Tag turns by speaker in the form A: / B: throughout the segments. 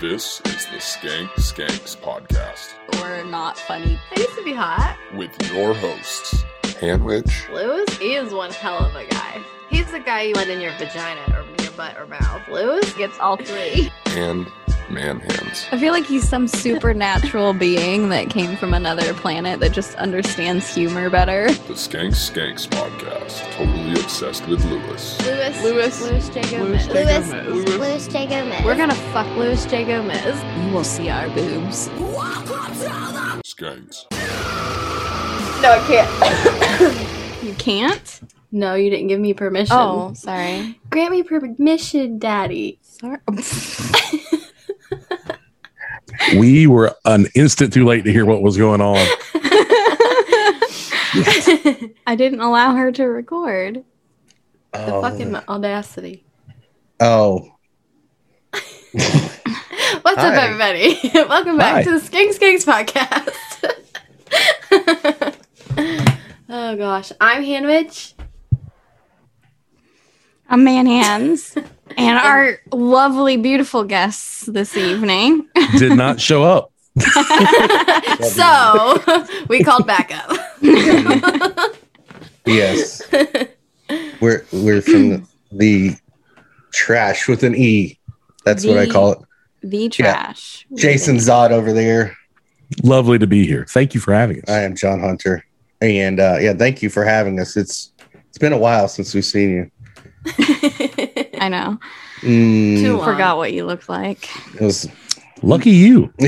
A: This is the Skank Skanks Podcast
B: We're not funny. I used to be hot.
A: with your hosts, Hanwich
B: Lewis, he is one hell of a guy. He's the guy you want in your vagina or your butt or mouth. Lewis gets all three.
A: and Manhands.
C: I feel like he's some supernatural being that came from another planet that just understands humor better.
A: The Skank Skanks Podcast, totally obsessed with Lewis.
B: Lewis.
D: Lewis.
B: Lewis J. Gomez.
D: Lewis J.
E: Lewis,
D: Gomez.
E: Lewis J. Gomez.
B: We're gonna fuck Lewis J. Gomez.
C: You will see our boobs.
A: Skanks.
B: No, I can't.
C: You can't?
B: No, you didn't give me permission.
C: Oh, sorry.
B: Grant me permission, Daddy.
C: Sorry.
F: we were an instant too late to hear what was going on.
C: I didn't allow her to record.
B: The fucking audacity.
G: oh,
B: What's up,
G: Hi.
B: everybody? Welcome back to
G: Hi.
B: the Skinks Skinks podcast. oh gosh, I'm Hanwich.
C: I'm Manhands. and our lovely, beautiful guests this evening.
F: Did not show up.
B: so we called back up.
G: yes. we're we're from the, the trash with an E. That's what I
C: The-
G: call it.
C: The trash.
G: Jason Zod over there.
F: Lovely to be here. Thank you for having us.
G: I am John Hunter, and uh, yeah, thank you for having us. It's it's been a while since we've seen you.
C: I know.
G: Mm,
B: Too long.
C: Forgot what you looked like.
G: it was
F: Lucky you.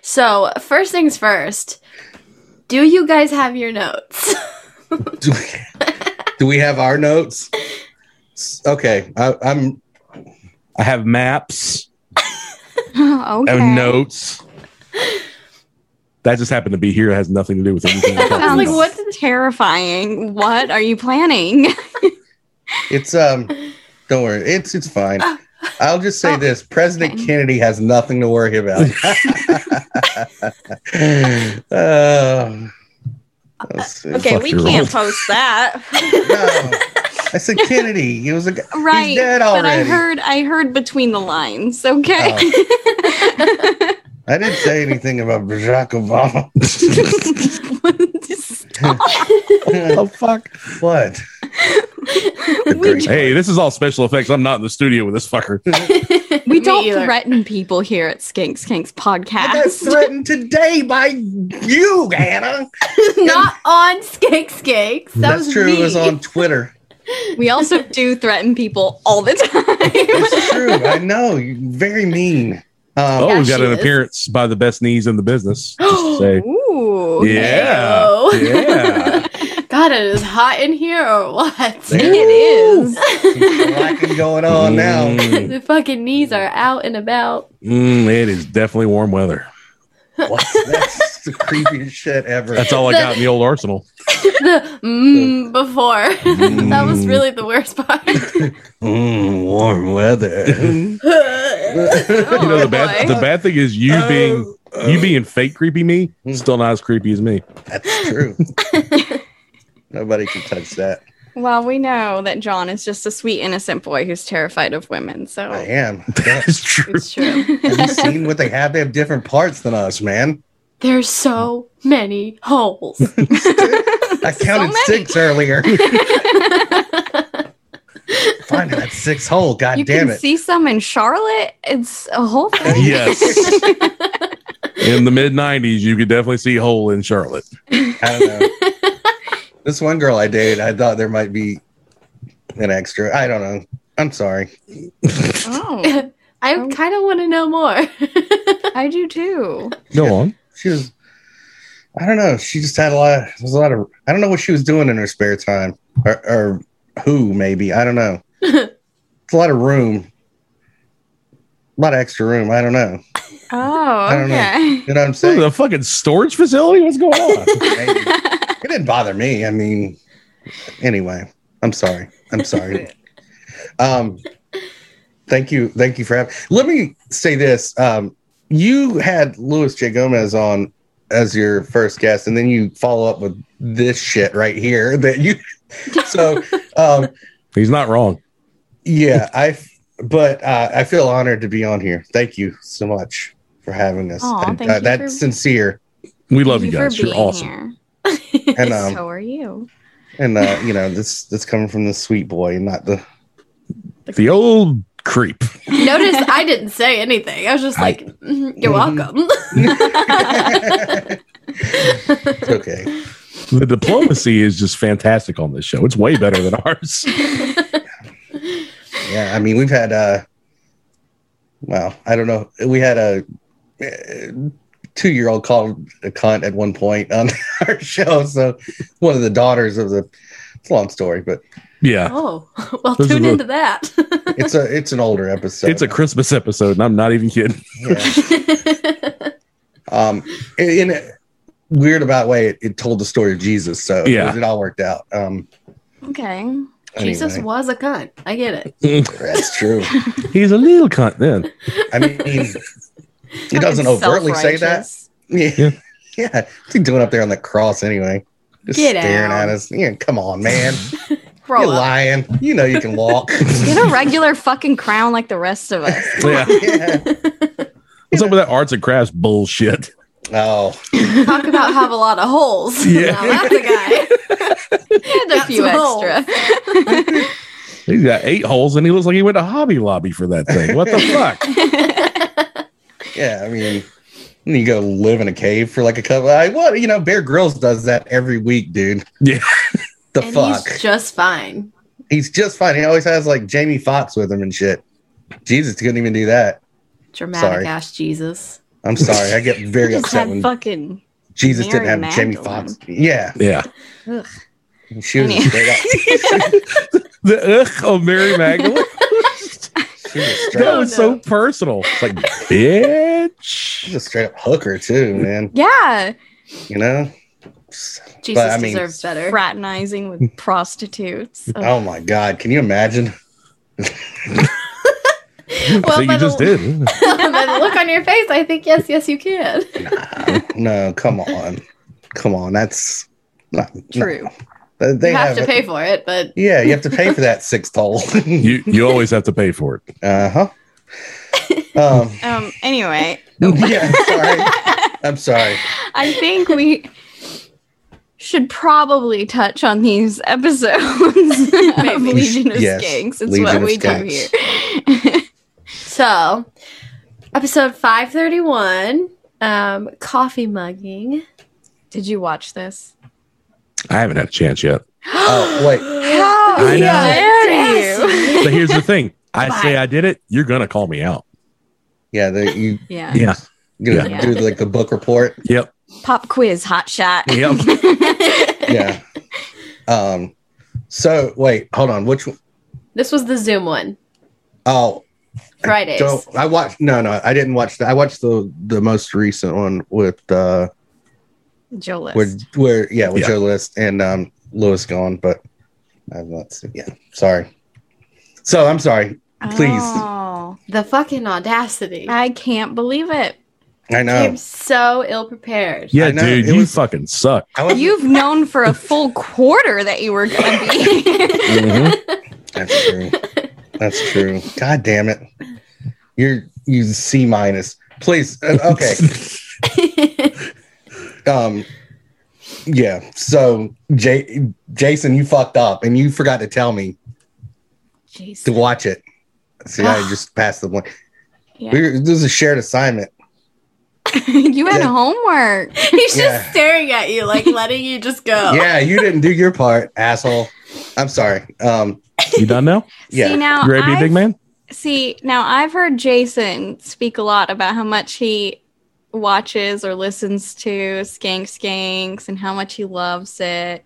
B: so first things first. Do you guys have your notes?
G: do, we, do we have our notes? S- Okay, I, I'm
F: I have maps.
C: okay.
F: I have notes. That just happened to be here. It has nothing to do with anything. we're
B: I was
F: talking
B: like,
F: about.
B: what
C: terrifying. What are you planning?
G: It's um don't worry. It's it's fine. I'll just say
C: Oh,
G: this President
C: okay.
G: Kennedy has nothing to worry about. Uh, let's see.
F: Okay, we Fuck your can't
C: post that.
G: No. I said Kennedy. He was a g-
C: right.
G: He's dead
C: But I
G: already.
C: heard I heard between the lines, okay?
G: I didn't say anything about Barack Obama.
F: Oh, fuck.
G: what?
C: we,
F: Hey, this is all special effects. I'm not in the studio with this fucker.
C: we
B: Me
C: don't
B: either.
C: threaten people here at Skinks Skinks
G: I got
C: podcast.
G: threatened today by you, Hannah.
B: Not on Skinks Skinks. That
G: That's
B: was
G: true.
B: Me.
G: It was on Twitter.
C: We also do threaten people all the time.
G: It's true. I know. You're Very mean. Um,
F: Oh,
B: Yeah,
F: we've got
B: she
F: an
B: is.
F: appearance by the best knees in the business. Just to say.
C: Ooh.
F: Yeah.
B: Heyo.
F: Yeah.
B: God, it is hot in here or what?
C: It is.
G: Some slacking going on now.
F: Mm,
B: the fucking knees are out and about.
F: mm, it is definitely warm weather.
G: What's that's the creepiest shit ever.
F: That's all I
B: The-
F: got in the old arsenal.
B: The mm before. that was really the worst part.
G: Mm, warm weather.
F: you know the bad
B: boy.
F: the bad thing is you being
G: Oh,
F: you being fake creepy me
G: Mm.
F: still not as creepy as me.
G: That's true. Nobody can touch that.
C: Well, we know that John is just a sweet, innocent boy who's terrified of women. So
G: I am. Have
F: That's Oh. true.
B: It's true.
G: you seen what they have? They have different parts than us, man.
B: There's so many holes.
G: I counted
C: many.
G: six earlier. Finding that sixth hole, god
C: you
G: damn
C: can
G: it.
C: see some in Charlotte. It's a whole thing.
F: Yes. in the mid '90s, you could definitely see hole in Charlotte.
G: I don't know. this one girl I dated, I thought there might be an extra. I don't know. I'm sorry.
C: Oh,
B: I
C: Oh.
B: kind of want to know more.
C: I do too.
F: Go on.
G: she was i don't know she just had a lot there was a lot of i don't know what she was doing in her spare time or, or who maybe i don't know it's a lot of room a lot of extra room i don't know
C: Oh,
G: don't know.
C: okay.
G: you know what i'm
F: This is
G: saying
F: a fucking storage facility. What's going on?
G: Maybe. it didn't bother me i mean anyway i'm sorry i'm sorry um thank you thank you for having let me say this um you had Louis J. Gomez on as your first guest, and then you follow up with this shit right here that you. So, um,
F: He's not wrong.
G: yeah, I f- but uh, I feel honored to be on here. Thank you so much for having us.
C: Aw,
G: And,
C: thank
G: uh,
C: you
G: that's
C: for-
G: sincere.
F: We love you
C: for
F: guys. You're
C: being
F: awesome.
C: here.
G: And um,
C: so are you?
G: and uh, you know this that's coming from the sweet boy, not the
F: The old creep.
B: Notice I didn't say anything. I was just
F: I-
B: like, "Mhm, "You're
G: Mhm.
B: welcome."
G: it's okay.
F: The diplomacy is just fantastic on this show. It's way better than ours.
G: Yeah, I mean we've had uh, well, I don't know. We had a uh, two-year-old called a cunt at one point on our show. So one of the daughters of the. It's a long story, but
F: Yeah.
B: oh, well,
F: This is
B: tune
F: a-
B: into that.
G: it's a it's an older episode.
F: It's a Christmas episode, and I'm not even kidding.
G: Yeah. um in in a weird about way it, it told the story of jesus so
F: Yeah.
G: it, all worked out um
C: Okay.
B: Jesus
G: anyway,
B: was a cunt. I get it.
G: that's true
F: He's a little cunt then.
G: i mean it doesn't overtly say that yeah
F: Yeah.
G: yeah, what's he doing up there on the cross anyway just
B: Get
G: staring
B: out.
G: at us yeah come on man
B: Grow
G: you're
B: up.
G: lying you know you can walk
C: Get a regular fucking crown like the rest of us.
F: Yeah.
G: yeah.
F: What's up with that arts and crafts bullshit?
G: oh
B: Talk about have a lot of holes.
F: Yeah.
B: Now that's a guy.
C: And a
B: Got
C: few
B: some holes.
C: extra.
F: He's got eight holes, and he looks like he went to Hobby Lobby for that thing. What the fuck?
G: yeah i mean and you go live in a cave for like a couple i what you know bear grylls does that every week dude
F: Yeah.
G: the
B: and
G: fuck
B: he's just fine.
G: He's just fine. He always has like Jamie Foxx with him and shit. Jesus couldn't even do that.
B: Dramatic
G: Sorry.
B: ass Jesus.
G: I'm sorry. I get very
C: Just
G: upset
C: had
G: when
C: fucking.
G: Jesus
C: Mary
G: didn't have Jamie
C: Magdalene.
G: Foxx. Yeah,
F: Yeah.
G: she was
C: Any-
G: straight up.
F: The ugh of Mary Magdalene.
G: She was a straight
F: That
B: Oh,
G: up.
F: was
B: no.
F: so personal. It's like,
G: She's
F: bitch.
G: a straight up hooker too, man.
C: Yeah.
G: You know?
B: Jesus
G: I mean-
B: deserves better.
C: Fraternizing with prostitutes. Ugh.
G: Oh my God! Can you imagine?
F: So you
B: by the-
F: just did.
B: by the look on your face, I think yes, yes, you can.
G: No, come on, come on. That's not no.
C: True.
G: They- They
B: you have, to
G: it.
B: pay for it, but
G: Yeah, you have to pay for that six toll.
F: You you always have to pay for it.
G: uh huh. Um.
C: Um. Anyway,
G: Yeah. Sorry. I'm sorry.
C: I think we should probably touch on these episodes of
B: Maybe.
C: Legion of
G: Yes,
C: Skanks. It's
G: Legion
C: what
G: of
C: we do
G: Skanks.
C: here.
B: so episode five thirty one, um, coffee mugging.
C: Did you watch this?
F: I haven't had a chance yet.
G: Oh wait.
C: How
F: I know.
C: dare you?
F: But here's the thing. I
B: Bye.
F: say I did it, you're gonna call me out.
G: Yeah, the, you
C: Yeah.
F: Yeah.
G: you know,
C: Yeah.
G: do like the book report.
F: Yep.
C: Pop quiz, hot shot.
F: Yep.
G: Yeah. um. So wait, hold on. Which one-
B: This was the Zoom one.
G: oh
B: Fridays.
G: so I watched no no I didn't watch that I watched the the most recent one with uh
C: Joe List.
G: where where yeah with
F: Yeah.
G: Joe List and um Lewis gone but I've not seen yeah sorry so I'm sorry please.
C: Oh,
B: the fucking audacity. I
C: I can't believe it.
G: I know
B: am so ill prepared.
F: Yeah,
G: I know,
F: dude,
G: it
F: you
G: was-
F: fucking suck.
G: I wasn't-
C: You've known for a full quarter that you were going to be.
F: Mm-hmm.
G: that's true that's true God damn it you're you C minus please uh, okay um yeah so J- jason you fucked up and you forgot to tell me to
C: Jeez.
G: watch it see i just passed the one
C: Yeah.
G: we were, this is a shared assignment
C: you had
G: Yeah.
C: homework.
B: He's just
G: Yeah.
B: staring at you, like letting you just go.
G: yeah you didn't do your part asshole i'm sorry um
F: You done now?
G: yeah
C: See, now
F: You ready to be a
C: I've-
F: big man?
C: See, now I've heard Jason speak a lot about how much he watches or listens to Skank Skanks and how much he loves it.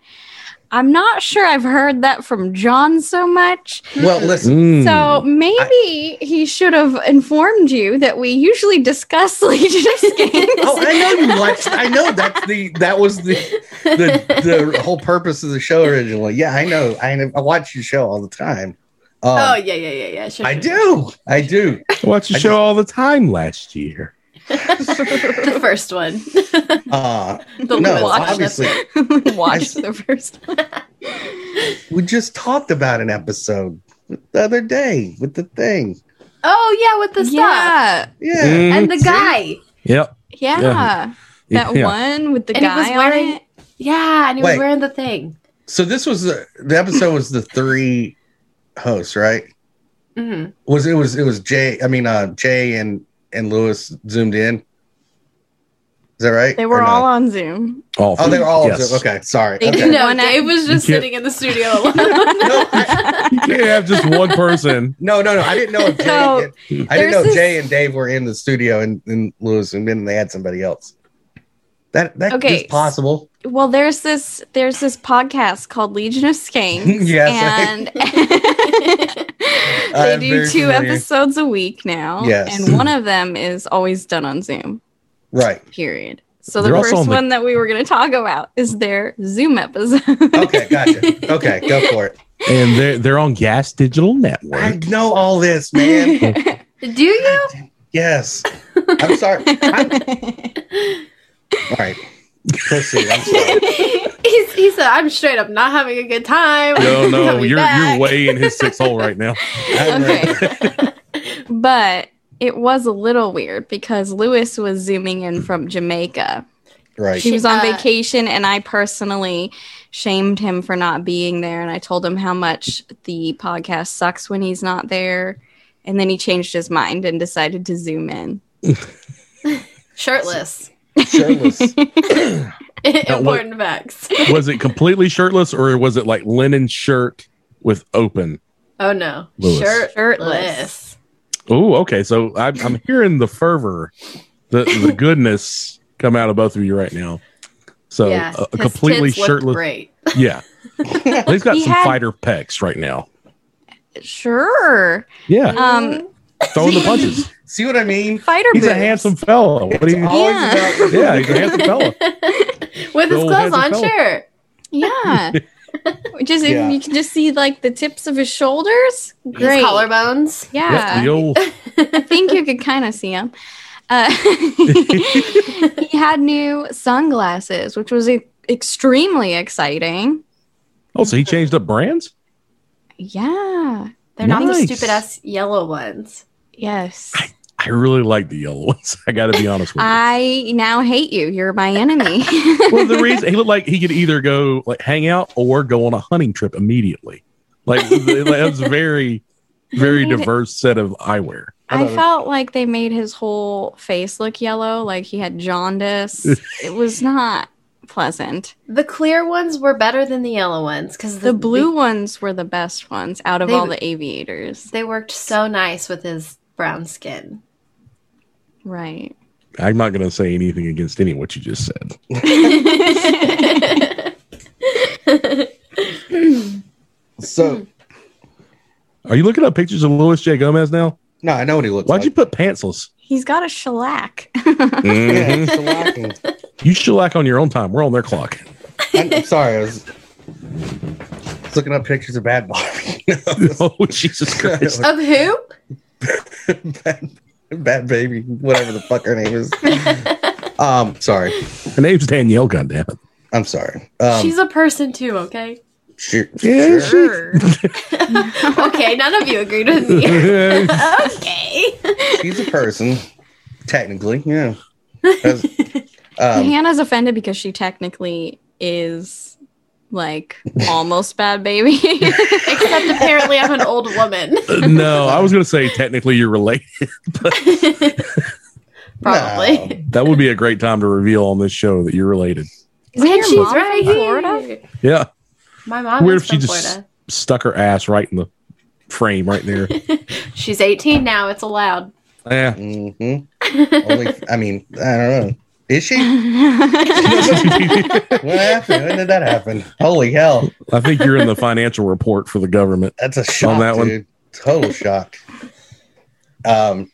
C: I'm not sure I've heard that from John so much.
G: well listen
F: Mm.
C: So maybe he should have informed you that we usually discuss Legion of Skanks.
G: oh i know you watched i know that's the that was the the, um, the whole purpose of the show originally yeah i know i, know- I watch your show all the time um,
B: Oh yeah, yeah, yeah, yeah. Sure,
G: i
B: sure.
G: do i do
F: I watched the
G: I
F: show all the time last year.
B: The first one.
G: uh
B: The
G: no
B: Lewis one, that's
G: obviously
B: it.
C: Watch the first one.
G: We just talked about an episode the other day with the thing.
B: Oh yeah, with the stuff
C: yeah.
G: Yeah.
F: Mm,
B: and the guy.
F: Yep.
C: yeah,
F: Yeah.
C: That
F: yeah.
C: one with the
B: And it
C: guy
B: was
C: on
B: wearing-
C: it.
B: Yeah, and he
G: Wait.
B: was wearing the thing.
G: So this was the, the episode was the three hosts, right?
B: hmm
G: Was it was it was Jay? I mean, uh, Jay and and Lewis zoomed in. Is that right?
C: They were
G: Or no?
C: all on Zoom.
F: All
G: Oh, they were all.
F: Yes.
G: zoomed- Okay, sorry.
C: They
G: Okay.
C: didn't-
B: No,
C: One
B: Dave was just
F: You can't-
B: sitting in the studio alone.
G: No, I-
F: You can't have just one person.
G: no, no, no. I didn't know if Jay.
C: No,
G: and- I didn't
C: there's
G: know if
C: this-
G: Jay and Dave were in the studio and, and Lewis and then they had somebody else. That that is
C: Okay.
G: possible.
C: Well, there's this there's this podcast called Legion of Skanks.
G: Yes,
C: and
G: I
C: they
G: am very
C: do two
G: familiar.
C: episodes a week now.
G: Yes.
C: and one of them is always done on Zoom.
G: Right.
C: Period. So the
F: They're also
C: first
F: on the-
C: one that we were going to talk about is their Zoom episode.
G: Okay. Gotcha. okay. Go for it.
F: And they're they're on Gas Digital
G: I
F: Network.
G: know all this, man.
B: Do you?
G: Yes. I'm sorry. I'm, all right. Proceed. I'm sorry.
B: He's, he said, "I'm straight up not having a good time."
F: No,
B: I'm
F: no,
B: coming
F: you're you're
B: back."
F: way in his six hole right now.
G: I'm
C: Okay. but it was a little weird because Lewis was zooming in from Jamaica.
G: Right.
C: He was on
B: Uh,
C: vacation, and I personally shamed him for not being there. And I told him how much the podcast sucks when he's not there. And then he changed his mind and decided to zoom in.
B: shirtless.
G: shirtless.
F: what-
B: Important facts.
F: Was it completely shirtless or was it like linen shirt with open?
B: Oh no,
F: Lewis.
B: shirtless.
F: Oh, okay. So I'm I'm hearing the fervor, the the goodness come out of both of you right now. So
B: yeah,
F: a, a
B: his
F: completely
B: tits looked
F: shirtless.
B: Great.
F: Yeah, he's got
C: He
F: some
C: had-
F: fighter pecs right now.
C: Sure.
F: Yeah,
C: Um,
F: throwing the punches.
G: See what I mean?
C: Fighter
F: He's a
C: boobs.
F: handsome fellow. What do you?
G: It's always
C: Yeah.
G: about-
F: Yeah, he's a handsome fellow.
B: With his
F: Bill
B: clothes
F: has a
B: on,
F: fella.
B: sure.
C: Yeah. just
G: Yeah.
C: you can just see like the tips of his shoulders. Great.
B: His collarbones.
F: Yep,
C: Yeah.
F: the old
C: I think you could kind of see him. Uh, he had new sunglasses, which was e- extremely exciting.
F: oh, so he changed up brands.
C: Yeah.
B: They're not the
F: Nice.
B: stupid ass yellow ones.
C: Yes.
F: I really like the yellow ones. I got to be honest with you.
C: I now hate you. You're my enemy.
F: well, the reason he looked like he could either go like hang out or go on a hunting trip immediately. Like th- that was a very, very
C: Right.
F: diverse set of eyewear.
C: I felt like they made his whole face look yellow, like he had jaundice. it was not pleasant.
B: The clear ones were better than the yellow ones because
C: The blue ones were the best ones out of
B: They-
C: all the aviators.
B: They worked so nice with his brown skin.
C: Right.
F: I'm not going to say anything against any of what you just said.
G: So
F: Are you looking up pictures of Louis J. Gomez now?
G: no, I know what he looks
F: Why'd
G: like.
F: you put pantsless?
C: He's got a shellac.
G: Yeah,
F: Mhm.
G: it's a lacking.
F: You shellac on your own time. We're on their clock.
G: I'm, I'm sorry, I was I was looking up pictures of Bad Barbie.
F: oh Jesus Christ!
B: of who?
G: bad, bad baby, whatever the fuck her name is. Um, sorry.
F: Her name's Danielle. Goddamn it!
G: I'm sorry. Um,
B: She's a person too, okay?
G: sure,
F: Yeah,
G: sure.
C: Sure.
B: Okay, none of you agreed with me. okay.
G: she's a person, technically. Yeah. That's- um,
C: Hannah's offended because she technically is like almost bad baby.
B: Except apparently I'm an old woman.
F: no, I was going to say technically you're related.
B: Probably.
F: That would be a great time to reveal on this show that you're related.
C: Isn't
B: And
C: your
B: she's
C: mom from
B: right
C: Florida?
B: here.
F: Yeah.
B: My mom
F: Where
B: is
F: if she
B: from
F: just-
B: Florida.
F: stuck her ass right in the frame right there.
B: She's 18 now. It's allowed.
F: yeah.
G: hmm Only, I mean, I don't know. Is she? What happened? When did that happen? Holy hell.
F: I think you're in the financial report for the government.
G: That's a shock.
F: that one.
G: dude. Total shock. Um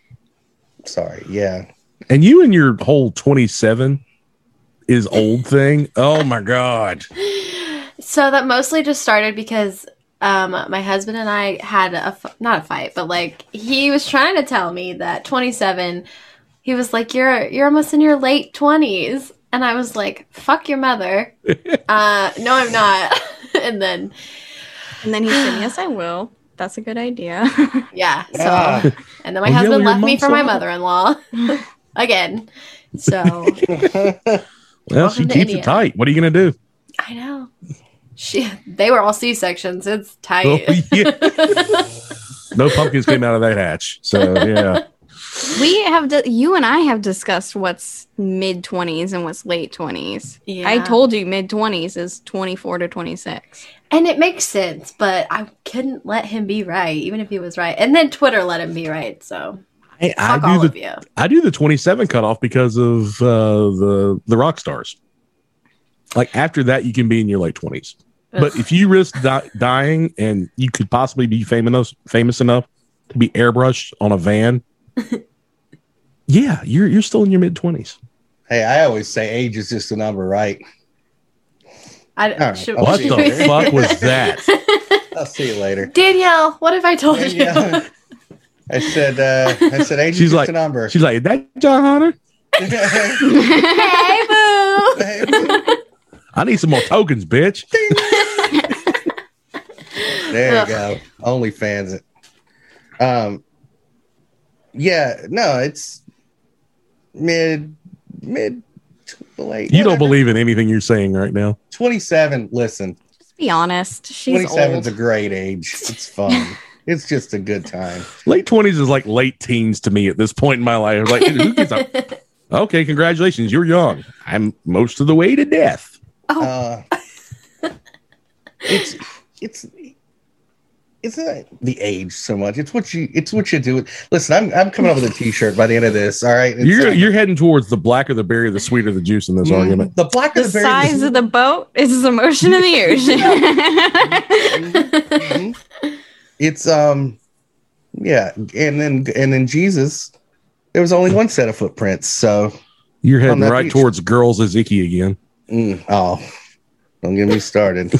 G: sorry, yeah.
F: And you and your whole 27 is old thing. Oh my God.
B: So that mostly just started because um, my husband and I had a f- not a fight, but like he was trying to tell me that 27. He was like, "You're you're almost in your late 20s," and I was like, "Fuck your mother." uh, no, I'm not. and then
C: and then he said, Yes, I will. That's a good idea.
B: Yeah. So,
G: Ah,
B: and then my
F: Oh, yeah,
B: husband
F: well, your
B: left me
F: mom's
B: for my
F: alive.
B: mother-in-law again. So
F: Well, she
B: Welcome to
F: keeps
B: India.
F: it tight. What are you gonna do?
B: I know. She, they were all C sections. It's
F: Oh,
B: tight.
F: yeah. no pumpkins came out of that hatch. So yeah,
C: we have di- you and I have discussed what's mid 20s and what's late 20s.
B: yeah.
C: I told you mid 20s is 24 to 26.
B: and it makes sense, but I couldn't let him be right, even if he was right. And then Twitter let him be right. So
F: I, I
B: fuck all
F: do
B: of
F: the
B: you.
F: I do the twenty seven cutoff because of uh, the the rock stars. Like after that, you can be in your late twenties. But
B: Ugh.
F: if you risk di- dying and you could possibly be famous famous enough to be airbrushed on a van, yeah, you're you're still in your mid twenties.
G: hey, I always say age is just a number, right?
B: I,
G: right,
B: should-
G: I'll
F: What
G: see
F: the
G: you later.
F: fuck was that?
G: I'll see you later.
B: Danielle, what if I told
G: And,
B: you?
G: yeah, I said, uh, I said, age
F: She's
G: is just
F: like-
G: a number.
F: She's like, "Is that John Hunter?
B: hey, boo.
F: I need some more tokens, bitch.
G: There
B: Ugh.
G: you go. Only fans it. Um Yeah, no, it's mid mid to late.
F: You don't
G: whatever.
F: believe in anything you're saying right now.
G: 27, listen.
C: Just be honest. She's
G: 27's
C: old.
G: a great age. It's fun. it's just a good time.
F: Late twenties is like late teens to me at this point in my life. Like, who gives a- okay, congratulations, you're young. I'm most of the way to death.
C: Oh.
G: Uh, it's it's it's not the age so much. It's what you it's what you do. Listen, I'm I'm coming up with a t-shirt by the end of this. All right. It's,
F: You're
G: uh,
F: you're heading towards the blacker the berry, the sweeter the juice in this
G: mm,
F: argument.
G: The black
C: The
G: of the berry
C: size of the boat is the motion of the ocean.
G: Mhm. it's um yeah and then and then jesus there was only one set of footprints so
F: You're heading
G: that
F: right
G: beach.
F: towards girls as icky again.
G: mm, oh don't get me started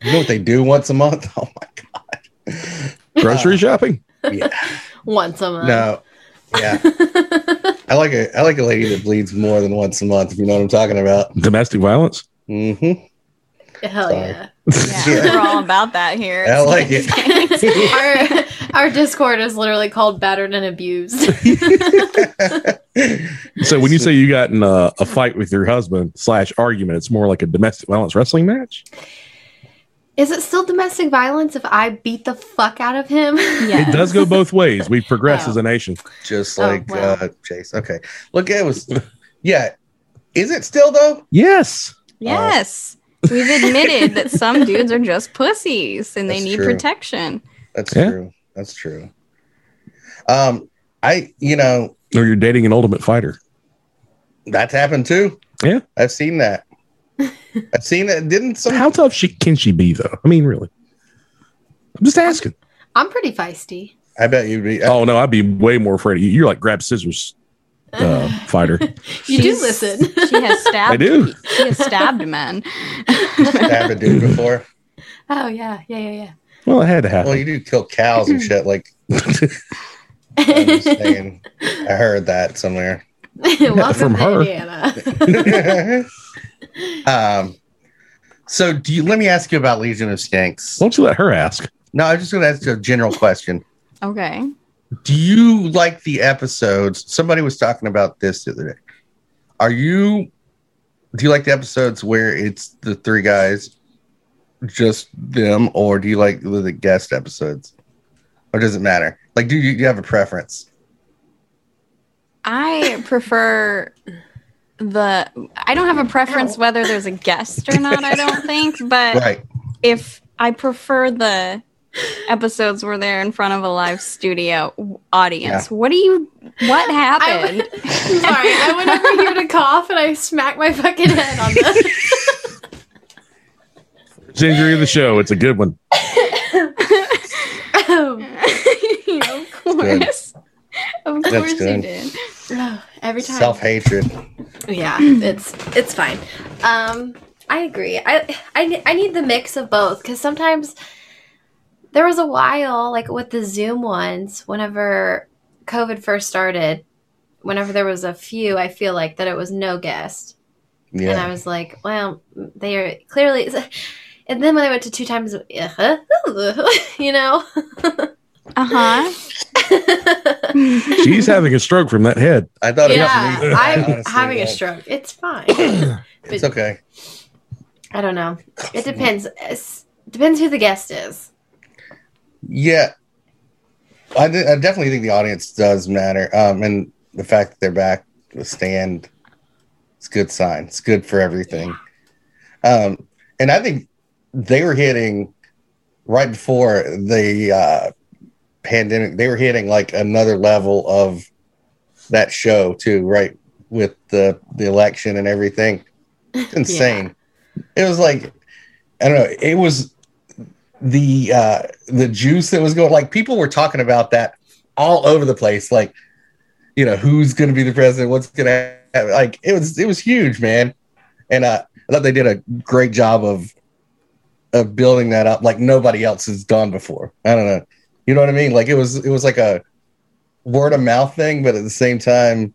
G: you know what they do once a month oh my Uh.
F: Grocery shopping.
G: god yeah
B: Once a month.
G: no yeah i like a i like a lady that bleeds more than once a month if you know what i'm talking about
F: Domestic violence.
G: hmm
B: Hell
G: Sorry.
B: yeah.
C: yeah, we're all about that here.
G: I like it.
B: our our Discord is literally called Battered and Abused.
F: So when you say you got in a, a fight with your husband slash argument, it's more like a domestic violence wrestling match.
B: is it still domestic violence if I beat the fuck out of him?
C: Yeah.
F: It does go both ways. We progress
B: Wow.
F: as a nation.
G: just
B: Oh,
G: like
B: wow.
G: uh chase okay look it was yeah is it still though
F: Yes.
C: Yes. We've admitted that some dudes are just pussies and they
G: That's
C: need
G: true.
C: protection.
G: that's
F: Yeah.
G: true that's true um i you know
F: Or you're dating an ultimate fighter.
G: That's happened too.
F: Yeah.
G: I've seen that. I've seen that. Didn't some?
F: How tough she can she be though? I mean, really. I'm just asking.
B: I'm pretty feisty.
G: I bet you'd be.
F: Oh no, I'd be way more afraid of you. You're like grab scissors uh, fighter.
B: You do
C: She's-
B: listen.
C: She has stabbed.
F: I do.
C: She has stabbed men.
G: I have a dude before.
B: Oh yeah, yeah, yeah,
F: Well, it had to happen.
G: Well, you do kill cows and shit. Like I'm just
B: yeah.
G: saying, I heard that somewhere.
B: Welcome
F: From
B: to
F: her.
B: Indiana.
G: um. So, do you? Let me ask you about Legion of Skanks.
F: Why don't you let her ask?
G: No, I'm just going to ask you a general question.
C: Okay.
G: Do you like the episodes? Somebody was talking about this the other day. Are you do you like the episodes where it's the three guys just them or do you like the the guest episodes? Or does it matter? Like do you, do you have a preference?
C: I prefer the I don't have a preference whether there's a guest or not, I don't think,
B: Uh,
C: but
G: Right.
C: if I prefer the episodes where they're in front of a live studio w- audience. What do you what
B: I
C: happened?
B: went, sorry, I went over here to cough and I smacked my fucking head on the.
F: It's injury of the show. It's a good one.
B: Oh,
C: of course. Of
G: That's
C: course you
G: good.
C: did.
B: oh, every time.
G: Self-hatred.
B: yeah it's it's fine um i agree i i, ne- I need the mix of both because sometimes there was a while like with the zoom ones whenever covid first started whenever there was a few i feel like that it was no guest and i
G: Yeah.
B: was like well they are clearly And then when I went to two times, uh-huh, you know,
C: Uh huh.
F: She's having a stroke from that head.
G: I thought
B: yeah,
G: it was me.
B: I'm
G: honestly
B: having a
G: don't.
B: stroke. It's fine.
G: It's okay.
B: I don't know. It depends. It's, depends who the guest is.
G: Yeah, I, th- I definitely think the audience does matter, um, and the fact that they're back with stand, it's a good sign. It's good for everything. Um, and I think they were hitting right before the uh, pandemic. They were hitting like another level of that show too, right? With the the election and everything, It's insane. It was like I don't know. It was the uh the juice that was going like people were talking about that all over the place like you know who's going to be the president what's going to happen like it was it was huge man and uh, i thought they did a great job of of building that up like nobody else has done before i don't know you know what i mean like it was it was like a word of mouth thing but at the same time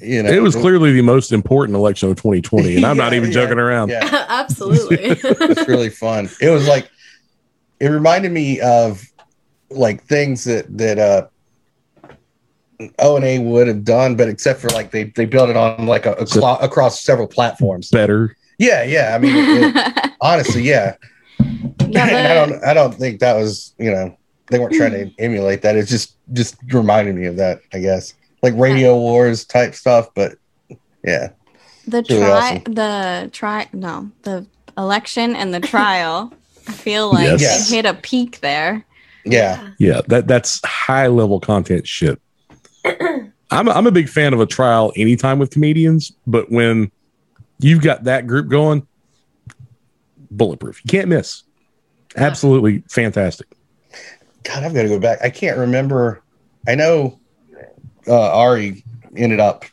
G: you know
F: It was clearly the most important election of 2020, and I'm not
G: Yeah,
F: even
G: yeah,
F: joking around.
G: yeah
B: Absolutely.
G: it's really fun. It was like it reminded me of like things that that uh O and A would have done, but except for like they they built it on like a, a clo- across several platforms.
F: Better.
G: Yeah, yeah. I mean, it- it-
C: yeah,
G: honestly, yeah. And I
C: but
G: don't I don't think that was you know they weren't trying to emulate that. It just just reminded me of that. I guess like radio wars type stuff, but yeah,
C: the
G: really
C: tri
G: awesome.
C: the tri no the election and the trial. I feel like
F: Yes.
G: Yes.
C: it hit a peak there.
G: yeah.
F: Yeah, that that's high level content shit. I'm a, I'm a big fan of a trial anytime with comedians, but when you've got that group going, bulletproof. You can't miss. Absolutely fantastic.
G: God, I've got to go back. I can't remember. I know uh, Ari ended up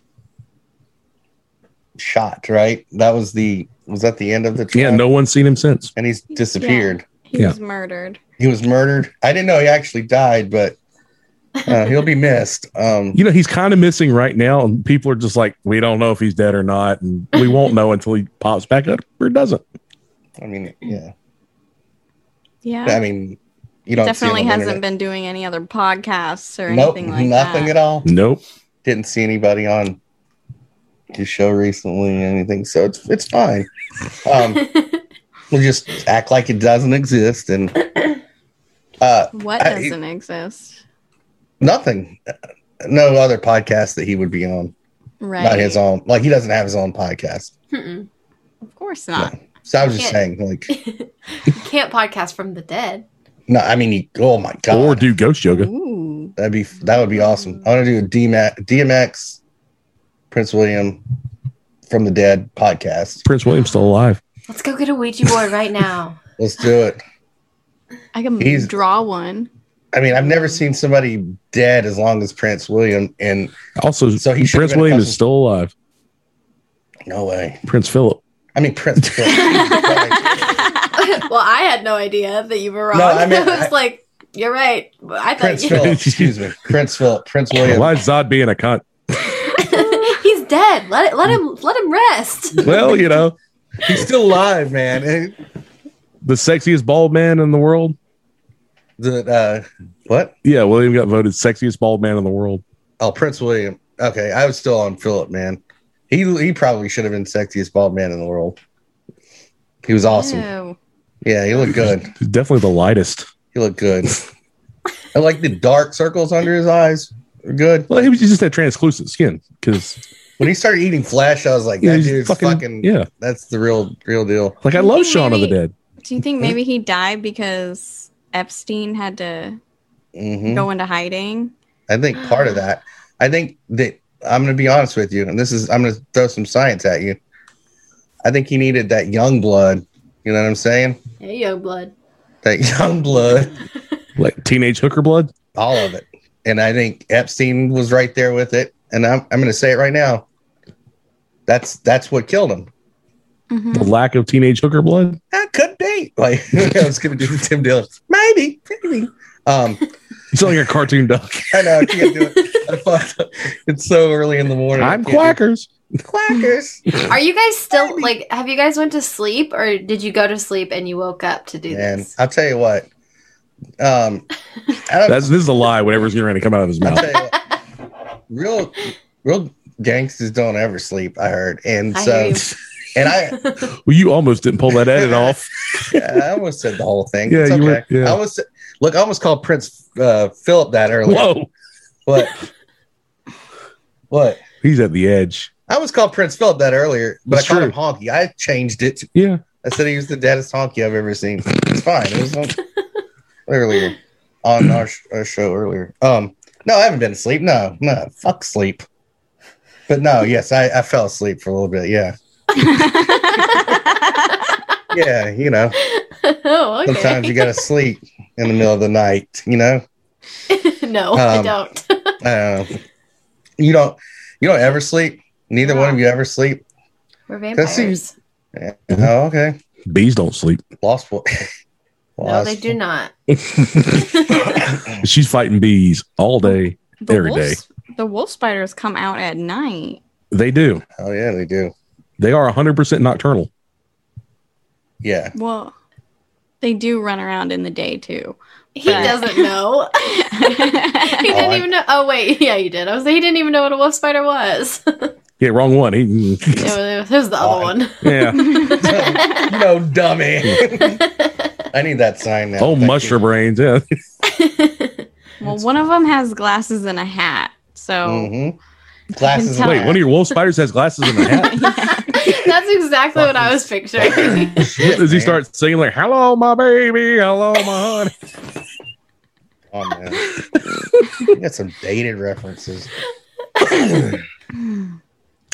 G: shot. Right? That was the was that the end of the
F: Yeah,
G: trial?
F: no one's seen him since.
G: And he's disappeared.
C: He
F: Yeah.
C: was murdered.
G: He was murdered. I didn't know he actually died, but uh, he'll be missed. Um,
F: You know, he's kind of missing right now, and people are just like, we don't know if he's dead or not, and we won't know until he pops back up or doesn't.
G: I mean, yeah.
C: Yeah.
G: I mean, you don't see
C: Definitely
G: him on the
C: hasn't
G: internet.
C: been doing any other podcasts or
G: Nope,
C: anything like
G: nothing
C: that.
G: at all.
F: Nope.
G: Didn't see anybody on his show recently, anything. So it's it's fine. Um, we just act like it doesn't exist and uh
C: what
G: I-
C: doesn't exist?
G: nothing no other podcast that he would be on
C: Right.
G: not his own like he doesn't have his own podcast
B: Mm-mm.
C: Of course not.
G: so i was
B: Yeah.
G: just saying like
B: Can't podcast from the dead.
G: no i mean he, oh my god
F: Or do ghost yoga.
C: Ooh.
G: that'd be that would be awesome i want to do a DMA, dmx prince william from the dead podcast
F: Prince William's still alive.
B: Let's go get a Ouija board right now.
G: let's do it
C: I can
G: He's-
C: draw one.
G: i mean i've never seen somebody dead as long as prince william and
F: Also,
G: So he should've
F: Prince
G: been a
F: William
G: cousin.
F: is still alive.
G: no way
F: Prince Philip.
G: i mean prince
B: well, I had no idea that you were wrong.
G: No, I
B: I,
G: meant-
B: was like, you're right. I thought
G: prince
B: you,
G: philip excuse me prince philip prince william
F: Why is Zod being a cunt?
B: he's dead. Let it, let him let him rest.
F: Well, you know,
G: He's still alive, man. And
F: the sexiest bald man in the world.
G: The uh, what?
F: Yeah, William got voted sexiest bald man in the world.
G: Oh, Prince William. Okay, I was still on Philip, man. He he probably should have been sexiest bald man in the world. He was awesome. Yeah,
C: Ew.
G: he looked good.
F: He's definitely the lightest.
G: He looked good. I like the dark circles under his eyes. Were good.
F: Well, he was he just had translucent skin because
G: When he started eating flesh, I was like, that dude's fucking,
F: yeah.
G: That's the real real deal.
F: Like I love
C: Maybe-
F: Shaun of the Dead.
C: Do you
G: Hmm?
C: think maybe he died because Epstein had to
G: hmm
C: go into hiding?
G: I think part of that. I think that I'm going to be honest with you, and this is I'm going to throw some science at you. I think he needed that young blood. You know what I'm saying?
B: Hey, yo, blood.
G: That young blood,
F: Like teenage hooker blood.
G: all of it. And I think Epstein was right there with it. And I'm I'm going to say it right now. That's that's what killed him.
C: Mhm.
F: The lack of teenage hooker blood.
G: That could be like I was going to do the Tim Dillon. Maybe, maybe. Um,
F: He's like a cartoon duck.
G: I know I can't do it. I fucked up. It's so early in the morning. I
F: I'm
G: can't do-
F: quackers.
G: Clackers.
B: Are you guys still like? Have you guys went to sleep, or did you go to sleep and you woke up to do
G: Man,
B: this?
G: I'll tell you what. Um, I don't,
F: That's this is a lie. Whatever's going to come out of his
G: I'll
F: mouth.
G: tell you what, real, real gangsters don't ever sleep. I heard, and
B: I
G: so,
B: hear
G: and I,
F: Well, you almost didn't pull that edit off.
G: I almost said the whole thing.
F: Yeah,
G: it's okay.
F: you were- yeah.
G: I almost look. I almost called Prince uh, Philip that earlier.
F: Whoa,
G: What? what?
F: he's at the edge.
G: I was called Prince Philip that earlier, but
F: It's
G: I called
F: true.
G: him honky. I changed it. to-
F: Yeah,
G: I said he was the deadest honky I've ever seen. It's fine. It was on, earlier on our, sh- our show earlier. Um, no, I haven't been asleep. No, no, fuck sleep. But no, yes, I, I fell asleep for a little bit. Yeah, yeah, you know,
B: oh, okay.
G: sometimes you gotta sleep in the middle of the night. You know,
B: no, I
G: Um,
B: don't.
G: uh, you don't you don't ever sleep. Neither one of you ever sleep.
B: We're
G: that's the-
B: vampires.
F: Mm-hmm.
G: Oh, okay.
F: bees don't sleep.
G: Lost boy.
B: No, they do not.
F: She's fighting bees all day.
C: the
F: Every
C: wolf,
F: day.
C: The wolf spiders come out at night.
F: They do.
G: Oh yeah, they do.
F: They are 100% nocturnal.
G: Yeah.
C: Well, they do run around in the day too.
B: He
C: But-
B: doesn't know. He
G: Oh,
B: didn't
G: I-
B: even know. Oh wait, yeah, you did. I was like, he didn't even know what a wolf spider was. it
F: Yeah, wrong one. He,
B: was, it was the
G: Oh,
B: other one.
F: yeah.
G: no dummy. I need that sign now.
F: Oh,
G: Thank you.
F: mushroom brains. Yeah.
C: well, one of them has glasses and a hat. So
G: Mhm. Glasses.
C: tell-
F: Wait, one of your wolf spiders has glasses in a hat.
B: That's exactly what I was picturing.
G: Shit,
F: Does he
G: man.
F: start singing like, hello, my baby, hello, my honey?
G: Oh, man. You got some dated references.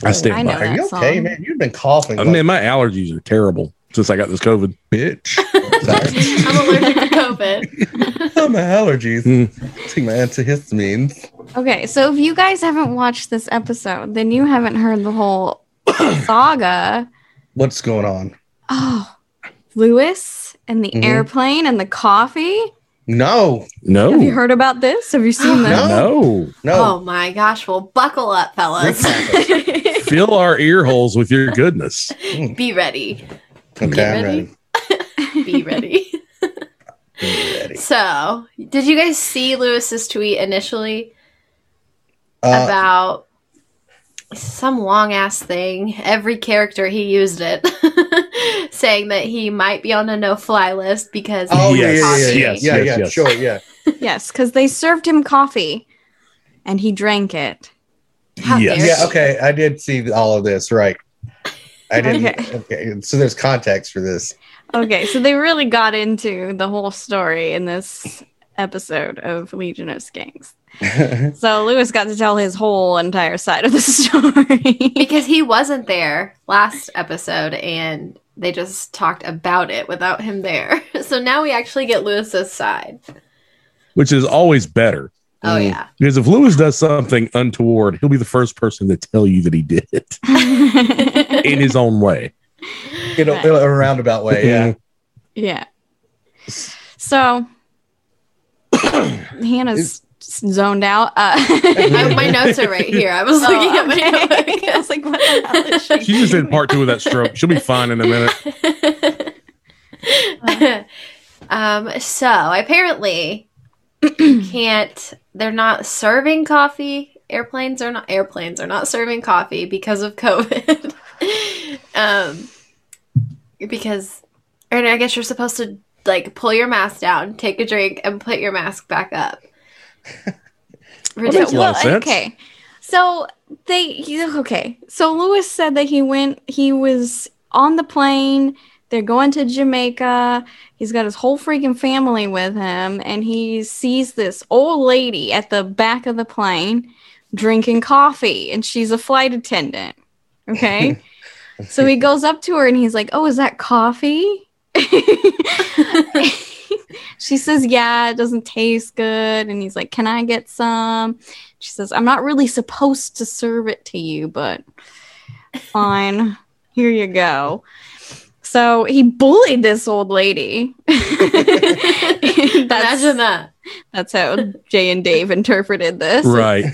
F: I stand
C: I
F: by.
C: know.
G: Mm-hmm. Are
C: that
G: you okay,
C: song.
G: man? You've been coughing.
F: I
G: Like,
F: mean, my allergies are terrible since I got this COVID. Bitch.
G: sorry.
B: I'm allergic to COVID.
G: Oh, my allergies.
F: Mm.
G: Take my antihistamines.
C: okay, so if you guys haven't watched this episode, then you haven't heard the whole saga.
G: What's going on?
C: Oh, Lewis and the
G: Mhm.
C: airplane and the coffee.
G: No,
F: No.
C: Have you heard about this? Have you seen this?
F: no.
G: no.
B: Oh my gosh! Well, buckle up, fellas.
F: Fill our ear holes with your goodness.
B: Be ready.
G: okay, I'm
B: ready?
G: ready.
B: Be ready.
G: I'm ready.
B: So, did you guys see Lewis's tweet initially
G: Uh,
B: about some long ass thing? Every character he used it, saying that he might be on a no fly list because
G: oh,
B: he's
G: yeah, yeah, yeah,
B: talking.
F: yes,
G: yeah, yeah,
F: yes,
G: yeah,
F: yes.
G: sure, yeah.
C: Yes, because they served him coffee and he drank it.
B: How
F: Yes.
B: dare
G: Yeah,
B: you.
G: okay. I did see all of this, right. I didn't.
C: Okay.
G: Okay. So there's context for this.
C: Okay, so they really got into the whole story in this episode of Legion of Skanks. So Lewis got to tell his whole entire side of the story.
B: because he wasn't there last episode and they just talked about it without him there. So now we actually get Lewis's side.
F: Which is always better.
B: Oh
G: Mm.
B: yeah.
F: Because if Lewis does something untoward, he'll be the first person to tell you that he did it in his own way.
G: in, a, in a roundabout way, yeah.
C: yeah. So Hannah's zoned out. Uh,
B: I, my notes are right here. I was looking
C: oh,
B: at my
C: okay. I was like, what the hell is she
F: She just did part two of that stroke. She'll be fine in a minute.
B: notes. um so apparently can't they're not serving coffee. Airplanes are not airplanes are not serving coffee because of COVID. um because and I guess you're supposed to like pull your mask down, take a drink, and put your mask back up.
F: makes
B: Ridiculous.
F: a lot of sense.
C: Okay. So they he- okay. So Lewis said that he went he was on the plane. They're going to Jamaica. He's got his whole freaking family with him and he sees this old lady at the back of the plane drinking coffee and she's a flight attendant. Okay? so he goes up to her and he's like, "Oh, is that coffee?" she says, Yeah, it doesn't taste good. And he's like, Can I get some? She says, I'm not really supposed to serve it to you, but fine. Here you go. So he bullied this old lady. That's-
B: Imagine that.
C: That's how Jay and Dave interpreted this.
F: right.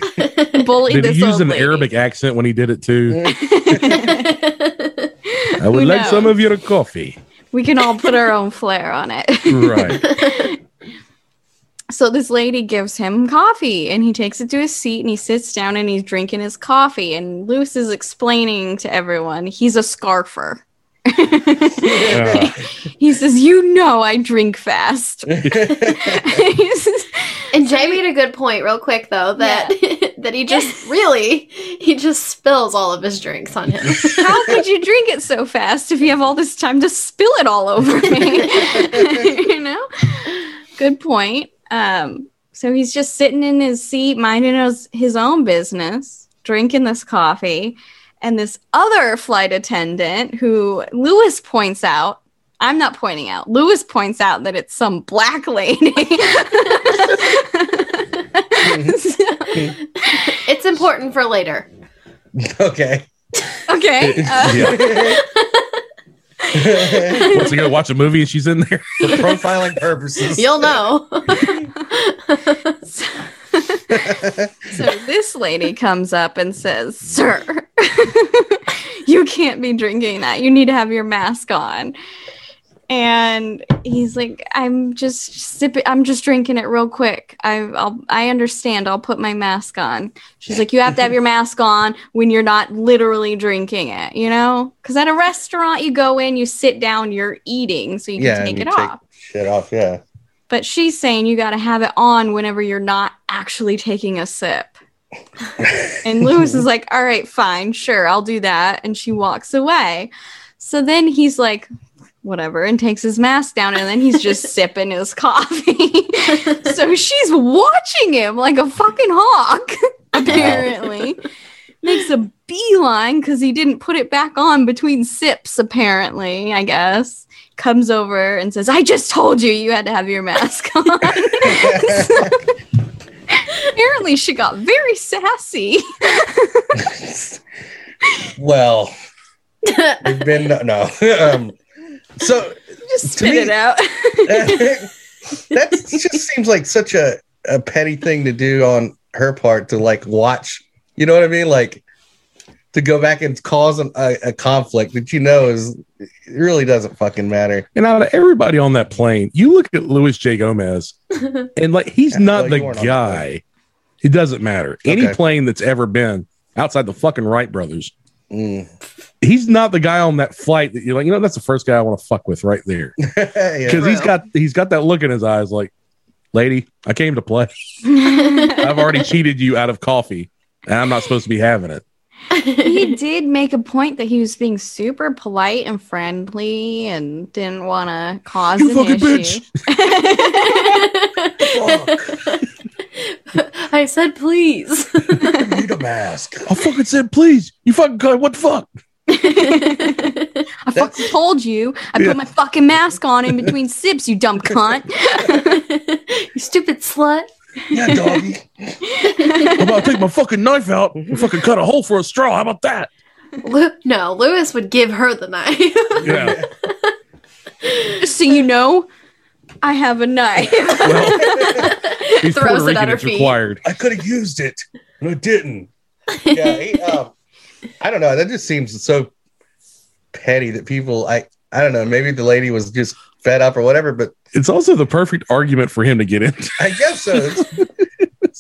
C: Bully
F: Did
C: this
F: he use
C: old
F: an
C: lady. Mm.
F: Arabic accent when he did it too? I
C: Who
F: would like some
C: knows?
F: of your coffee.
C: We can all put our own flair on it.
F: Right.
C: so this lady gives him coffee and he takes it to his seat and he sits down and he's drinking his coffee and Luce is explaining to everyone he's a scarfer.
F: Uh,
C: He says, "You know I drink fast." He says-
B: and Jay made a good point, real quick though, that that he just really he just spills all of his drinks on him.
C: How could you drink it so fast if you have all this time to spill it all over me? you know? Good point. Um, so he's just sitting in his seat, minding his, his own business, drinking this coffee. And this other flight attendant, who Lewis points out, I'm not pointing out, Lewis points out that it's some black lady. So-
B: it's important for later.
G: okay.
C: okay. uh,
F: yeah.
G: For
F: Wants to go watch a movie and she's in there.
G: profiling purposes.
B: You'll know.
C: So this lady comes up and says, Sir, you can't be drinking that. You need to have your mask on. And he's like, I'm just sipping, I'm just drinking it real quick. I, I'll, I understand. I'll put my mask on. She's like, You have to have your mask on when you're not literally drinking it, you know? Because at a restaurant, you go in, you sit down, you're eating, so you can
G: Yeah, and
C: take
G: you
C: it
G: take-
C: off.
G: Shit off, yeah.
C: But she's saying you got to have it on whenever you're not actually taking a sip. and Lewis is like, all right, fine, sure, I'll do that. And she walks away. So then he's like, whatever, and takes his mask down. And then he's just sipping his coffee. so she's watching him like a fucking hawk, apparently. Makes a beeline because he didn't put it back on between sips, apparently, I guess comes over and says, I just told you you had to have your mask on. Apparently, she got very sassy.
G: well, we've been no. no. um, so
C: Just
G: To
C: spit
G: me-
C: it out.
G: that just seems like such a, a petty thing to do on her part to like watch. You know what I mean? Like to go back and cause an, a, a conflict that you know is it really doesn't fucking matter.
F: And out of everybody on that plane, you look at Luis J. Gomez, and like he's
G: Yeah,
F: not
G: well,
F: the
G: you weren't on the
F: guy. It doesn't matter. Any
G: Okay.
F: plane that's ever been outside the fucking Wright brothers,
G: Mm.
F: he's not the guy on that flight that you're like, you know, that's the first guy I want to fuck with right there.
G: yeah.
F: Because he's
B: True.
F: got he's got that look in his eyes like, lady, I came to play. I've already cheated you out of coffee, and I'm not supposed to be having it.
C: he did make a point that he was being super polite and friendly and didn't want to cause
F: You
C: an
F: fucking
C: issue.
B: I said please.
G: I need a mask.
F: I fucking said, please, you fucking guy, what the fuck?
C: I fucking told you. I
F: Yeah.
C: put my fucking mask on in between sips, you dumb cunt.
B: you stupid slut.
G: Yeah, doggy.
F: I'm about to take my fucking knife out and fucking cut a hole for a straw. How about that?
B: Lu- no, Lewis would give her the knife.
F: Yeah.
C: Just so you know, I have a knife.
F: He's
B: Throws
F: Puerto
B: it
F: Rican,
B: at her
F: it's
B: feet.
F: required.
G: I could have used it, and I didn't. Yeah, he, um, I don't know. That just seems so petty that people. I I don't know. Maybe the lady was just fed up or whatever. But
F: It's also the perfect argument for him to get into.
G: I guess so. It's,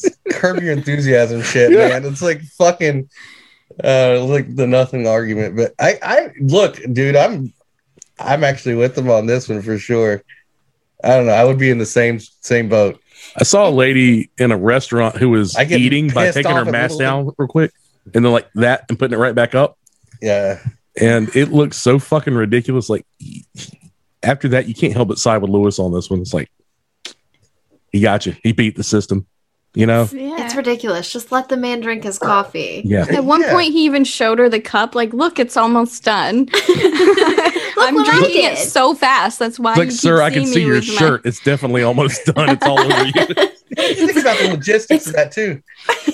G: it's curb your enthusiasm, shit,
F: Yeah.
G: man. It's like fucking uh, like the nothing argument. But I I look, dude. I'm I'm actually with them on this one for sure. I don't know. I would be in the same same boat.
F: I saw a lady in a restaurant who was
G: I get
F: eating by
G: pissed
F: taking her
G: off at
F: mask
G: little-
F: down real quick and then like that and putting it right back up.
G: Yeah.
F: And it looks so fucking ridiculous. Like after that, you can't help but side with Lewis on this one. It's like he got you. He beat the system. You know?
C: Yeah.
B: It's ridiculous. Just let the man drink his coffee.
F: Yeah.
C: At one
G: Yeah.
C: point, he even showed her the cup, like, look, it's almost done. I'm
B: what I
C: drinking it
B: did.
C: so fast. That's why
F: It's like,
C: you keep
F: sir, I can
C: seeing
F: see
C: me
F: your
C: with my-
F: shirt. It's definitely almost done. It's all over you.
G: Think about the logistics of that too.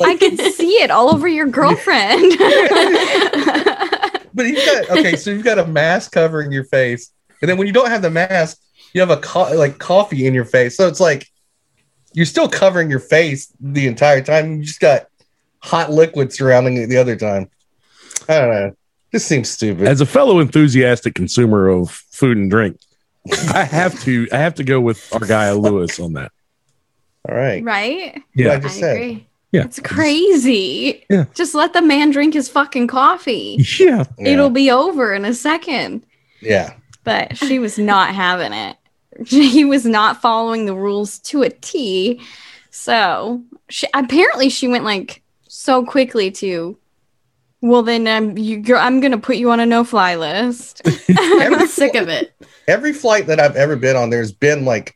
C: I can see it all over your girlfriend.
G: But you've got okay, so you've got a mask covering your face, and then when you don't have the mask, you have a co- like coffee in your face. So it's like you're still covering your face the entire time. You just got hot liquid surrounding it the other time. I don't know. This seems stupid.
F: As a fellow enthusiastic consumer of food and drink, I have to I have to go with Argyle Lewis on that.
G: All right.
C: right?
G: What
F: Yeah.
G: I just said.
F: Yeah.
C: It's crazy.
F: Yeah.
C: Just let the man drink his fucking coffee.
F: Yeah.
G: Yeah.
C: It'll be over in a second.
G: yeah.
C: But she was not having it. He was not following the rules to a T. So she, apparently she went like so quickly to, well, then um, you, you're, I'm going to put you on a no fly list.
G: Every,
B: I'm sick of it.
G: every flight that I've ever been on, there's been like,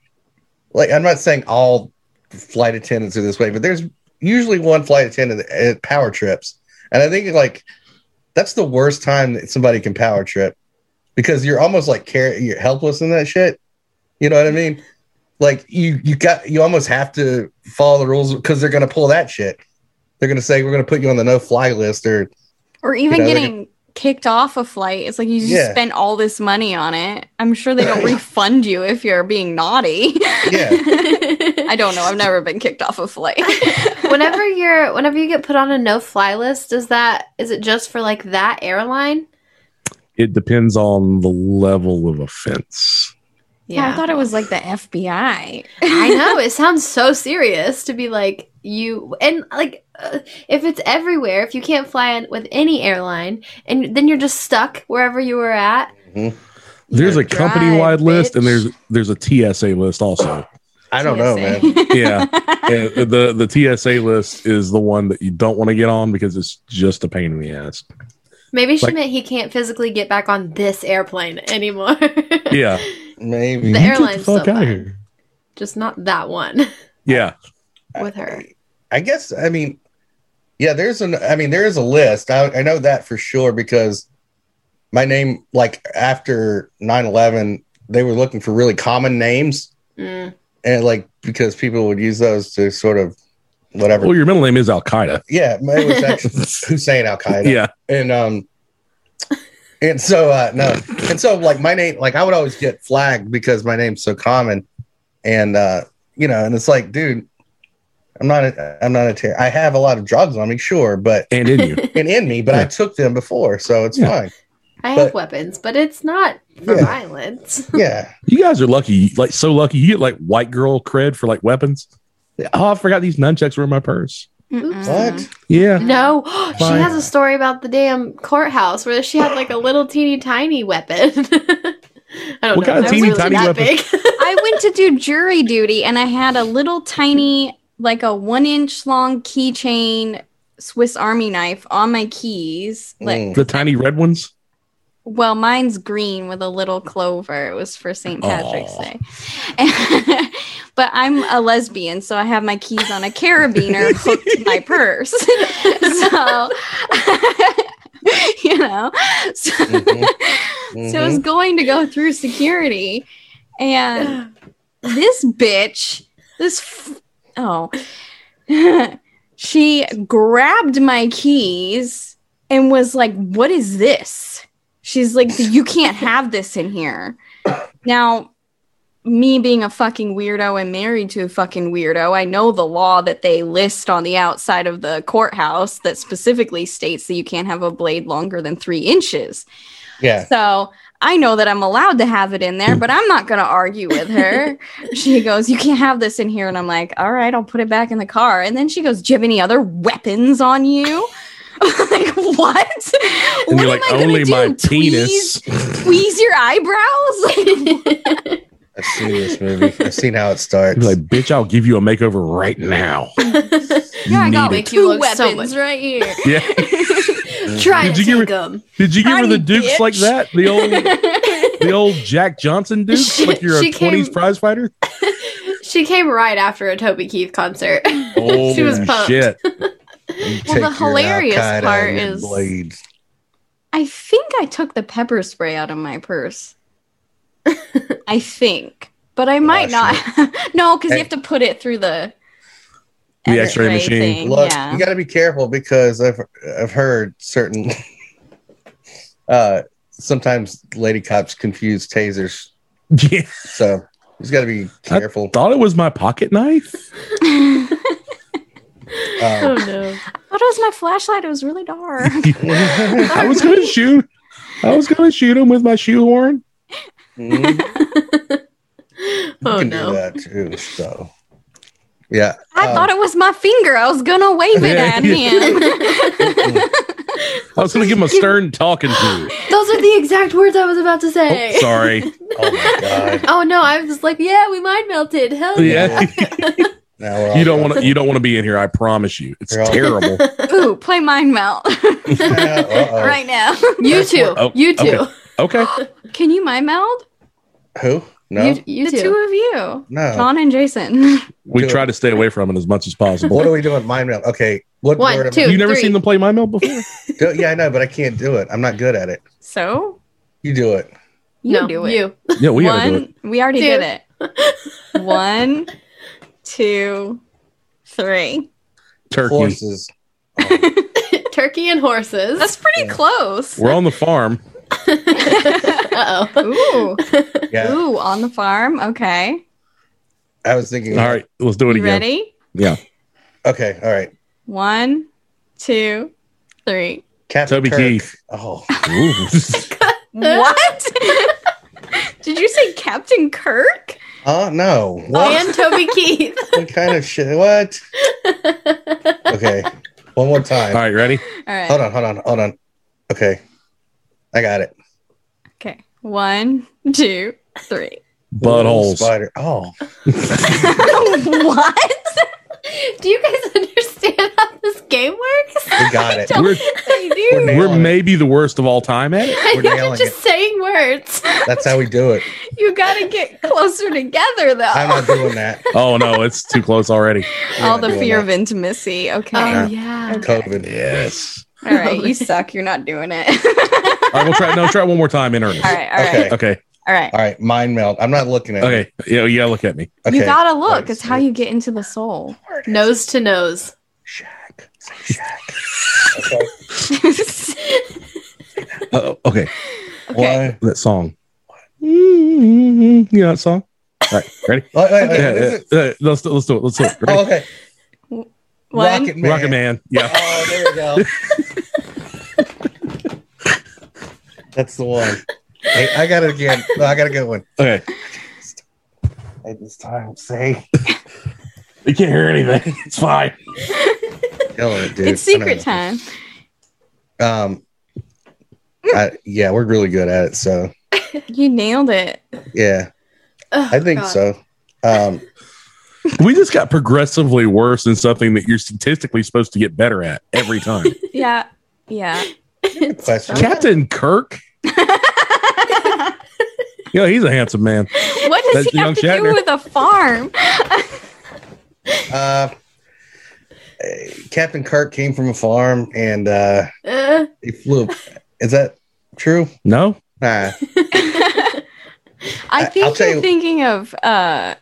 G: like I'm not saying all flight attendants are this way, but there's usually one flight attendant at power trips, and I think like that's the worst time that somebody can power trip because you're almost like care you're helpless in that shit. You know what I mean? Like you you got you almost have to follow the rules because they're gonna pull that shit. They're gonna say we're gonna put you on the no fly list or
C: Or even
G: You know, they
C: getting kicked off a flight. It's like you just
G: Yeah.
C: spent all this money on it. I'm sure they don't refund you if you're being naughty.
G: yeah
C: I don't know. I've never been kicked off a flight.
B: whenever you're whenever you get put on a no fly list, is that is it just for like that airline?
F: It depends on the level of offense.
C: yeah, I thought it was like the FBI.
B: I know it sounds so serious to be like you and like uh, if it's everywhere, if you can't fly in with any airline, and then you're just stuck wherever you were at.
F: There's
C: Your
F: a company wide
C: drive,
F: list and
C: bitch.
F: there's there's a TSA list also.
G: I don't know man.
F: Yeah. And the the TSA list is the one that you don't want to get on because it's just a pain in the ass.
B: Maybe she
F: Like-
B: meant he can't physically get back on this airplane anymore.
F: Yeah.
G: Maybe
B: The
F: You
B: airline's so
F: outta
B: bad. just not that one
F: Yeah.
B: with her.
G: I guess I mean, yeah. There's an I mean there is a list. I, I know that for sure because my name like after 9-11, they were looking for really common names
B: Mm.
G: and like because people would use those to sort of whatever.
F: Well, your middle name is Al Qaeda.
G: yeah, my- it was actually Hussein Al Qaeda.
F: Yeah.
G: and um and so uh no and so like my name like i would always get flagged because my name's so common and uh you know and it's like dude i'm not a, i'm not a terror i have a lot of drugs on me sure but
F: And in you.
G: and in me but i
F: Yeah.
G: took them before so it's
F: Yeah.
G: fine
B: I
G: But-
B: have weapons, but it's not for
G: Yeah.
B: violence.
G: yeah
F: You guys are lucky, like so lucky. You get like white girl cred for like weapons. Oh, I forgot these nunchucks were in my purse.
C: Mm-hmm.
G: what
F: Yeah.
C: Mm.
B: No, she
F: Fine.
B: has a story about the damn courthouse where she had like a little teeny tiny weapon. I don't
F: What
B: know. if
F: kind of
B: that
F: teeny
B: was
F: tiny
B: that
F: weapon?
B: big.
C: I went to do jury duty and I had a little tiny, like a one inch long keychain Swiss Army knife on my keys. Like,
G: Mm.
F: The tiny red ones.
C: well, mine's green with a little clover. It was for St. Patrick's
F: Aw.
C: Day. but I'm a lesbian, so I have my keys on a carabiner hooked to my purse. so, you know, so,
G: Mhm.
C: so
G: Mm-hmm.
C: I was going to go through security and this bitch, this f- oh, she grabbed my keys and was like, "What is this?" She's like, "You can't have this in here." Now, me being a fucking weirdo and married to a fucking weirdo, I know the law that they list on the outside of the courthouse that specifically states that you can't have a blade longer than three inches.
G: yeah
C: So I know that I'm allowed to have it in there, but I'm not going to argue with her. she goes, You can't have this in here. And I'm like, All right, I'll put it back in the car. And then she goes, Do you have any other weapons on you? I'm like, What?
F: And
C: what
F: you're like,
C: am I
F: only
C: going to do?
F: my
C: tweeze,
F: penis.
C: tweeze your eyebrows? Like,
G: i've seen this movie i've seen how it starts
F: You're like, bitch, I'll give you a makeover right now.
C: yeah, I got
F: need it.
C: like
B: Make you
C: two
B: look so
C: weapons
B: much-
C: right here.
F: Yeah.
B: Try
F: Did
B: to
F: you give her-
B: take 'em.
F: Did you give her the
C: Honey,
F: dukes
C: bitch.
F: like that? The old the old Jack Johnson dukes?
B: She-
F: like you're a
B: she came-
F: twenties prize fighter?
B: She came right after a Toby Keith concert.
F: Oh
B: she was pumped.
F: shit.
G: Take
C: Well, the
G: your
C: hilarious
G: Al-Qaeda
C: part
G: and your
C: is-
G: blades.
C: I think I took the pepper spray out of my purse. I think, but I might not. no, because you have to put it through the
F: The
C: X-ray
F: X-ray machine.
C: thing,
G: Look,
C: yeah.
G: you got to be careful because I've I've heard certain uh sometimes lady cops confuse tasers.
F: Yeah.
G: So He's got to be
F: I
G: careful.
F: Thought it was my pocket knife.
G: Um,
B: Oh, no.
C: thought it was my flashlight. It was really dark.
F: I was gonna shoot. I was gonna shoot him with my shoehorn.
G: mhm.
B: Oh
G: you can do
B: no.
G: that too. So, yeah.
C: I thought it was my finger. I was gonna wave it
F: Oh. Yeah.
C: at him.
G: um,
F: I was gonna give him a stern talking to.
B: Those are the exact words I was about to say.
F: Oh, sorry.
G: Oh my god.
B: Oh no, I was just like, yeah, we mind melted. Hell yeah.
F: Yeah.
G: Now we're all
F: You don't
G: done.
F: want to. You don't want to be in here. I promise you, it's
G: You're all-
F: terrible.
C: Ooh, play mind melt
G: Yeah, uh-oh.
C: right now.
B: You too.
F: oh,
B: you too.
F: okay. Okay,
C: Can you mind meld?
G: Who? No.
B: You, you
C: the
B: too.
C: two of you,
F: Oh.
G: no.
C: John and Jason.
F: we
G: Good.
F: try to stay away from it as much as possible.
G: What are we doing? Mind meld. Okay. What
B: One,
G: word am I-
B: two.
F: You never
B: Three.
F: seen them play my mail before?
G: Do- Yeah, I know, but I can't do it. I'm not good at it.
C: So
G: You do it.
C: you
B: no,
C: do it.
B: You.
F: Yeah, we gotta do it.
C: One. We already
B: Two.
C: did it. One, two, three.
F: Turkey.
G: Horses.
B: Turkey and horses.
C: That's pretty close.
F: We're on the farm.
B: uh oh.
C: Ooh,
G: Yeah.
C: ooh, on the farm. Okay,
G: I was thinking.
F: All right, let's do it
C: you
F: again.
C: ready?
F: Yeah,
G: Okay. All right.
C: One, two, three.
G: Captain
F: Toby
G: Kirk.
F: Keith.
G: Oh,
F: Ooh.
C: What? Did you say Captain Kirk?
G: uh, no. What?
B: And Toby Keith.
G: what kind of shit? What? Okay. One more
F: All
G: time.
F: right, ready?
C: All right.
G: Hold on. Hold on. Hold on. Okay. I got it.
C: Okay. One, two, three.
F: Buttholes.
G: Spider. Oh.
C: what?
B: Do you guys understand how this game works?
G: We got it.
F: We're
B: I do.
G: Nailing
F: we're
G: it.
F: maybe the worst of all time at it.
B: I
G: We're
B: know you're
G: nailing
B: just saying words.
G: That's how we do it.
C: You gotta get closer together, though.
G: I'm not doing that.
F: Oh no, it's too close already.
G: We're
C: All
G: not
C: the
G: doing
C: fear
G: that.
C: of intimacy. Okay.
B: Oh yeah.
G: COVID.
F: Yes.
C: all right. You suck. You're not doing it. all
F: All right, we'll try. No, try one more time in earnest.
C: right. All right.
G: Okay.
F: Okay.
C: All right.
G: All right. Mind melt. I'm not looking at it.
F: Okay. Yeah, you gotta look at me.
G: Okay.
C: You gotta look.
G: Right,
C: It's
G: so-
C: how you get into the soul.
B: Nose to nose.
G: Shaq. Say Shaq. Okay.
F: Uh, okay.
C: okay.
G: One.
F: That song. You know that song? All right. Ready?
G: Wait, wait, wait,
F: Yeah,
G: what is
F: yeah,
G: it?
F: yeah, let's do- let's do it. Let's do it.
G: Oh,
F: Ready?
G: okay.
C: One.
G: Rocket Man.
F: Rocket Man. Yeah.
G: Oh, there we go. That's the one. Hey, I got it again. No, I got a good one.
F: Okay.
G: Hey, this time, say.
F: You can't hear anything. It's fine.
G: Killing it, dude.
C: It's
G: I don't
C: secret
G: know.
C: time.
G: Um, I, yeah, we're really good at it. So,
C: You nailed it.
G: yeah,
B: Ugh,
C: Oh,
G: I think
B: God.
G: so. Um,
F: We just got progressively worse in something that you're statistically supposed to get better at every time.
C: Yeah. Yeah.
G: question.
F: Captain Kirk. you know, he's a handsome man.
C: What does
F: That's
C: he
F: young
C: have to
F: Shatner.
C: do with a farm?
G: Uh, eh, Captain Kirk came from a farm and uh,
B: Uh,
G: he flew. Is that true?
F: No?
G: Nah.
C: I
G: I- I'll
C: think
G: tell
C: you're
G: you-
C: thinking of uh,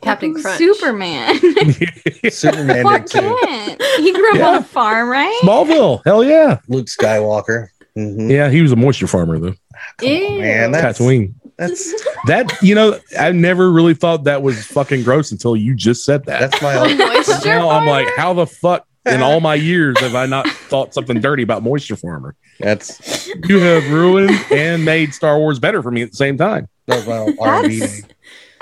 B: Captain Crunch.
C: Superman.
G: Superman did
C: Clark
G: too.
C: Kent. He grew up on
F: Yeah.
C: a farm, right?
F: Smallville. Hell yeah.
G: Luke Skywalker. Mhm.
F: Yeah, he was a moisture farmer though.
G: Come on,
B: Ew.
G: Oh, man, that's,
F: Tatooine.
G: that's
F: That you know, I never really thought that was fucking gross until you just said that.
G: that's my
B: A
G: own.
B: moisture
F: now I'm like,
B: farmer?
F: how the fuck in all my years have I not thought something dirty about moisture farmer?
G: That's
F: You have ruined and made Star Wars better for me at the same time.
G: that's my own R&B
C: That's-
G: name.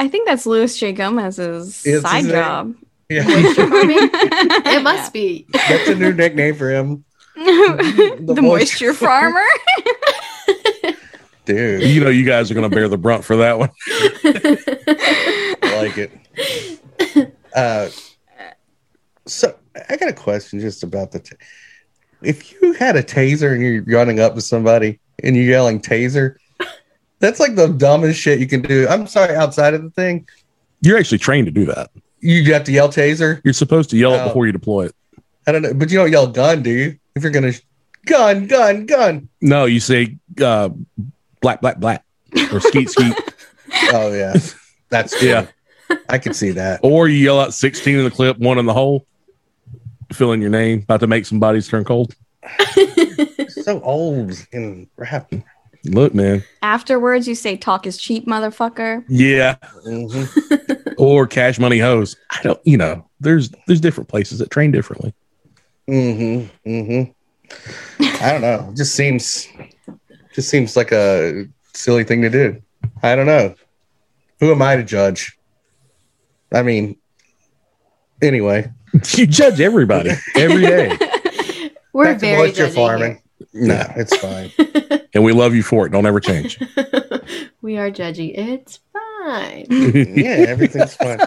C: I think that's Louis J. Gomez's
G: his
C: side
G: name.
C: job.
G: Yeah,
B: I mean,
C: it
B: it must be.
G: that's a new nickname for him,
C: the,
G: The
C: moisture,
G: moisture
C: farmer.
G: dude.
F: You know, you guys are gonna bear the brunt for that one.
G: I like it. Uh, so I got a question just about the. ta if you had a taser and you're running up to somebody and you're yelling taser, that's like the dumbest shit you can do. I'm sorry, outside of the thing,
F: You're actually trained to do that.
G: you have to yell taser.
F: You're supposed to yell it
G: Oh.
F: before you deploy it.
G: I don't know, but you don't yell gun, do you? If you're gonna sh- gun, gun, gun.
F: No, you say uh, black, black, black, or skeet, skeet,
G: Oh yeah, that's true.
F: Yeah.
G: I can see that.
F: or you yell out 16 in the clip, one in the hole, fill in your name, about to make some bodies turn cold.
G: So old in rap.
F: Look, man.
C: Afterwards, you say talk is cheap, motherfucker.
F: Yeah.
G: Mhm.
F: Or cash money hose. I don't, you know, there's there's different places that train differently.
G: Mhm. Mhm. I don't know. It just seems just seems like a silly thing to do. I don't know. Who am I to judge? I mean, anyway,
F: you judge everybody every day.
B: We're
G: back to
B: very
G: moisture
B: judging
G: farming. No, it's fine.
F: and we love you for it. Don't ever change.
B: here. we are judging. It's fine.
G: yeah, everything's fine.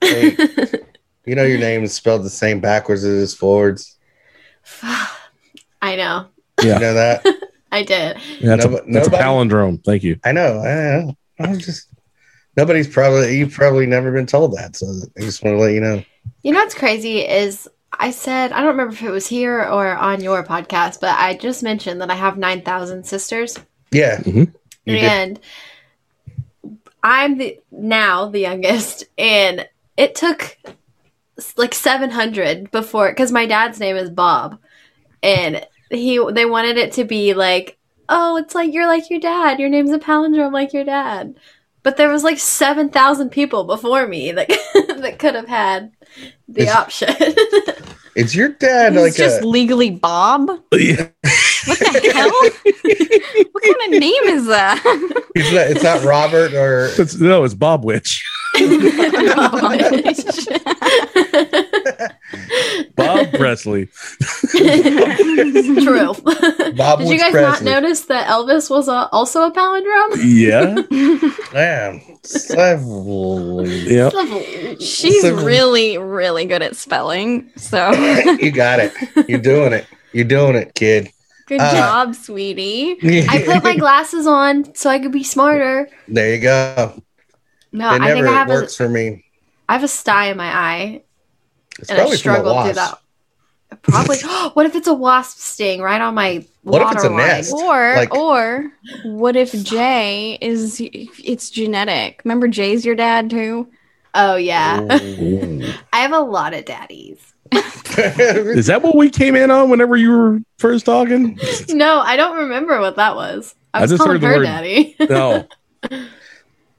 G: Hey, you know your name is spelled the same backwards as it is forwards. Hmm.
B: I know.
F: Yeah.
G: You know that?
B: I did.
F: That's,
G: Nobo-
F: a, that's a
G: nobody-
F: palindrome. Thank you.
G: I know. I know. I'm just nobody's probably you've probably never been told that, so I just want to let you know.
B: You know what's crazy is I said I don't remember if it was here or on your podcast, but I just mentioned that I have nine thousand sisters,
G: Yeah.
F: Mhm.
G: You did.
B: and I'm the now the youngest, and it took s- like seven hundred before because my dad's name is Bob, and he they wanted it to be like oh it's like you're like your dad your name's a palindrome like your dad. But there was like seven thousand people before me that that could have had the
G: It's-
B: option.
G: Is your dad
C: He's
G: like
C: just
G: a
C: legally Bob.
F: Yeah.
C: What the hell? what kind of name is that?
G: it's not, it's not Robert or
F: It's- no, it's Bob Witch. Bob Presley.
B: True.
G: Bob
B: Did you
G: Woods
B: guys
G: Presley.
B: not notice that Elvis was uh also a palindrome?
F: Yeah.
G: Damn. Several-
F: Yeah.
C: She's
G: So-
C: really, really good at spelling. So
G: you got it. You're doing it. You're doing it, kid.
C: good
G: Uh,
C: job, sweetie.
B: I put my glasses on so I could be smarter.
G: there you go.
B: No,
G: It
B: Oh, I think
G: never
B: I have a,
G: works for me.
B: I have a sty in my eye,
G: It's
B: and I
G: probably from a
B: struggled through
G: wasp.
B: that. Probably. what if it's a wasp sting right on my
G: What if
B: water
G: it's a
B: line?
G: nest?
C: Or
G: Like-
C: or what if Jay is it's genetic? Remember Jay's your dad too?
B: Oh yeah,
F: Ooh.
B: I have a lot of daddies.
F: Is that what we came in on whenever you were first talking?
B: No, I don't remember what that was. I
F: I
B: was
F: just
B: calling
F: heard the
B: her
F: word-
B: daddy.
F: No.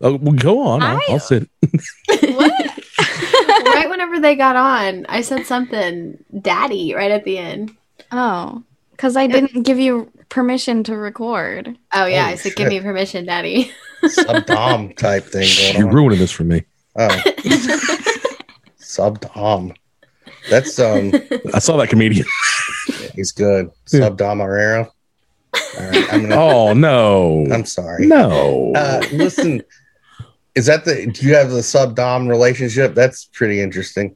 F: Oh, well, go on. I'll,
C: I-
F: I'll sit.
B: right whenever they got on, I said something daddy right at the end.
C: Oh, because I didn't give you permission to record.
B: Oh yeah, I
G: Oh,
B: said
G: shit.
B: give me permission, daddy.
G: Subdom type thing
F: You're
G: going on.
F: ruining this for me.
G: Oh. Subdom. That's um
F: I saw that comedian.
G: he's good.
F: Yeah.
G: Subdom Herrera. All right, I'm gonna,
F: Oh no.
G: I'm sorry.
F: no.
G: Uh, listen, is that the do you have the subdom relationship? That's pretty interesting.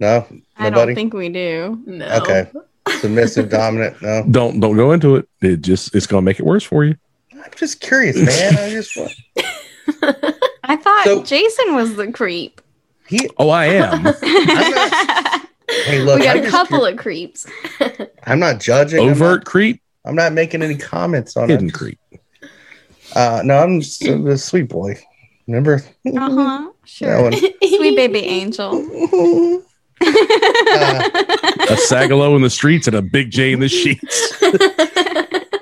G: No,
C: I
G: Nobody?
C: don't think we do.
B: No.
G: Okay. submissive dominant. No,
F: don't don't go into it. It just it's gonna make it worse for you.
G: I'm just curious, man. I just want
C: I thought
G: So-
C: Jason was the creep.
G: he.
F: Oh, I am.
G: Hey, look,
C: we got
G: I'm
C: a
G: just
C: couple
G: cur-
C: of creeps.
G: I'm not judging. I'm not-
F: Overt creep,
G: I'm not making any comments on
F: hidden
G: it.
F: creep.
G: Uh, no, I'm just a, a sweet boy. Remember
C: Uh huh. Sure.
G: that one?
C: Sweet baby angel.
G: Uh,
F: A sagalo in the streets and a big J in the sheets.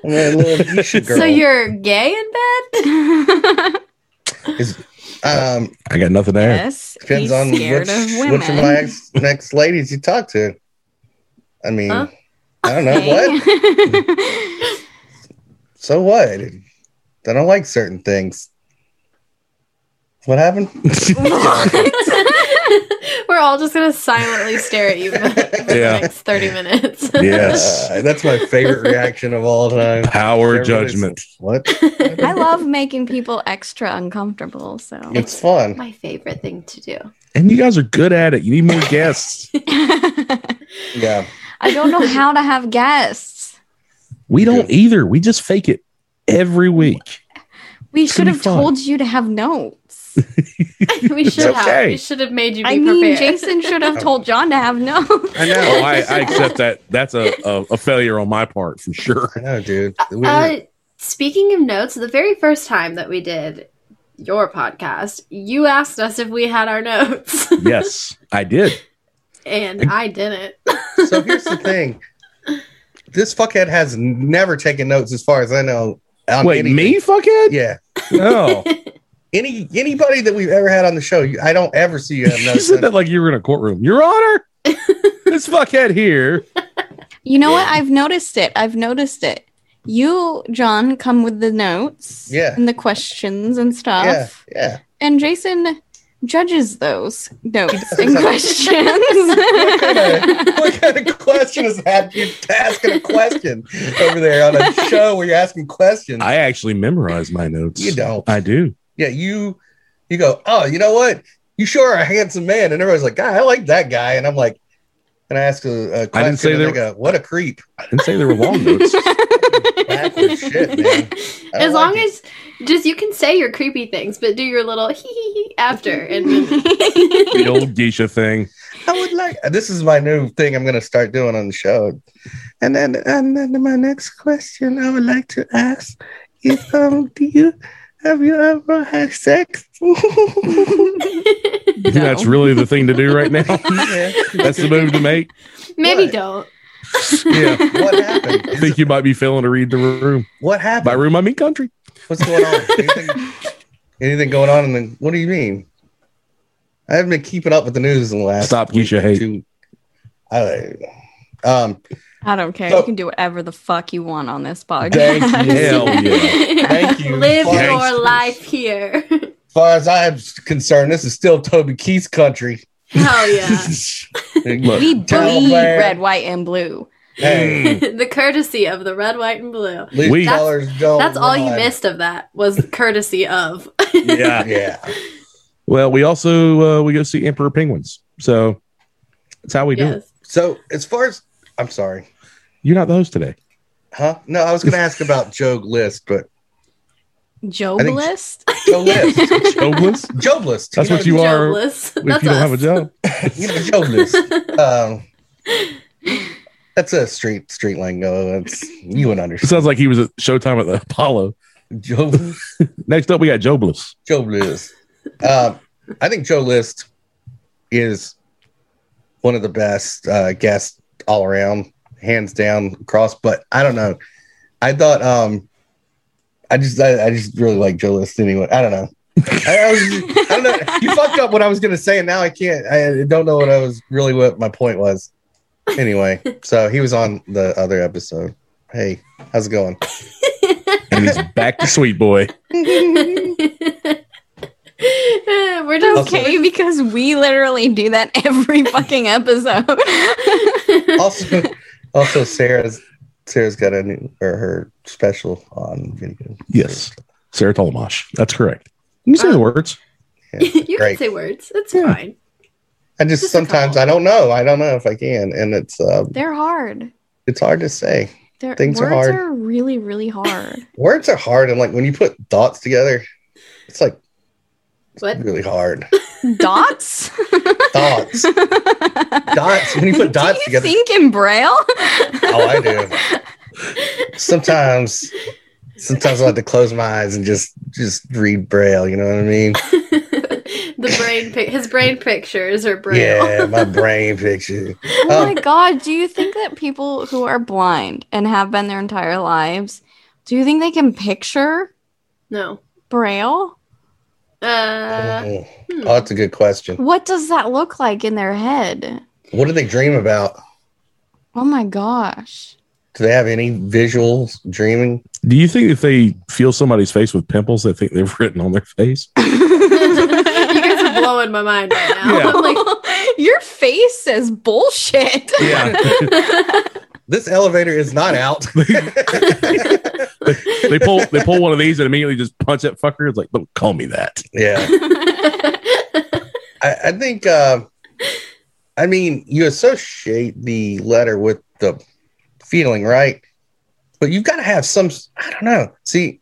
G: I'm a little geisha girl.
B: So you're gay in bed?
G: Is- um,
F: I got nothing there.
C: yes.
G: depends
C: he's
G: on
C: scared
G: which,
C: of women.
G: which of my ex, next ladies you talk to. I mean,
B: Huh?
G: I don't know uh, what.
C: what?
G: So what? I don't like certain things. What happened?
B: We're all just gonna silently stare at you for
F: Yeah.
B: the next thirty minutes.
F: yes.
G: Uh, that's my favorite reaction of all time.
F: Power
G: Everybody's-
F: judgment.
G: What?
C: I love making people extra uncomfortable. So
G: It's fun.
B: My favorite thing to do.
F: And you guys are good at it. You need more guests.
C: I
G: Yeah.
C: don't know how to have guests.
F: We don't either. We just fake it every week.
C: We
F: It's
C: should
F: gonna be
C: have
F: fun.
C: told you to have notes.
B: we should have.
F: okay.
B: We should have made you be
C: I mean,
B: prepared.
C: Jason should have told John to have notes.
G: I know.
F: Oh, I, I accept that. That's a, a, a failure on my part for sure.
G: I know, dude. We were-
B: Uh, speaking of notes, the very first time that we did your podcast, you asked us if we had our notes,
F: Yes, I did.
B: and I didn't.
G: so here's the thing this fuckhead has never taken notes, as far as I know. on
F: Wait,
G: anything.
F: me fuckhead?
G: Yeah.
F: No.
G: Any anybody that we've ever had on the show, you, I don't ever see you have
F: you
G: notes.
F: said that like you were in a courtroom. Your Honor, this fuckhead here.
C: You know what? I've noticed it. I've noticed it. You, John, come with the notes
G: Yeah.
C: and the questions and stuff.
G: yeah, yeah.
C: And Jason judges those notes
G: does.
C: and questions.
G: what kind of question is that? You're asking a question over there on a show where you're asking questions.
F: I actually memorized my notes.
G: You don't.
F: I do.
G: yeah, you you go, oh, you know what? You sure are a handsome man, and everybody's like, God, I like that guy, and I'm like, and I ask a, a question,
F: didn't say
G: and
F: they
G: they go, what a creep,
F: I didn't say they were long notes.
G: backward shit, man. I don't
B: As
G: like
B: long
G: it.
B: as just you can say your creepy things, but do your little hee hee hee after and
F: The old geisha thing.
G: I would like this is my new thing I'm gonna start doing on the show, and then and then my next question I would like to ask is, um, do you have you ever had sex?
F: That's really the thing to do right now.
G: yeah.
F: That's the move to make.
B: maybe
G: What?
B: don't.
F: Yeah.
G: What happened?
F: I think you might be failing to read the room.
G: what
F: By
G: happened?
F: room, I mean country.
G: What's going on? Anything, anything going on? In the, what do you mean? I haven't been keeping up with the news in the last
F: Stop Keisha hate.
G: two. I, um,
C: I don't care.
G: So-
C: you can do whatever the fuck you want on this
G: Thank
C: podcast.
G: you.
F: Hell yeah.
G: Thank you.
B: Live
G: Fuck.
F: Gangsters.
B: your life here.
G: as far as I'm concerned, this is still Toby Keith's country.
B: Hell yeah.
F: Look, mm,
C: We
G: Tell
C: bleed
G: them.
C: red, white, and blue.
G: Hey,
B: the courtesy of the red, white, and blue.
G: least
F: We-
G: colors
F: Oh,
G: don't.
B: That's all you
G: rhyme.
B: missed of that was the courtesy of.
F: yeah.
G: Yeah,
F: Well, we also uh, we go see Emperor Penguins. So that's how we do it.
B: yes.
G: So as far as I'm sorry,
F: You're not the host today.
G: huh? No, I was going to ask about Joe List, but
C: Job
G: I think-
C: list?
G: Joe List,
F: Jobless?
G: Joe List.
F: That's what
G: know,
F: you are if
B: Jobless.
F: you don't
B: That's us.
F: have a job.
G: you know, Joe List. Um, that's a street street lingo. That's you would
F: It
G: understand.
F: sounds like he was at Showtime at the Apollo.
G: Joe
F: Next up, we got Jobless.
G: Joe List. Um, I think Joe List is one of the best uh, guests all around, hands down, across. But I don't know. I thought um, I just I, I just really like Joe List anyway. I don't know. I, I was, I don't know. You fucked up what I was gonna say, and now I can't. I don't know what I was really what my point was. Anyway, so he was on the other episode. Hey, how's it going?
F: And he's back to Sweet Boy.
B: We're just
C: Okay, because we literally do that every fucking episode.
F: Oh.
G: also, also Sarah's Sarah's got a new or her special on video.
F: Yes. Sarah Tolomash. That's correct. You can say the
C: Uh,
F: words.
B: you can
G: Great.
B: say words. It's
F: Yeah.
B: fine.
G: I just,
B: Just a
G: sometimes
B: couple.
G: I don't know. I don't know if I can, and it's uh,
C: They're hard.
G: it's hard to say.
C: They're,
G: Things are
C: words
G: hard.
C: are really, really hard.
G: Words are hard, and like when you put dots together, it's like
B: What?
G: really hard.
C: Dots?
G: Dots, dots. When you put
C: Do
G: dots
C: you
G: together,
C: think in braille?
G: oh, I do. Sometimes, sometimes I like to close my eyes and just just read braille. You know what I mean?
B: the brain, pic- his brain pictures are braille.
G: Yeah, my brain picture.
C: Oh
G: Um,
C: my god, do you think that people who are blind and have been their entire lives, do you think they can picture
B: No.
C: braille?
B: Uh,
G: Mm.
B: hmm.
G: Oh, that's a good question.
C: What does that look like in their head?
G: What do they dream about?
C: Oh my gosh.
G: Do they have any visual dreaming?
F: Do you think if they feel somebody's face with pimples, they think they've written on their face? Oh.
B: you guys are blowing my mind right now.
F: Yeah.
B: I'm like,
C: Your face says bullshit.
F: Yeah.
G: This elevator is not out.
F: they pull they pull one of these and immediately just punch that fucker. It's like, don't call me that.
G: yeah, I, I think. Uh, I mean, you associate the letter with the feeling, right? But you've got to have some. I don't know. See,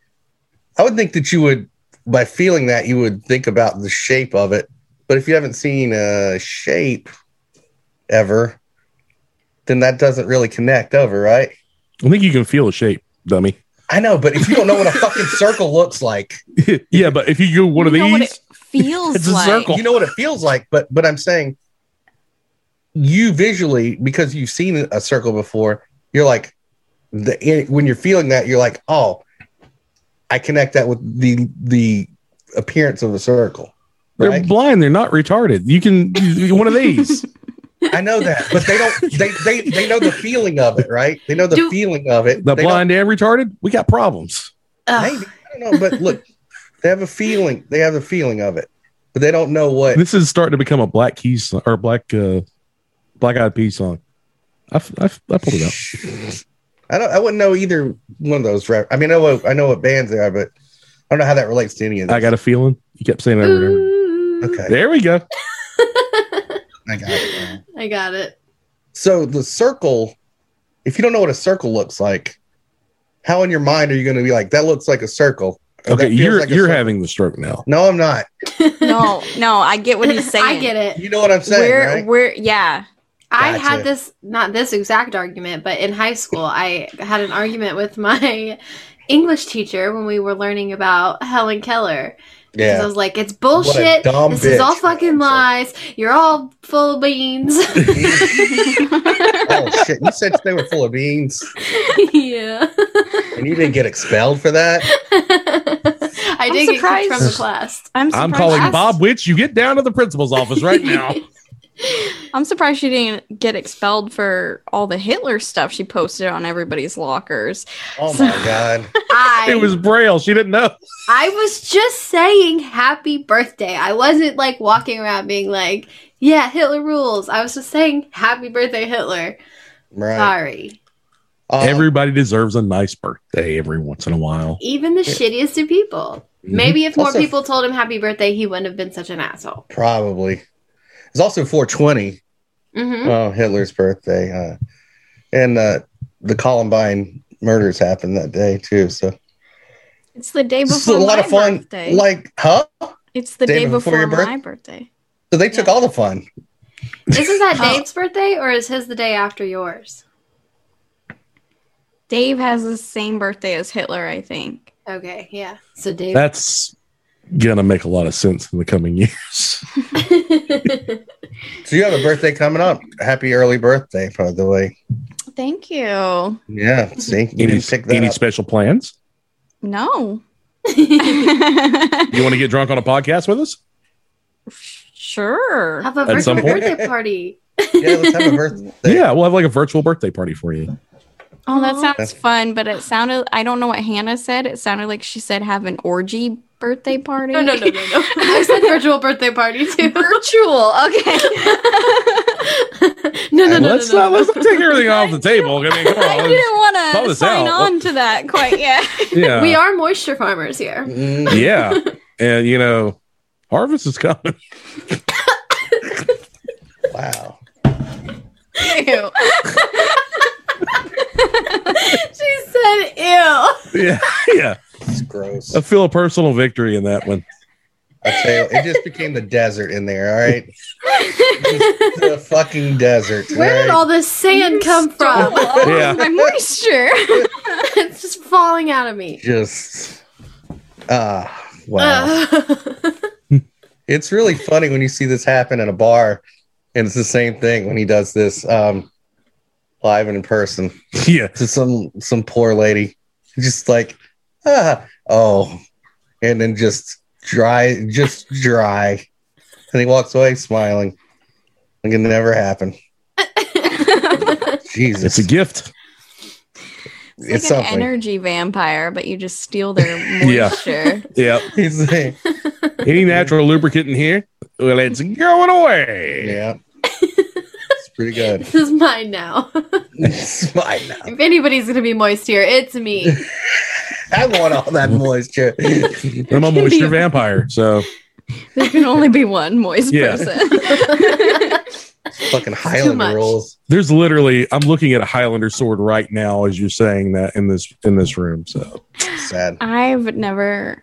G: I would think that you would, by feeling that, you would think about the shape of it. But if you haven't seen a shape ever, then that doesn't really connect over, right?
F: I think you can feel a shape, dummy.
G: I know, but if you don't know what a fucking circle looks like,
F: yeah, but if you go one of
C: You know what
F: these,
C: it feels
F: It's a
C: like.
F: circle.
G: you know what it feels like. But but I'm saying, you visually because you've seen a circle before, you're like, the it- when you're feeling that, you're like, oh, I connect that with the the appearance of a circle.
F: They're
G: Right?
F: blind. They're not retarded. You can you- one of these.
G: I know that, but they don't. They they they know the feeling of it, right? They know the
B: Do-
G: feeling of it.
F: The
G: They don't-
F: blind and retarded. We got problems.
B: Ugh.
G: Maybe I don't know, but look, they have a feeling. They have the feeling of it, but they don't know what.
F: This is starting to become a black keys song, or black uh, black eyed peas song. I f- I f- I pulled it out.
G: I don't. I wouldn't know either one of those. Rap, I mean, I know what I know what bands they are, but I don't know how that relates to any of this.
F: I got a feeling. You kept saying it over and over.
B: Ooh.
G: Okay,
F: There we go.
G: I got it.
B: I got it.
G: So the circle. If you don't know what a circle looks like, how in your mind are you going to be like that? Looks like a circle. Or
F: Okay,
G: that feels
F: you're
G: like a
F: you're
G: circle?
F: having the stroke now.
G: No, I'm not.
C: No, no, I get what he's saying.
B: I get it.
G: You know what I'm saying,
C: we're
G: right?
C: we're yeah.
B: I
G: Gotcha.
B: had this not this exact argument, but in high school I had an argument with my English teacher when we were learning about Helen Keller. Because I
G: yeah.
B: was like, it's bullshit.
G: dumb
B: This is all
G: bitch.
B: fucking lies. You're all full of beans.
G: oh shit! You said they were full of beans,
B: yeah.
G: and you didn't get expelled for that.
B: I
C: I'm
B: did get kicked
C: surprised-
B: from the class.
C: I'm surprised
F: I'm calling
C: that's-
F: Bob Witch. You get down to the principal's office right now.
C: I'm surprised she didn't get expelled for all the Hitler stuff she posted on everybody's lockers.
G: Oh my god!
B: I
F: it was Braille. She didn't know.
B: I was just saying happy birthday. I wasn't like walking around being like, yeah, Hitler rules. I was just saying happy birthday, Hitler.
G: Right.
B: Sorry.
G: Um,
F: Everybody deserves a nice birthday every once in a while.
B: Even the shittiest of people.
F: Mm-hmm.
B: Maybe if more
G: Also-
B: people told him happy birthday, he wouldn't have been such an asshole.
G: Probably. It's also 420.
B: hmm
G: Oh, Hitler's birthday. Uh, and uh, the Columbine murders happened that day too. So
C: It's the day
G: it's
C: before
G: a lot
C: my
G: of fun.
C: birthday.
G: Like, huh?
C: it's the day, before,
G: your birth-
C: my birthday.
G: So they took all the fun.
B: Isn't that
C: Oh.
B: Dave's birthday or is his the day after yours?
C: Dave has the same birthday as Hitler, I think.
B: Okay, yeah. So Dave.
F: Mm-hmm. That's gonna make a lot of sense in the coming years.
G: So you have a birthday coming up. Happy early birthday, by the way.
C: Thank you.
G: Yeah. See, you
F: Any,
G: didn't pick that
F: any
G: up.
F: special plans?
C: No.
F: You want to get drunk on a podcast with us?
C: sure.
B: have a
F: At
B: virtual
F: some
G: point.
B: birthday party.
G: yeah, let's have a birthday.
F: Yeah, we'll have like a virtual birthday party for you.
C: Oh, that
B: Aw.
C: sounds fun, but it sounded I don't know what Hannah said. It sounded like she said have an orgy birthday party.
B: No, no, no, no, no. I said virtual birthday party too.
C: Virtual. Okay.
B: no, no, no, no,
F: let's
B: no,
F: not
B: no.
F: let's not take everything off the table. I mean, come
C: I
F: on.
C: didn't
F: Call
C: want to
F: this
C: sign
F: Oh, out.
C: on to that quite yet.
F: Yeah,
B: We are moisture farmers here.
G: Mm,
F: yeah, and you know, harvest is coming.
G: wow.
C: Ew.
B: she said, "Ew."
F: Yeah, yeah.
G: It's gross.
F: I feel a personal victory in that one.
G: I tell you, it just became the desert in there. All right. Just the fucking desert.
B: Where did
G: right?
B: all this sand come from?
F: Yeah.
C: yeah. my moisture.
B: it's just falling out of me.
G: just ah wow
B: Ugh.
G: it's really funny when you see this happen in a bar and it's the same thing when he does this um live and in person
F: Yeah,
G: to some some poor lady just like ah oh and then just dry just dry and he walks away smiling like it never happened jesus
F: it's a gift.
C: It's,
G: It's
C: like an
G: something.
C: energy vampire, but you just steal their
F: Yeah.
C: moisture.
F: Yeah,
G: He's like,
F: any natural lubricant in here? Well, it's going away.
G: yeah it's pretty good
B: this is mine now.
G: it's fine now
B: if anybody's gonna be moist here, it's me.
G: I want all that moisture.
F: I'm a
C: Can
F: moisture
C: be-
F: vampire, so
C: There can only be one moist
F: Yeah.
C: person.
G: Fucking
B: much.
G: Highlander rolls.
F: there's literally I'm looking at a Highlander sword right now as you're saying that in this in this room. So
G: Sad.
C: I've never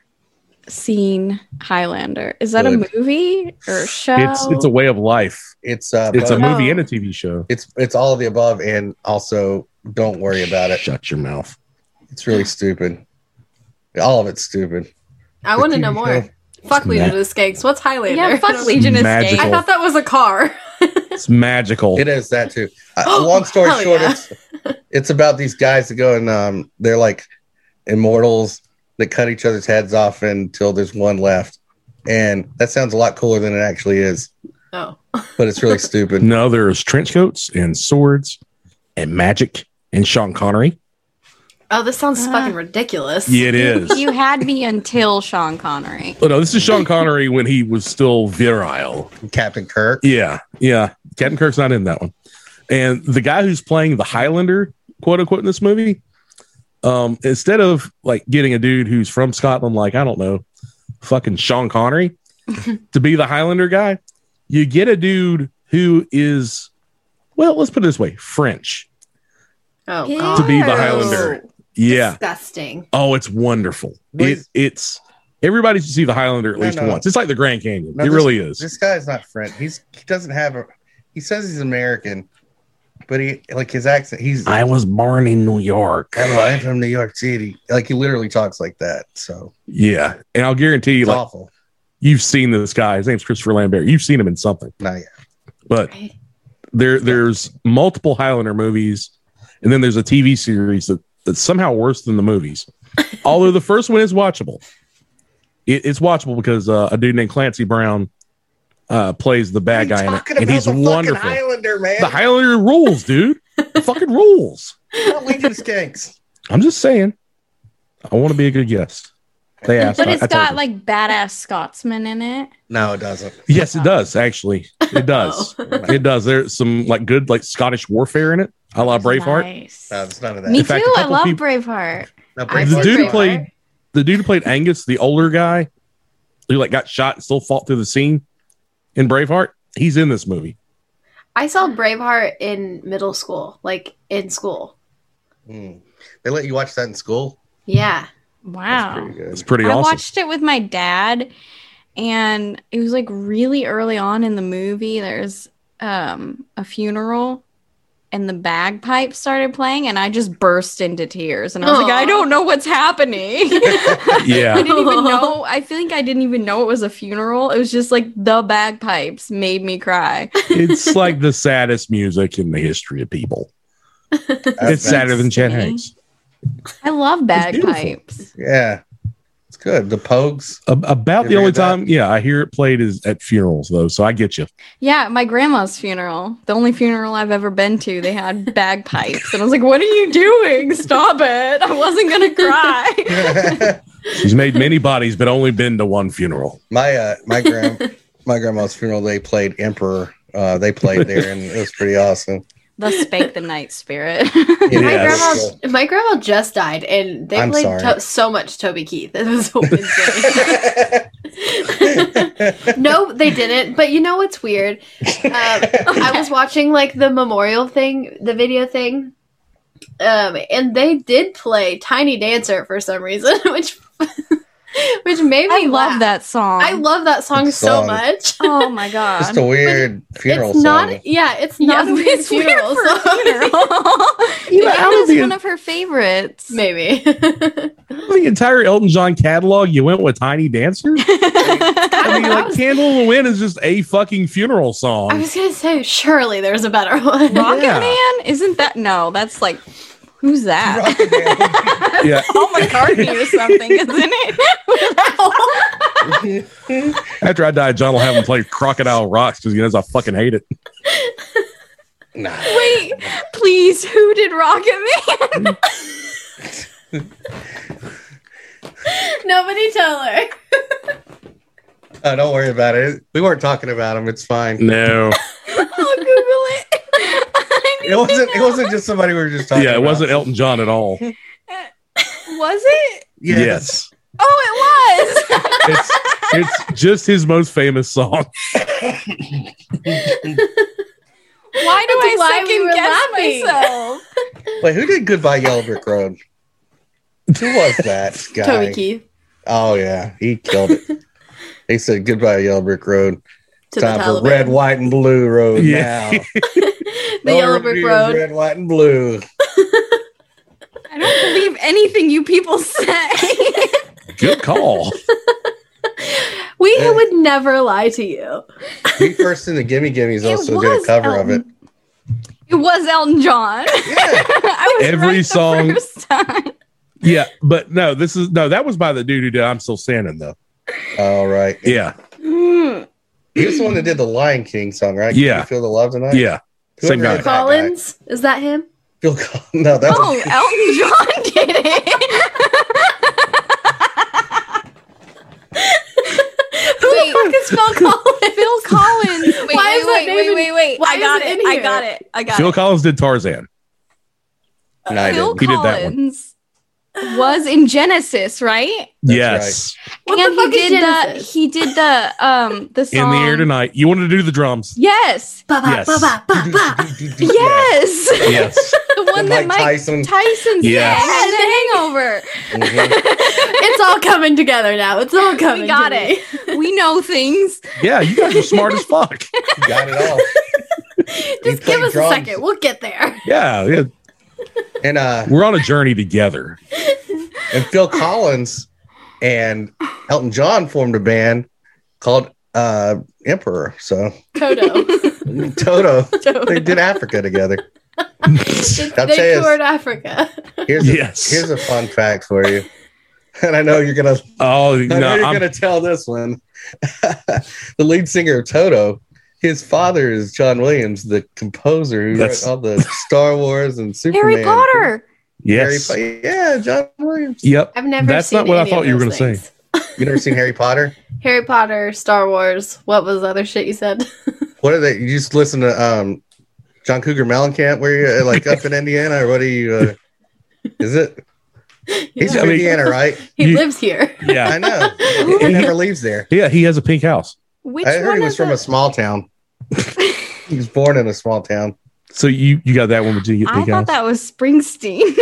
C: seen Highlander. Is that
G: Good.
C: a movie or a show?
F: it's it's a way of life.
G: It's uh,
F: It's a
G: both-
F: movie and a TV show.
G: it's it's all of the above, and also don't worry about it.
F: Shut your mouth.
G: It's really stupid. All of it's stupid.
B: I want to
G: TV
B: know
G: show.
B: more. Fuck Legion of the Skanks. What's Highlander?
C: yeah, fuck Legion
F: Magical.
C: Escape.
B: I thought that was a car.
F: It's magical.
G: It is that too. Uh, long story
B: Hell
G: short,
B: yeah.
G: it's It's about these guys that go and um, they're like immortals that cut each other's heads off until there's one left. And that sounds a lot cooler than it actually is,
B: Oh,
G: but it's really stupid.
F: No, there's trench coats and swords and magic and Sean Connery.
B: oh, this sounds
C: Ah.
B: fucking ridiculous.
F: Yeah, it is.
C: You had me until Sean Connery.
F: oh, no, this is Sean Connery when he was still virile.
G: Captain Kirk.
F: Yeah, yeah. Captain Kirk's not in that one. And the guy who's playing the Highlander, quote unquote, in this movie, um, instead of like getting a dude who's from Scotland, like I don't know, fucking Sean Connery, to be the Highlander guy, you get a dude who is, well, let's put it this way, French.
B: Oh,
C: Ew.
B: God.
F: To be the Highlander. Yeah.
B: Disgusting.
F: Oh, it's wonderful.
G: Wait.
F: It, it's everybody should see the Highlander at
G: No,
F: least
G: no.
F: once. It's like the Grand Canyon.
G: No,
F: it
G: this-
F: really is.
G: This guy's not French. He's he doesn't have a he says he's American, but he like his accent, he's
F: I was born in New York.
G: I don't know, I'm from New York City. Like he literally talks like that. So
F: Yeah, and I'll guarantee you,
G: it's
F: like
G: awful.
F: you've seen this guy. His name's Christopher Lambert. You've seen him in something,
G: Not yet.
F: but
B: Right.
F: there there's multiple Highlander movies, and then there's a TV series that, that's somehow worse than the movies. Although the first one is watchable, it, it's watchable because uh, a dude named Clancy Brown uh, plays the bad
G: What are
F: guy
G: you
F: in it,
G: talking
F: and
G: about
F: he's
G: the fucking
F: wonderful.
G: Highlander, man.
F: The Highlander rules, dude. The fucking rules.
G: Don't leave the skanks.
F: I'm just saying. I want to be a good guest. They asked.
C: But
F: I- I
C: it's
F: told
C: got
F: them.
C: like badass Scotsmen in it.
G: No, it doesn't.
F: Yes, it does actually. It does.
C: Oh.
F: It does. There's some like good like Scottish warfare in it. I la Uh, Braveheart.
C: Nice.
G: No, it's none of that.
C: Me
F: In fact,
C: too.
F: a
C: I
F: couple
C: love
F: people-
C: Braveheart.
G: No,
B: I
F: The
B: love
G: Braveheart.
F: dude
B: Braveheart.
F: played- The dude who played Angus, the older guy, who like got shot and still fought through the scene in Braveheart. He's in this movie.
B: I saw Braveheart in middle school, like in school.
G: Mm. They let you watch that in school.
B: Yeah.
G: That's
C: Wow.
G: pretty good.
F: It's pretty
C: I
F: awesome.
C: watched it with my dad, and it was like really early on in the movie. There's um, a funeral, and the bagpipes started playing, and I just burst into tears. And I was like,
B: Aw.
C: I don't know what's happening. I
F: yeah,
C: didn't even know. I think I didn't even know it was a funeral. It was just like the bagpipes made me cry.
F: it's like the saddest music in the history of people. it's
G: That's-
F: sadder than Chet
C: Really?
F: Hanks.
C: I love
F: beautiful.
C: bagpipes.
G: Yeah, it's good. The Pogues.
F: A- about
G: You
F: the
G: ever
F: only
G: heard that?
F: time, yeah, I hear it played is at funerals though, so I get you.
C: Yeah, at my grandma's funeral, the only funeral I've ever been to, they had bagpipes. And I was like, what are you doing? Stop it. I wasn't going to cry.
F: She's made many bodies, but only been to one funeral.
G: my uh, my grand my grandma's funeral. They played Emperor. Uh, they played there, and it was pretty awesome.
C: Thus spake the night spirit.
G: Yeah,
B: My
F: Yes.
G: it was
B: grandma, my grandma just died, and they
G: I'm
B: played
G: sorry.
B: to- so much Toby Keith. It was so insane.
G: good.
B: no, they didn't. But you know what's weird? Um, I was watching like the memorial thing, the video thing, um, and they did play Tiny Dancer for some reason, which which made me
C: I love
B: laugh.
C: that song.
B: I love that song
G: Good
B: so
G: song.
B: much.
C: Oh my God.
G: Just a weird funeral
B: it's
G: song.
B: not. Yeah, it's
C: Yeah,
B: not a weird
C: it's weird
B: funeral.
C: for a
B: song.
C: funeral.
F: You know,
C: Maybe
F: out of
C: that's
F: the-
C: one of her favorites.
B: Maybe.
F: the entire Elton John catalog, you went with Tiny Dancer? I mean, like Candle in the Wind is just a fucking funeral song.
B: I was gonna say, surely there's a better one.
C: Rocket
F: Yeah.
C: Man? Isn't that? No, that's like, who's that?
G: Rocket Man.
F: yeah.
C: Paul McCartney or something, isn't Oh, it?
F: After I die, John will have him play Crocodile Rocks because he knows I fucking hate it.
G: Nah.
C: Wait, please, who did Rocket Man?
B: Nobody tell her.
G: Oh, don't worry about it. We weren't talking about him. It's fine.
F: No.
C: I'll Google it. I need
G: It wasn't.
C: to
G: It
C: know.
G: wasn't just somebody we were just talking.
F: Yeah, it
G: about.
F: wasn't Elton John at all.
C: Was it?
G: Yeah,
F: Yes.
C: Oh, it was.
F: It's, it's just his most famous song.
C: Why do
B: That's why
C: I
B: we
C: second
B: were
C: guess
B: laughing.
C: myself?
G: Wait, who did Goodbye Yellow Brick Road? Who was that guy?
B: Toby Keith
G: Oh yeah, he killed it. he said goodbye Yellow Brick Road.
B: to
G: Time
B: the
G: for
B: Taliban.
G: red, white, and blue road now.
F: Yeah.
B: the
G: All
B: Yellow
G: we
B: Brick
G: do is
B: Road.
G: Red, white, and blue.
C: I don't believe anything you people say.
F: Good call.
B: We
G: Yeah.
B: would never lie to you. um,
G: Be first in the Gimme Gimme's also did a cover of it.
C: It was Elton John.
G: Yeah.
C: I was
F: Every
C: right the
F: song-
C: first time.
F: Yeah, but no, this is no. That was by the dude who did "I'm Still Standing," though.
G: All right.
F: Yeah,
B: Mm.
G: He was the one that did the Lion King song, right?
F: Yeah.
G: Can You feel the love tonight.
F: yeah. Same
G: Whoever
F: guy.
G: did that, right?
B: Collins? Is that him?
G: Phil Collins. No, that
C: Oh,
G: was
C: Elton John did it.
B: Who
C: Wait.
B: the fuck is Phil Collins?
C: Phil Collins. Wait,
B: Why
C: wait,
B: is that
C: wait,
B: name
C: wait,
B: in-
C: wait, wait.
B: why
C: I
B: is
C: got
B: it
C: it.
B: in
C: I
B: here?
C: got it. I got
F: Phil
C: it.
F: Collins did Tarzan.
G: No, I
C: Phil
G: didn't.
F: He did that one.
C: Collins was in Genesis, right?
G: That's
F: yes,
B: What
C: and
B: the fuck
C: he
B: is
C: did
B: Genesis?
C: the he did the um the
F: in
C: song
F: the air tonight. You wanted to do the drums.
C: Yes.
B: Ba ba
F: Yes.
B: ba ba ba ba.
C: Yes.
F: Yes,
C: the one that
G: Mike
C: Mike Tyson,
G: Tyson.
C: sang
F: Yes.
C: in the hangover.
G: Mhm.
B: It's all coming together now. It's all coming.
C: We got
B: to me.
C: we know things.
F: yeah. You guys were smart as fuck.
G: You Got it all.
B: Just
G: played
B: give us
G: drums.
B: a second. We'll get there.
F: Yeah, yeah.
G: And uh,
F: We're on a journey together.
G: and Phil Collins and Elton John formed a band called uh Emperor. So
B: Toto.
G: Toto. They
B: Toto.
G: did Africa together. I'll tell
B: They
G: you-
B: toured Africa.
G: Here's a,
F: Yes.
G: here's a fun fact for you. And I know you're gonna
F: Oh
G: I know
F: no,
G: you're
F: I'm,
G: gonna tell this one. the lead singer of Toto, his father is John Williams, the composer who
F: Yes.
G: wrote all the Star Wars and
C: Harry
G: Superman.
C: Potter.
G: Harry
F: yes,
G: Po- yeah, John Williams.
F: yep.
B: I've never.
F: That's
B: seen
F: not what I
B: any of
F: thought you were
B: those
F: gonna say.
B: things.
G: You never seen Harry Potter?
B: Harry Potter, Star Wars. What was the other shit you said?
G: What are they? You just listen to um, John Cougar Mellencamp? Where you uh, like up in Indiana? Or what are you? Uh, is it? He's
F: Yeah.
G: from
F: I mean-
G: Indiana, right?
B: He
F: You-
B: lives here.
F: Yeah,
G: I know. He never leaves there.
F: yeah. He has a pink house.
C: Which
G: I heard
C: one
G: he
C: of
G: was from
C: the-
G: a small town. he was born in a small town.
F: So you you got that one, but you get
C: I
F: pink house.
C: thought that was Springsteen.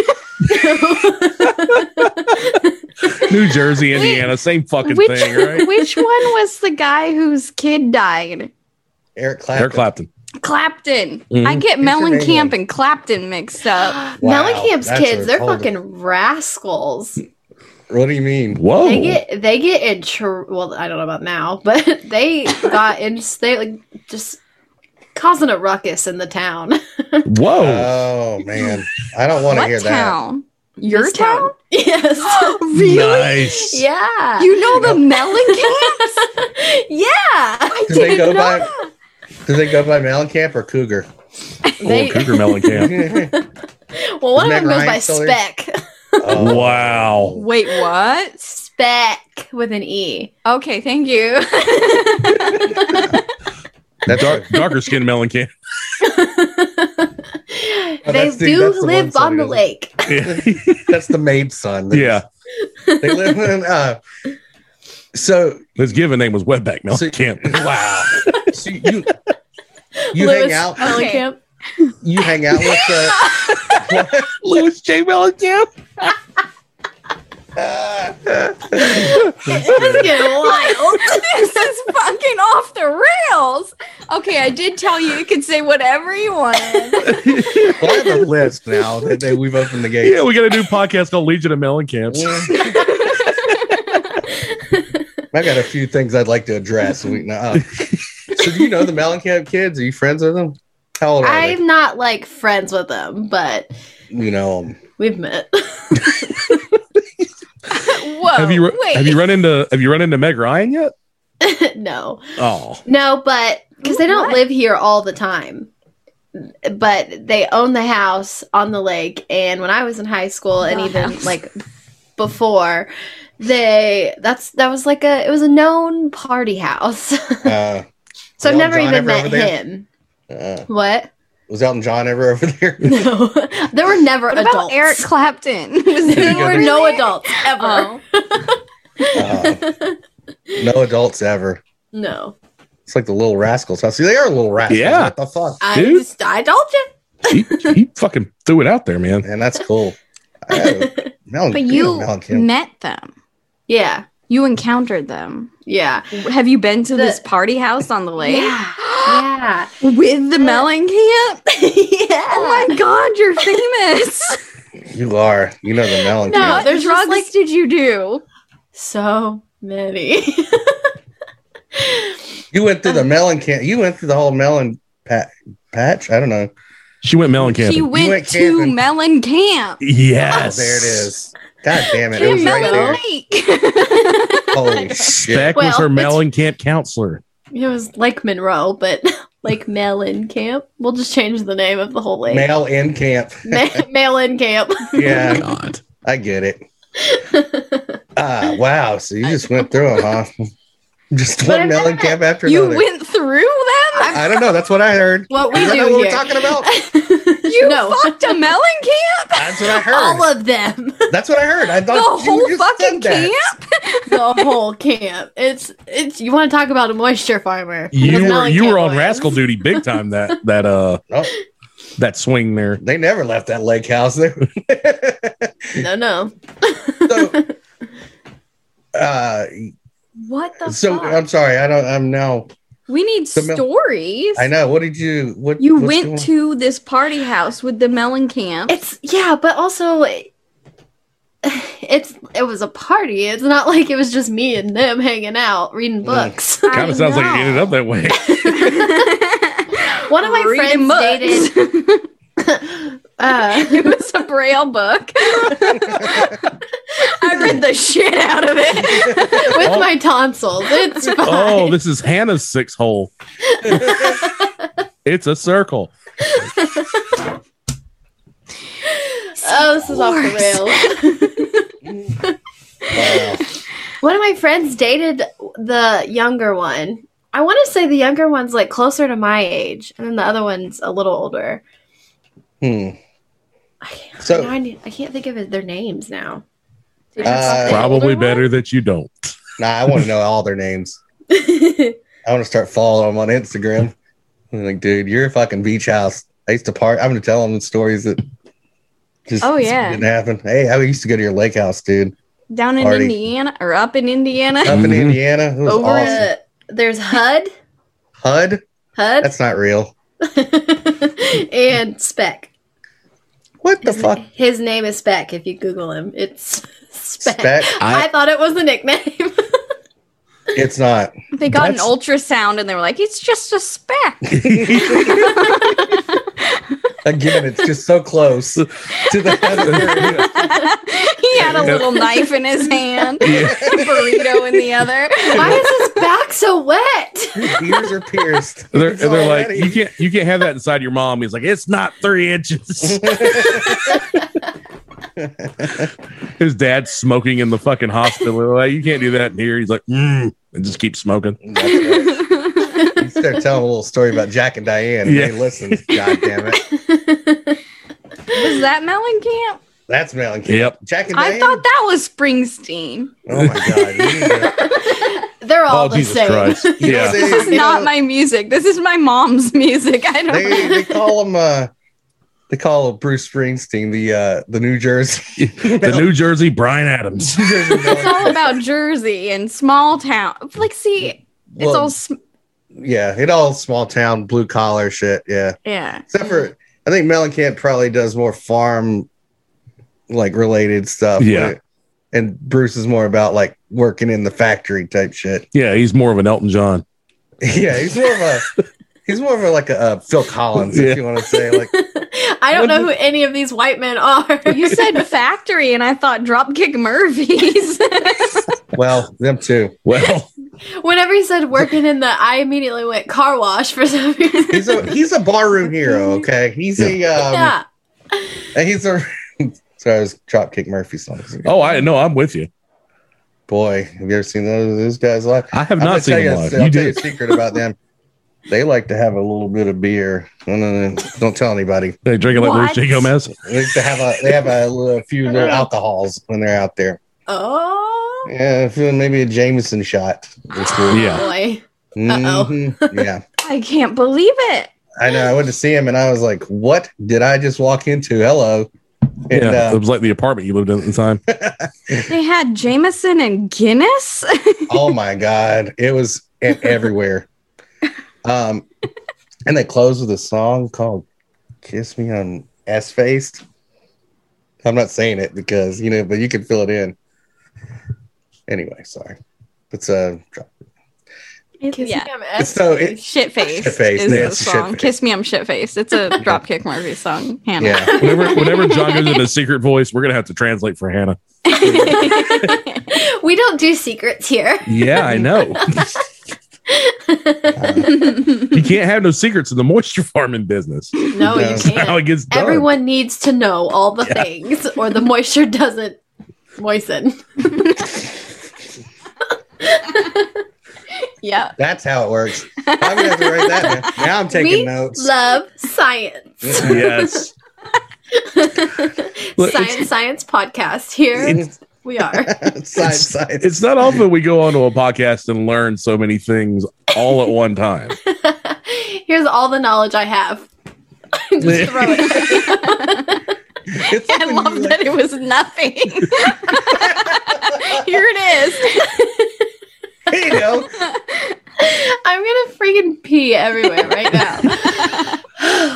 F: New Jersey, Indiana, same fucking
C: which
F: thing, right?
C: which one was the guy whose kid died?
G: Eric Clapton.
F: Eric Clapton.
C: Clapton.
F: Mhm.
C: I get
G: Mm-hmm. He's from
C: Mellencamp
G: England.
C: and Clapton mixed up.
G: Wow,
B: Mellencamp's
G: that's
B: kids,
G: a
B: they're
G: colder-
B: fucking rascals.
G: What do you mean?
F: Whoa.
B: They get they get in tr- well, I don't know about now, but they got in they like just causing a ruckus in the town.
F: Whoa.
G: Oh man, I don't want to
C: what
G: hear
C: town? Your
B: This
C: town?
B: Yes.
C: really?
F: Nice.
B: yeah.
C: You know the Mellencamps?
B: yeah.
G: that. Do they go by? Do they go by Mellencamp or Cougar?
F: Or Cougar Mellencamp.
B: Well, one of
G: Meg
B: them goes
G: Ryan
B: by
G: still there?
B: Spec.
G: Oh.
F: Wow.
C: Wait, what?
B: Spec with an E.
C: Okay, thank you.
G: That's
F: Dark, darker skinned Mellencamp.
B: they
G: Oh, that's the-
B: do
G: that's the one
B: live
G: song,
B: on the
G: isn't it?
B: lake.
F: Yeah.
G: That's the maid's son. They-
F: yeah.
G: They live in uh so
F: His given name was Wetback Mellencamp.
G: wow. So you you
B: Lewis
G: hang out
B: Mellencamp.
G: you hang out with the
F: Louis J. Mellencamp.
B: It's getting wild.
C: this is fucking off the rails. Okay, I did tell you you could say whatever you wanted.
G: well, I have a list now that they, we've opened the gate.
F: Yeah, we got a new podcast called Legion of Mellencamps.
G: I got a few things I'd like to address. We, uh, so do you know the Mellencamp kids? Are you friends with them? How old are they?
B: I'm not like friends with them, but
G: You know 'em.
B: we've met.
C: Whoa.
F: Have you ru-
C: Oh, wait.
F: have you run into have you run into Meg Ryan yet?
B: no,
F: Oh,
B: no, but because they don't
C: What?
B: live here all the time, but they own the house on the lake. And when I was in high school, and
C: The
B: even
C: house.
B: like before, they that's that was like a it was a known party house.
G: Uh,
B: so I've
G: Elton
B: never
G: John
B: even
G: ever
B: met
G: over there?
B: him.
G: uh,
B: What?
G: was Elton John ever over there?
B: No, there were never
C: what
B: adults.
C: about Eric Clapton? Was
B: there
C: he
B: were
C: over
B: no
C: there?
B: adults ever.
C: Oh.
G: Uh, no adults ever.
B: No,
G: It's like the little rascals. house. See, they are little rascals.
F: Yeah.
G: What the fuck?
B: I
F: Dude.
B: just I told you.
F: he, he fucking threw it out there, man.
G: And that's cool. I uh, had a Mel-
C: But
G: being a
C: you
G: Mellencamp.
C: met them.
B: Yeah,
C: You encountered them.
B: yeah.
C: Have you been to
B: The-
C: this party house on the lake?
B: Yeah. Yeah.
C: With the Mellencamp?
B: yeah.
C: Oh my god, you're famous.
G: you are. You know the Mellencamp.
B: No.
C: what
B: there's just,
C: drugs
B: like-
C: did you do?
B: So many.
G: You went through the Mellencamp. You went through the whole melon pa- patch. I don't know.
F: She went melon camping.
C: She went,
G: went
C: to
G: camping.
C: Melon Camp.
G: Oh,
F: yes.
G: there it is. God damn it. It
B: Dude,
G: was right
C: Melon
G: there.
C: Lake.
G: Holy shit.
F: Beck was
B: Well,
F: her
B: it's-
F: melon camp counselor.
B: It was Lake Monroe, but Lake Melon Camp. We'll just change the name of the whole lake.
G: Mail in camp.
B: Ma- Melon Camp.
G: Yeah,
D: God.
G: I get it. Ah, wow. So you just went through them, huh? Just
B: But
G: one
B: I've
G: melon
B: never-
G: camp after
C: you
G: another.
C: went through them?
G: I don't know. That's what I heard.
B: What we
G: Is that
B: do
G: what
B: here.
G: we're talking about?
C: You
B: no,
C: fucked a melon camp?
G: That's what I
B: all
G: heard.
B: of them.
G: That's what I heard. I thought
C: The
G: you
C: whole
G: just
C: fucking
G: said that.
C: camp?
B: the whole camp. It's it's. You want to talk about a moisture farmer? That's
F: You were
B: Melon
F: you
B: Camp
F: were on
B: was.
F: rascal duty big time that that uh
G: Oh.
F: that swing there.
G: They never left that lake house. They-
B: No, no.
G: so, uh,
C: What the
G: so
C: fuck?
G: I'm sorry. I don't. I'm now.
C: we need
G: The mel-
C: stories.
G: I know. What did you? What
C: You
G: what's
C: went
G: going-
C: to this party house with the melon camp.
B: It's yeah, but also it's it was a party. It's not like it was just me and them hanging out reading
G: Mm.
B: books.
C: I
F: Kind of sounds like
C: know.
F: it ended up that way.
B: One of my
C: Reading
B: friends dated.
C: books.
B: Uh,
C: it was a braille book. I read the shit out of it.
B: with
F: Oh.
B: my tonsils. It's fine.
F: oh, this is Hannah's six hole. it's a circle.
B: oh, this is off the rails.
G: Wow.
B: One of my friends dated the younger one. I want to say the younger one's like closer to my age, and then the other one's a little older.
G: Hmm.
B: I can't,
G: So-
B: now I, need, I can't think of it- their names now.
G: Uh,
F: Probably better that you don't.
G: Nah, I want to know all their names. I want to start following them on Instagram. I'm like, dude, you're a fucking beach house. I used to part. I'm gonna tell them the stories that just
C: Oh, yeah.
G: didn't happen. Hey, I used to go to your lake house, dude.
C: Down in
G: Party.
C: Indiana or up in Indiana.
G: Up in
F: Mhm.
G: Indiana, it was
B: Over
G: awesome.
B: uh, there's HUD,
G: HUD,
B: HUD,
G: that's not real.
B: and Spec.
G: What the
B: His-
G: fuck?
B: His name is Spec. If you Google him, it's Spec.
G: Spec?
B: I,
D: I-
B: thought it was the nickname.
G: It's not.
C: They got an
G: That's-
C: ultrasound and they were like, it's just a speck.
G: Again, it's just so close to the other.
C: he had a little knife in his hand, a burrito in the other.
B: Why is his back so wet?
G: Your ears are pierced.
F: They're,
G: It's
F: they're like,
G: already-
F: you can't you can't have that inside your mom. He's like, it's not three inches. His dad's smoking in the fucking hospital. They're Like, you can't do that in here. He's like, mm, and just keep smoking.
G: That's right. You start telling a little story about Jack and Diane. And
F: Yeah.
G: They listen. God damn it.
C: Was that Melon Camp?
G: That's Melon Camp.
F: Yep.
G: Jack and Diane.
C: I thought that was Springsteen.
G: oh my god. You need to-
B: They're all
F: oh
B: the
F: Jesus
B: same.
F: Christ!
G: you know,
F: Yeah.
G: they-
C: This is
G: you
C: not
G: know,
C: my music. This is my mom's music. I don't
G: They, they call him. Uh, they call Bruce Springsteen the uh, the New Jersey.
F: The New Jersey Brian Adams.
G: New Jersey
C: It's
G: Melon.
C: all about Jersey and small town. Like, see, it's
G: Well,
C: all sm-
G: yeah, it all small town blue collar shit. Yeah.
C: yeah.
G: except for I think Mellencamp probably does more farm like related stuff.
F: Yeah.
G: And Bruce is more about like working in the factory type shit.
F: Yeah, he's more of an Elton John.
G: Yeah, he's more of a he's more of a, like a, uh Phil Collins,
F: Yeah.
G: if you want to say. Like,
B: I don't know who any of these white men are.
C: You said factory, and I thought Dropkick Murphys.
G: well, them too.
F: Well,
B: Whenever he said working in the, I immediately went car wash for some reason.
G: He's a he's a barroom hero. Okay, he's a
B: Mm-hmm.
G: um,
B: yeah.
G: and he's a. Sorry, I was Dropkick Murphy songs.
F: oh, I no, I'm with you.
G: Boy, have you ever seen those? Those guys like.
F: I have
G: I'm gonna
F: not seen
G: tell
F: him
G: you,
F: live.
G: I'll
F: You
G: tell you a
F: did.
G: secret about them. They like to have a little bit of beer. No, no, no, don't tell anybody.
F: They drinking like Luis
C: What?
F: J. Gomez.
G: They like to have a they have a, little- few little alcohols when they're out there.
B: Oh.
G: Yeah, feeling maybe a Jameson shot.
F: Yeah.
B: Boy.
G: Mhm. Yeah,
C: I can't believe it.
G: I know. I went to see him and I was like, "What did I just walk into?" Hello. And
F: yeah,
G: uh,
F: it was like the apartment you lived in at the time.
C: They had Jameson and Guinness.
G: oh my god, it was e- everywhere. Um, and they closed with a song called "Kiss Me on S Faced." I'm not saying it because you know, but you uh, can fill it in. Anyway, sorry. It's a
C: It's-
B: Kiss
C: yeah.
B: me, I'm F-
G: So it-
C: Shitface,
G: Shitface,
C: is
G: yeah,
C: the
G: it's
C: song.
G: Shitface.
C: Kiss Me, I'm Shitface. It's a Dropkick Murphy song, Hannah.
G: Yeah.
F: Whenever, whenever John goes into secret voice, we're gonna have to translate for Hannah.
B: we don't do secrets here.
F: Yeah, I know. you can't have no secrets in the moisture farming business.
B: No, you
G: That's
F: How it
B: can't.
F: gets done.
B: Everyone needs to know all the things, or the moisture doesn't moisten.
C: yeah.
G: That's how it works. I'm gonna have to write that down. Now I'm taking
B: we
G: notes.
B: love science.
F: Yes. Look,
B: science, science podcast. Here
G: It's-
B: we are.
G: side side.
F: It's not often we go onto a podcast and learn so many things all at one time.
B: Here's all the knowledge I have. Just throw it.
G: It's
C: I
G: something
C: love
G: you,
C: that
G: like,
C: it was nothing. Here it is.
G: You know,
B: I'm gonna freaking pee everywhere right now.
G: um,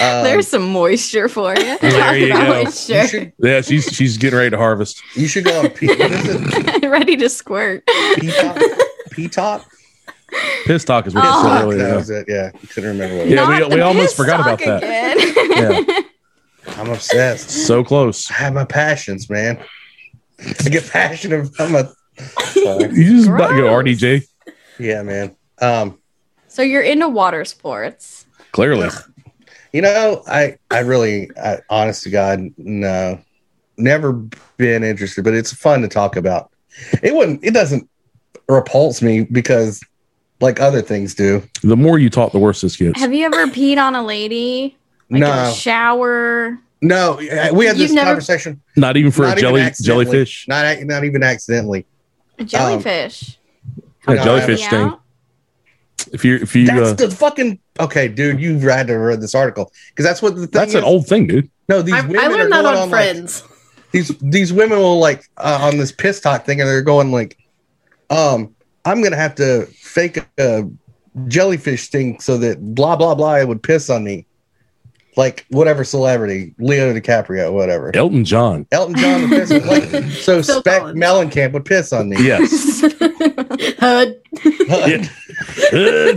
C: There's some moisture for you.
F: There you
B: about
F: go.
B: moisture.
G: you should
F: Yeah, she's she's getting ready to harvest.
G: you should go on P. What is it?
C: Ready to squirt.
G: P top. P top.
F: Piss talk is what
C: Oh.
F: it's really
G: that
F: yeah.
G: was it. Yeah, I couldn't remember what. it
F: Yeah, we-
C: Not
F: we
C: the
F: almost
C: piss
F: forgot about
C: talk
F: that.
C: again.
F: Yeah.
G: was. I'm obsessed.
F: So close.
G: I have my passions, man. I get passionate. I'm a. Sorry.
F: You just about to go
B: Gross.
F: RDJ.
G: Yeah, man. Um,
C: so you're into water sports.
F: Clearly.
G: you know, I I really, I, honest to God, no, never been interested. But it's fun to talk about. It wouldn't. It doesn't repulse me because, like other things do.
F: The more you talk, the worse this gets.
C: Have you ever peed on a lady? Like in
G: no,
C: a shower.
G: no. I- We had
B: You've
G: this
B: never-
G: conversation.
F: Not even for
G: Not
F: a
G: even
F: jelly
G: accidentally.
F: jellyfish.
G: Not ac- not even accidentally.
C: A jellyfish.
F: Um, Yeah,
G: No,
F: jellyfish
C: Yeah.
F: thing. If you if you
G: That's
F: uh,
G: the fucking okay, dude. You've had to read this article because that's what the thing
F: that's
G: is.
F: an old thing, dude.
G: no, these
B: I,
G: women
B: I learned
G: are
B: that
G: going
B: on,
G: on like,
B: Friends.
G: these these women will like uh, on this piss talk thing, and they're going like, um, I'm gonna have to fake a jellyfish sting so that blah blah blah it would piss on me, like whatever celebrity, Leo DiCaprio, whatever,
F: Elton John.
G: Elton John would piss on like, so
B: Phil
G: Spec
B: Collins.
G: Mellencamp would piss on me.
F: Yes.
B: Hud.
F: Yeah. Uh,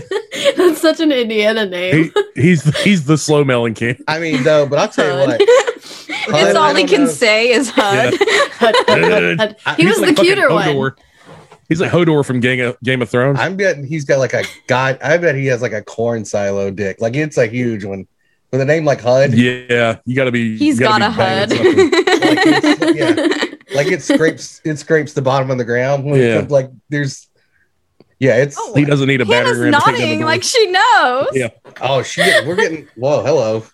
B: That's such an Indiana
F: he,
B: name.
F: he's he's the slow melon kid.
G: I mean, though, but I'll tell you
C: Hud.
G: what,
C: That's
G: Hud, I
C: all he
G: don't
C: can
G: know.
C: say is hud.
B: Hud, hud, hud, hud.
G: I-
B: He was the cuter one.
F: He's like Hodor from Gang of, Game of Thrones.
G: I'm betting he's got like a god. I bet he has like a corn silo dick. Like it's a huge one with a name like HUD.
F: yeah, you got to be.
C: He's
F: you
C: got
F: gotta
C: a
F: be banging
C: hud.
F: something.
G: it's- Like it scrapes it scrapes the bottom of the ground. When it
F: Yeah.
G: comes- like there's yeah, it's
C: Oh.
F: He doesn't need a
C: Hannah's
F: battering ram. to take down the
C: nodding
F: door.
C: like she knows.
F: Yeah.
G: oh shit, we're getting whoa, hello.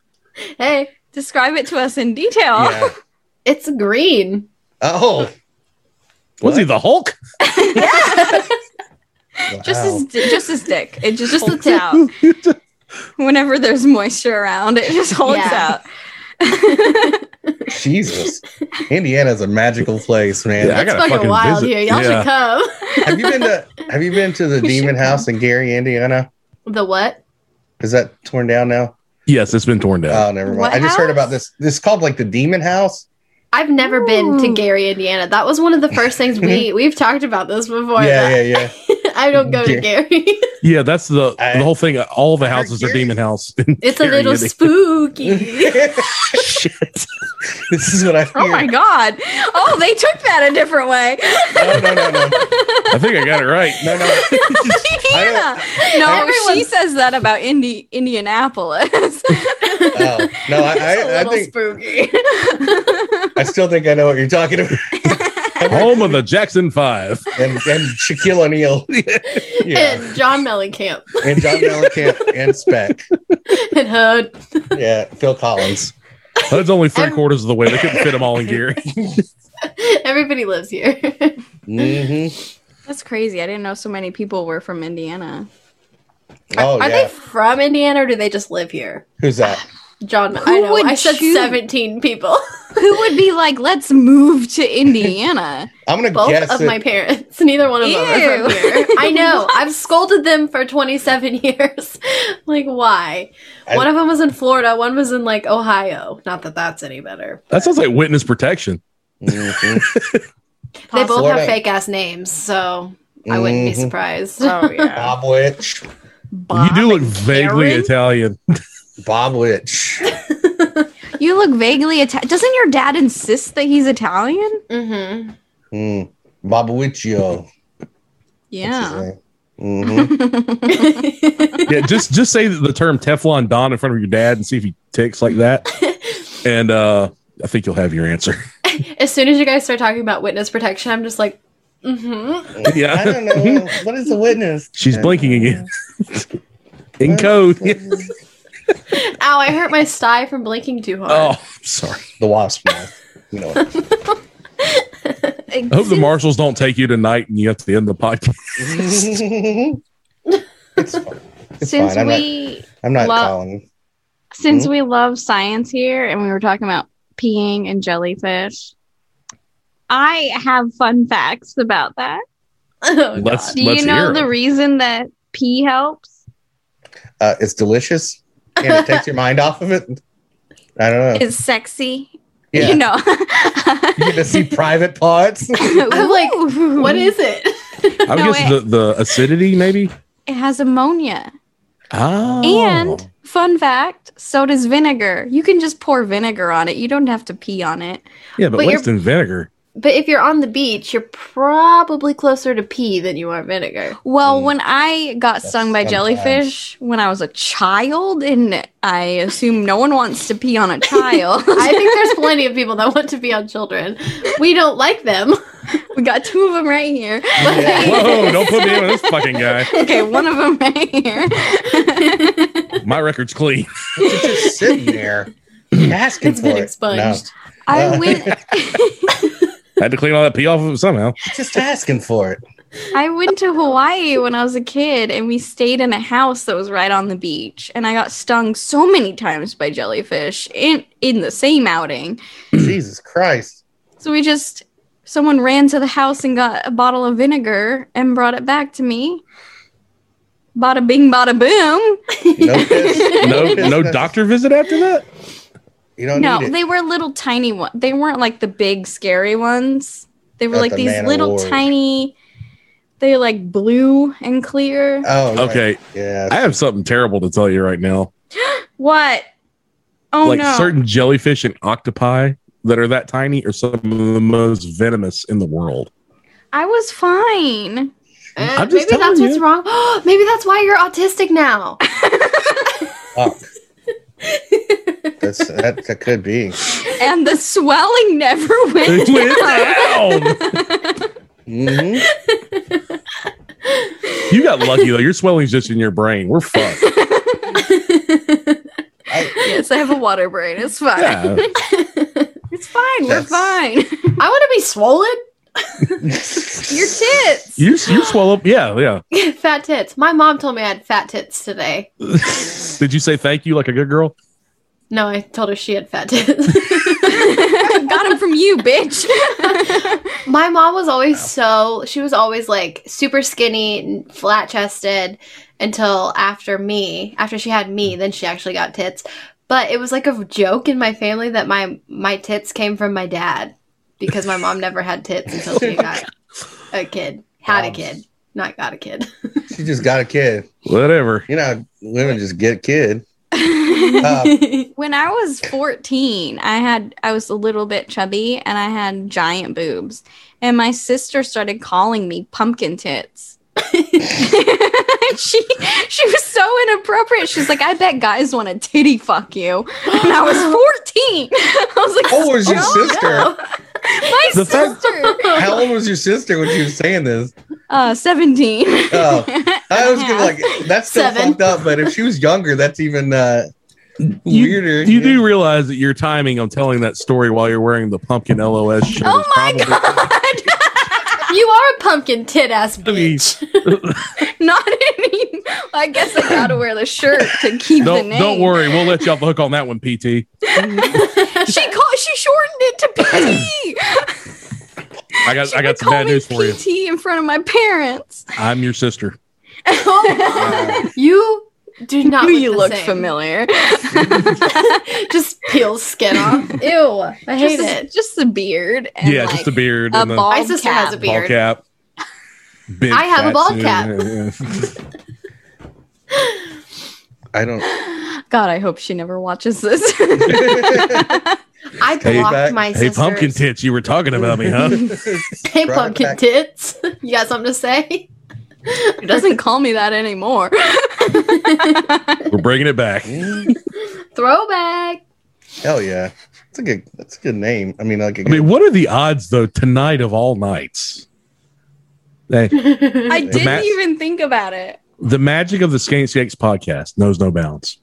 B: Hey,
C: Describe it to us in detail.
G: Yeah.
B: it's green.
G: Oh
F: was he the Hulk?
C: Just
G: wow.
C: his, di- just his dick. It just just holds out. Whenever there's moisture around, it just holds
B: Yeah.
C: out.
G: Jesus. Indiana's a magical place, man.
F: Yeah, I
B: It's
F: gotta
B: fucking,
F: fucking
B: wild
F: visit.
B: here. Y'all
F: Yeah.
B: should come.
G: Have you been to have you been to the
C: We should
G: Demon House in Gary, Indiana?
B: The what?
G: Is that torn down now?
F: Yes, it's been torn down.
G: Oh, never mind.
C: What
G: I just heard
C: house?
G: about this. This is called like the Demon House.
B: I've never been to
C: Ooh.
B: Gary, Indiana. That was one of the first things we we've talked about this before.
G: yeah,
B: that
G: yeah, yeah.
B: I don't go to Gary.
F: yeah, that's the
G: I-
F: the whole thing. All the
G: heard
F: houses are
G: Gary-
F: demon house.
B: It's a little
F: Gary,
B: spooky.
F: Shit.
G: This is what I hear.
C: oh my god! Oh, they took that a different way.
G: No, no, no, no,
F: I think I got it right.
G: no, no.
C: Hannah. No, she
B: Everyone's-
C: says that about Indi- Indianapolis.
G: Oh, no, I,
B: It's a
G: I, I
B: little
G: think
B: spooky.
G: I still think I know what you're talking about.
F: Home of the Jackson Five.
G: And, and Shaquille O'Neal, yeah,
B: And John Mellencamp
G: and John Mellencamp and Speck,
B: and Hud.
G: yeah, Phil Collins.
F: That's only three
B: Em-
F: quarters of the way. They couldn't fit them all in Gary.
B: Everybody lives here.
G: hmm
C: That's crazy. I didn't know so many people were from Indiana.
G: Oh
B: Are
G: yeah,
B: they from Indiana or do they just live here?
G: who's that?
B: John,
C: Who
B: I know.
C: would
B: I said
C: choose?
B: 17 people.
C: Who would be like, let's move to Indiana?
G: I'm gonna
B: Both
G: guess
B: of
G: it.
B: my parents. Neither one of them are from
C: Ew.
B: here. I know. I've scolded them for 27 years. like, why?
G: I-
B: one of them was in Florida. One was in, like, Ohio. Not that that's any better.
F: That sounds like witness protection.
G: Mhm.
B: They both
G: Florida-
B: have fake ass names, so I wouldn't be
G: Mhm.
B: surprised.
D: Oh yeah.
G: Bob Witch.
F: you do look vaguely
D: Karen?
F: Italian.
G: Bob Witch.
C: You look vaguely Italian. Doesn't your dad insist that he's Italian?
B: hmm
G: Mm. Bob Witchio.
C: Yeah.
B: Oh.
G: hmm
F: Yeah, just just say the term Teflon Don in front of your dad and see if he ticks like that, and uh, I think you'll have your answer.
B: As soon as you guys start talking about witness protection, I'm just like, mm-hmm.
F: Yeah.
G: I don't know. What is the witness? Uh,
F: She's
G: Yeah.
F: blinking again in code.
B: Ow, I hurt my sty from blinking too hard.
F: Oh, I'm sorry.
G: The wasp mouth. You know it.
F: I hope the marshals don't take you tonight and you have to end the podcast.
G: it's fine. It's
C: since
G: fine. I'm not,
C: we
G: I'm not
C: lo-
G: calling.
C: since
F: Hmm?
C: we love science here and we were talking about peeing and jellyfish, I have fun facts about that.
B: Oh,
F: Let's
C: Do
F: let's
C: you know
F: hear.
C: the
F: it.
C: reason that pee helps?
G: Uh, it's delicious and it takes your mind off of it. I don't know.
C: It's sexy.
G: yeah.
C: You know.
G: You get to see private parts.
B: I'm like,
C: Ooh.
B: What is it?
F: I would
C: No,
F: guess
C: it-
F: the, the acidity maybe.
C: it has ammonia.
F: Oh.
C: And fun fact, so does vinegar. You can just pour vinegar on it. You don't have to pee on it.
F: yeah, but,
B: but you're-
F: less than vinegar.
B: But if you're on the beach, you're probably closer to pee than you are vinegar.
C: Well,
G: Mm.
C: when I got
G: That's
C: stung by
G: fun
C: jellyfish when I was a child, and I assume no one wants to pee on a child,
B: I think there's plenty of people that want to be on children. We don't like them.
C: we got two of them right here.
G: Yeah.
F: Whoa! Don't put me in with this fucking guy.
C: Okay, one of them right here.
F: My record's clean.
G: It's just sitting there asking
B: It's
G: for
B: been
G: it.
B: expunged.
C: I went.
F: had to clean all that pee off of it somehow.
G: No, just asking for it.
C: I went to Hawaii when I was a kid, and we stayed in a house that was right on the beach. And I got stung so many times by jellyfish in in the same outing.
G: Jesus Christ.
C: So we just someone ran to the house and got a bottle of vinegar and brought it back to me. Bada bing, bada boom.
G: No piss.
F: No, no doctor visit after that.
G: You don't
C: No,
G: need it.
C: they were little tiny ones. They weren't like the big scary ones. They were
G: Not
C: like
G: the
C: these
G: man of
C: little
G: war.
C: tiny. They like blue and clear.
G: oh, right.
F: Okay,
G: Yeah.
F: I have something terrible to tell you right now.
C: what? Oh
F: like
C: no!
F: certain jellyfish and octopi that are that tiny are some of the most venomous in the world.
C: I was fine.
B: Uh,
F: I'm just
B: maybe
F: telling
B: that's what's
F: you.
B: wrong. maybe that's why you're autistic now.
G: That's, that, that could be.
C: and the swelling never went
F: It went
C: down.
F: down.
G: Mhm.
F: You got lucky though. Your swelling's just in your brain. We're fucked.
G: I,
C: yes, I have a water brain. It's fine.
F: Yeah.
C: It's fine. We're
G: That's-
C: fine.
B: I want to be swollen.
C: Your tits.
F: You you swell up. Yeah, yeah.
B: fat tits. My mom told me I had fat tits today.
F: Did you say thank you like a good girl?
B: No, I told her she had fat tits.
C: Got him from you, bitch.
B: My mom was always so she was always like super skinny, flat chested until after me, after she had me, then she actually got tits. But it was like a joke in my family that my my tits came from my dad because my mom never had tits until she got a kid. Had a
G: Wow.
B: kid, not got a kid.
G: she just got a kid.
F: Whatever.
G: You know, women just get a kid. Uh,
C: when I was 14, I had I was a little bit chubby and I had giant boobs. And my sister started calling me pumpkin tits. she she was so inappropriate. She's like, I bet guys want to titty fuck you. And I was 14. I was like,
G: Oh, it was your sister.
C: my
F: The fact-
C: sister.
G: How old was your sister when she was saying this?
C: Uh, 17.
G: Oh, I was gonna
C: Yeah.
G: like that's still
B: Uh-huh. Seven.
G: fucked up, but if she was younger, that's even uh, weirder.
F: You do realize that your timing on telling that story while you're wearing the pumpkin LOS shirt.
C: Oh
F: is
C: my
F: probably-
C: god!
B: You are a pumpkin tit ass
F: I mean,
B: bitch.
C: Not any. I guess I gotta wear the shirt to keep the
F: Don't
C: name.
F: don't worry, we'll let you off the hook on that one, PT.
C: She called. She shortened it to PT.
F: I got
C: She
F: I
C: would
F: got some
C: call
F: bad
C: me
F: news for you.
C: PT in front of my parents.
F: I'm your sister.
B: you do not.
C: Who you
B: the
C: look
B: same.
C: familiar.
B: Just peel skin off. Ew, I hate
C: just,
B: it.
C: just the beard. And
F: yeah,
C: like
F: just a beard
C: A
F: and the
C: ball
B: My sister has a
C: cap.
B: beard.
F: ball cap. big
B: I have a bald
F: fat-
G: I don't.
C: God, I hope she never watches this.
B: I
G: Hey,
B: blocked
G: back-
B: my
F: hey,
B: sisters.
F: pumpkin tits, you were talking about me, huh?
B: Hey,
G: Right
B: pumpkin
G: back.
B: tits. You got something to say?
C: It doesn't call me that anymore.
F: we're bringing it back.
B: Throwback.
G: Mm, Hell yeah, that's a good. That's a good name. I mean, like, a
F: I
G: good,
F: mean, what are the odds though tonight of all nights? Hey,
C: I
G: The
C: didn't
F: ma-
C: even think about it.
F: the magic of the Skank Skanks podcast knows no bounds.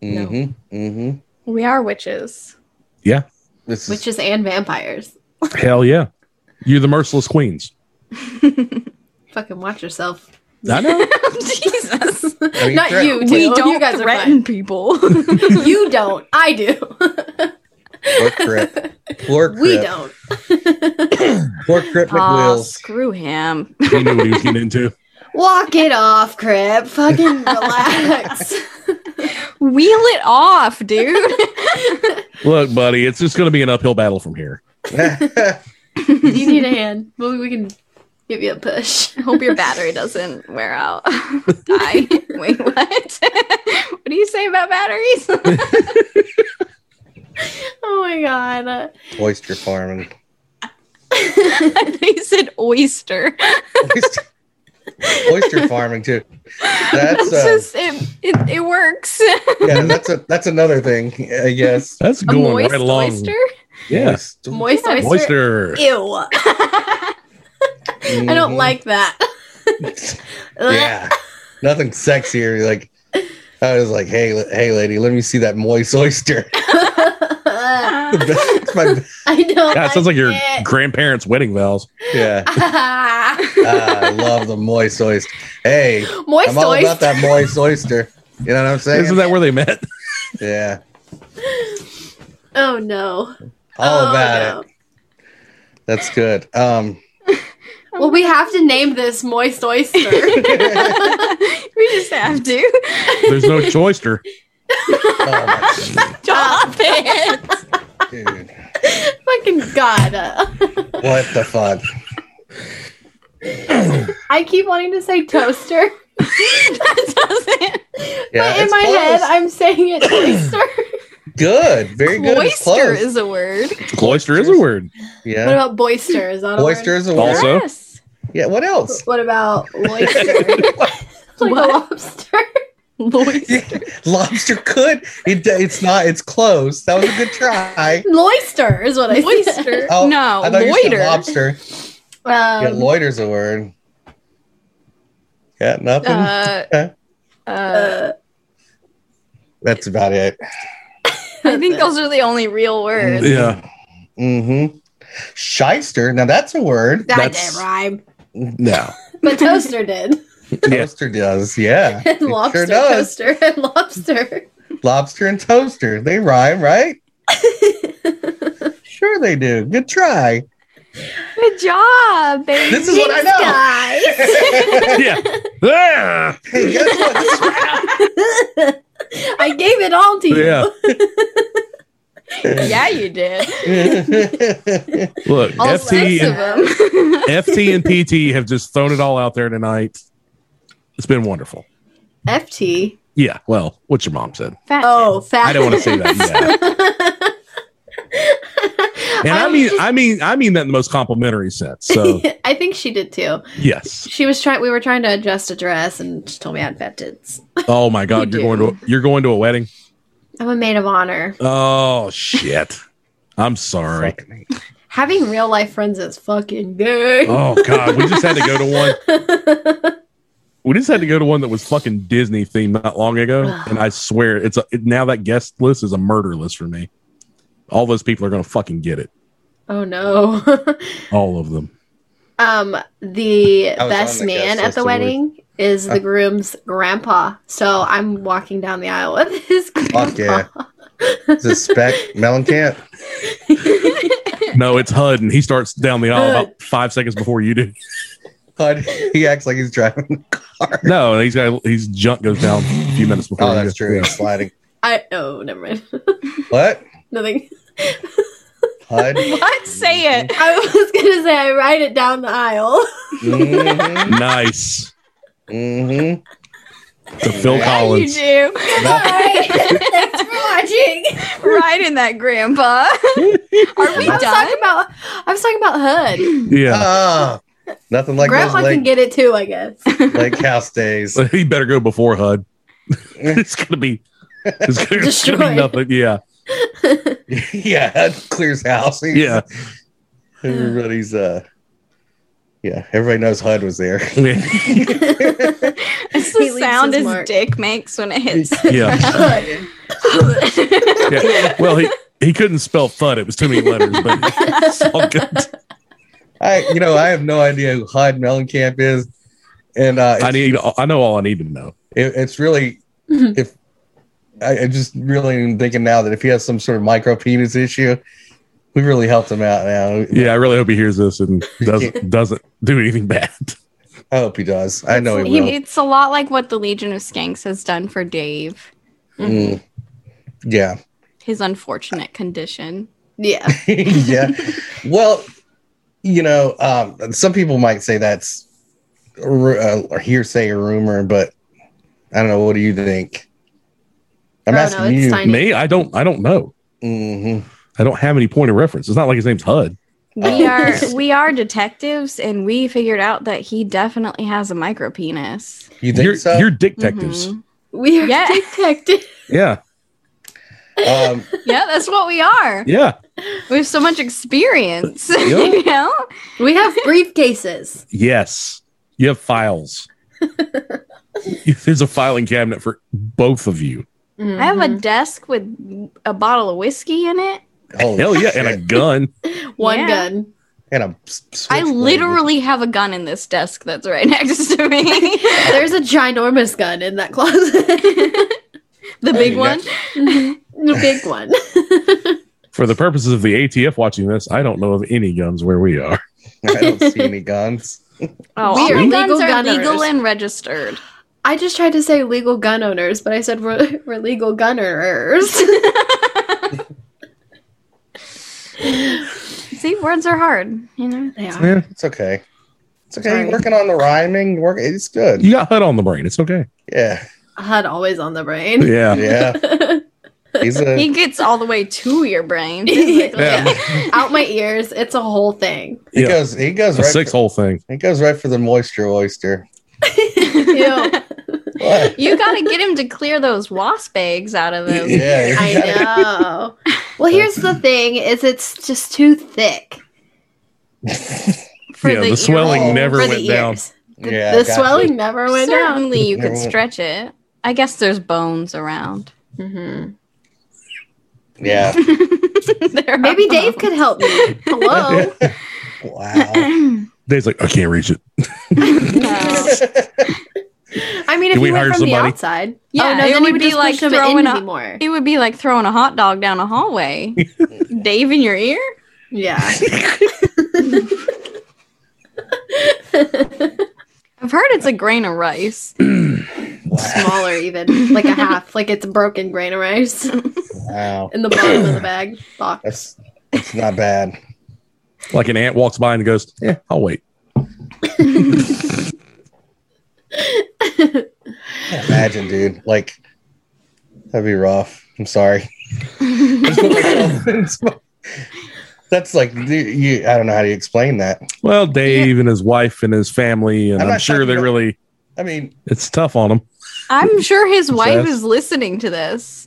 G: mhm, mhm.
C: We are witches.
F: Yeah,
G: This is
B: Witches and vampires.
F: hell yeah. You're the merciless queens.
B: Fucking watch yourself.
F: I know.
C: Oh, Jesus.
G: mean,
B: Not
G: threat-
B: you.
C: We
B: Jill.
C: don't
B: You guys are
C: threaten people.
B: fine. you don't. I do.
G: floor crip. Floor crip.
B: we don't.
G: Floor crip
C: Aw,
G: McWheels.
C: screw him.
F: he knew what he was getting into.
B: Walk it off, Crip. Fucking relax.
C: Wheel it off, dude.
F: Look, buddy, it's just going to be an uphill battle from here.
B: Do you need a hand? Well, we can give you a push.
C: Hope your battery doesn't wear out. Die. Wait, what? what do you say about batteries?
B: Oh my god.
G: Oyster farming.
C: they said oyster.
G: Oyster, oyster farming too. That's, uh,
C: just it, it. It works.
G: yeah. That's a that's another thing. I guess.
F: That's
C: A
F: going
C: moist
F: right along.
C: oyster.
F: Yeah.
G: Oyster-
B: Moist oyster.
F: Moister.
B: Ew. I don't
G: Mhm.
F: Mm-hmm.
B: like that.
G: Yeah. Nothing sexier. Like I was like, hey, la- hey, lady, let me see that moist oyster. That's my-
B: I don't.
F: God, it sounds like your
B: it.
F: grandparents' wedding vows.
G: yeah. Ah, I love the moist oyster. Hey,
B: Moist
G: I'm all
B: oyster.
G: about that moist oyster. You know what I'm saying?
F: Isn't that where they met?
G: yeah.
B: Oh no.
G: All
B: oh,
G: about it. That's good. Um
B: no. Well, we have to name this moist
G: oh,
B: oyster.
C: we just have to.
F: There's no choister.
G: oh my
C: Stop it.
G: God, dude.
B: Fucking god.
G: What the fuck?
B: I keep wanting to say toaster,
C: that doesn't.
G: Yeah,
B: but in
G: it's
B: my head,
G: close.
B: I'm saying it oyster.
G: good. Very good. It's
C: Oyster
G: close.
C: is a word.
F: Cloister is a word.
B: What
G: yeah.
B: about boister? Is that a
G: Oyster is a word.
F: Also-
C: Yes.
G: Yeah, what else?
B: What about loister? like
C: What?
B: a lobster.
C: Oyster.
G: Lobster could. It, it's not. It's close. That was a good try.
B: Loister is what I said.
C: Oyster.
G: Oh,
C: no,
G: I thought you said
C: loiter.
G: lobster. yeah,
B: Um,
G: loiter's a word. Yeah, nothing.
C: Uh,
G: Okay.
C: uh,
B: uh,
G: That's about it.
C: I think those are the only real words.
F: Yeah.
G: Mm-hmm. Shyster. Now that's a word.
B: that
F: That's-
B: didn't rhyme,
F: No.
B: but toaster did.
F: Yeah.
G: Toaster does. Yeah.
B: And
G: It sure
B: lobster,
G: does.
B: toaster, and lobster.
G: Lobster and toaster. They rhyme, right? sure they do. Good try.
C: Good job, baby.
G: This is what I know.
B: Thanks,
F: yeah. Ah!
G: Hey, guess what? This is-
B: guys. I gave it all to you.
F: Yeah.
C: yeah, you did.
F: Look,
C: All
F: FT
C: six of
F: and,
C: them.
F: FT and PT have just thrown it all out there tonight. It's been wonderful.
B: FT.
F: Yeah. Well, what your mom said.
C: Fat
B: Oh, fat.
F: I don't want to say that. Yeah. And I mean, I mean, I mean that in the most complimentary sense. So
B: I think she did too.
F: yes.
B: She was trying. We were trying to adjust a dress, and she told me I had fat tits.
F: Oh my God,
C: You
F: you're going to you're going to a wedding.
B: I'm a maid of honor.
F: Oh shit. I'm sorry.
G: Fucking
B: Having real life friends is fucking good.
F: Oh god, we just had to go to one. We just had to go to one that was fucking Disney themed not long ago, and I swear it's a, it, now that guest list is a murder list for me. All those people are gonna fucking get it.
B: Oh no.
F: All of them.
B: um, the
G: I was
B: best
G: on the guest
B: man at
G: list
B: the
G: of
B: wedding is the groom's grandpa. So I'm walking down the aisle with his grandpa.
G: Fuck yeah. Is this Speck Mellencamp?
F: No, it's HUD, and he starts down the aisle about five seconds before you do.
G: But he acts like he's driving a car.
F: No, he's got he's junk goes down a few minutes before.
G: Oh,
F: you
G: that's
F: do.
G: true.
F: Yeah.
G: He's sliding.
B: I oh, never mind.
G: What?
B: Nothing.
G: HUD?
C: What? Say it.
G: Mm-hmm.
B: I was gonna say I ride it down the aisle.
G: Mhm,
F: nice
G: mhm.
F: to Phil Collins.
C: You
B: Alright, Thanks for watching.
C: do right in that grandpa. Are we
B: I was
C: done?
B: talking about I was talking about Hood.
F: Yeah,
G: Ah, nothing like those
B: Grandpa can
G: lake,
B: get it too, I guess.
G: lake house days.
F: he better go before HUD. it's gonna be it's gonna, it's gonna
B: Destroyed.
F: be nothing. Yeah,
G: yeah, that clears house.
F: yeah.
G: everybody's uh, yeah, everybody knows HUD was there.
C: It's
B: He
C: the
B: leaves
C: sound
B: his
C: his
B: mark.
C: dick makes when it hits.
F: yeah.
B: Hood.
F: yeah. Well, he, he couldn't spell thud. It was too many letters, but it's all good.
G: I, you know, I have no idea who Hyde Mellencamp is, and uh,
F: I need. I know all I need to know.
G: it, it's really
B: Mhm.
G: if I, I just really am thinking now that if he has some sort of micro penis issue, we really helped him out now.
F: Yeah, I really hope he hears this and doesn't doesn't do anything bad.
G: I hope he does. I know he
C: He-
G: will.
C: it's a lot like what the Legion of Skanks has done for Dave,
G: Mm. Yeah,
C: his unfortunate condition.
B: Yeah.
G: yeah. Well, you know, um, some people might say that's a ru- uh, a hearsay or rumor, but I don't know. What do you think? I'm
B: Oh,
G: asking
B: no, it's
G: you.
B: tiny.
F: Me, I don't. I don't know.
G: Mhm.
F: I don't have any point of reference. It's not like his name's Hud.
G: Oh.
C: We are we are detectives, and we figured out that he definitely has a micro penis.
G: You think
F: You're,
G: so?
F: you're detectives.
C: Mhm.
B: We are
C: Yeah.
B: detectives.
F: Yeah,
G: um,
C: Yeah, that's what we are.
F: yeah,
C: We have so much experience.
F: Yep.
C: you know,
B: We have briefcases.
F: yes. You have files. There's a filing cabinet for both of you.
C: I have a
B: Mhm.
C: desk with a bottle of whiskey in it.
G: holy
F: Hell yeah, and a
G: shit.
F: gun.
B: Mm-hmm. one
C: Yeah.
B: gun.
G: and a s-
C: I
G: switchblade.
C: literally have a gun in this desk that's right next to me.
B: There's a ginormous gun in that closet.
C: the
G: Oh,
C: big
G: yeah.
C: one.
B: the big one.
F: For the purposes of the ATF watching this, I don't know of any guns where we are.
G: I don't see any guns.
C: Oh, all
B: We are
C: my guns
B: legal
C: are
B: gunners.
C: legal and registered.
B: I just tried to say legal gun owners, but I said we're, we're legal gunners.
C: See, words are hard, you know.
B: they are.
F: Yeah.
G: It's okay. It's okay.
B: Sorry.
G: You're working on the rhyming. You're Work. It's good.
F: You got HUD on the brain. It's okay.
G: Yeah.
B: HUD always on the brain.
F: Yeah.
G: Yeah. He's a.
C: He gets all the way to your brain. physically.
F: Yeah.
B: Out my ears, it's a whole thing.
G: He
F: Yeah.
G: goes. He goes
F: A
G: right.
F: six
G: For,
F: hole thing.
G: he goes right for the moisture oyster.
B: Ew.
G: What?
C: You gotta get him to clear those wasp eggs out of him.
G: yeah.
B: I know. Well, here's the thing: is it's just too thick.
C: For
F: Yeah, the
C: ear
F: swelling
C: hole.
F: never-
B: for
F: went
B: the
F: down.
B: ears. The,
G: Yeah,
B: the
G: gotcha.
B: swelling never went down.
C: Certainly, you could
G: Never-
C: stretch it. I guess there's bones around.
B: Mhm.
G: Yeah.
C: There are
B: Maybe Dave
C: bones.
B: could help me. Hello.
G: Wow.
F: Dave's like, I can't reach it.
C: No.
B: I mean, if
F: Can we
B: you
F: hire
B: went from
F: somebody?
B: the outside,
C: Yeah,
B: oh, no,
C: it
B: then
C: would
B: you would
C: be
B: just
C: like
B: push them
C: throwing
B: in
C: a-
B: anymore.
C: It would be like throwing a hot dog down a hallway. Dave in your ear?
B: Yeah.
C: I've heard it's a grain of rice.
G: wow.
B: smaller even like a half like it's a broken grain of rice in
G: Wow.
B: the bottom of the bag box
G: That's. It's not bad.
F: Like an ant walks by and goes, Yeah, I'll wait.
G: Can't Imagine, dude. Like, that'd be rough. I'm sorry. Just put myself in sm- That's like dude, you. I don't know how to explain that.
F: Well, Dave and his wife and his family, and
G: I'm
F: I'm,
G: not
F: sure
G: talking
F: they
G: about-
F: really
G: I mean,
F: it's tough on them.
C: I'm sure his wife
F: Success.
C: is listening to this.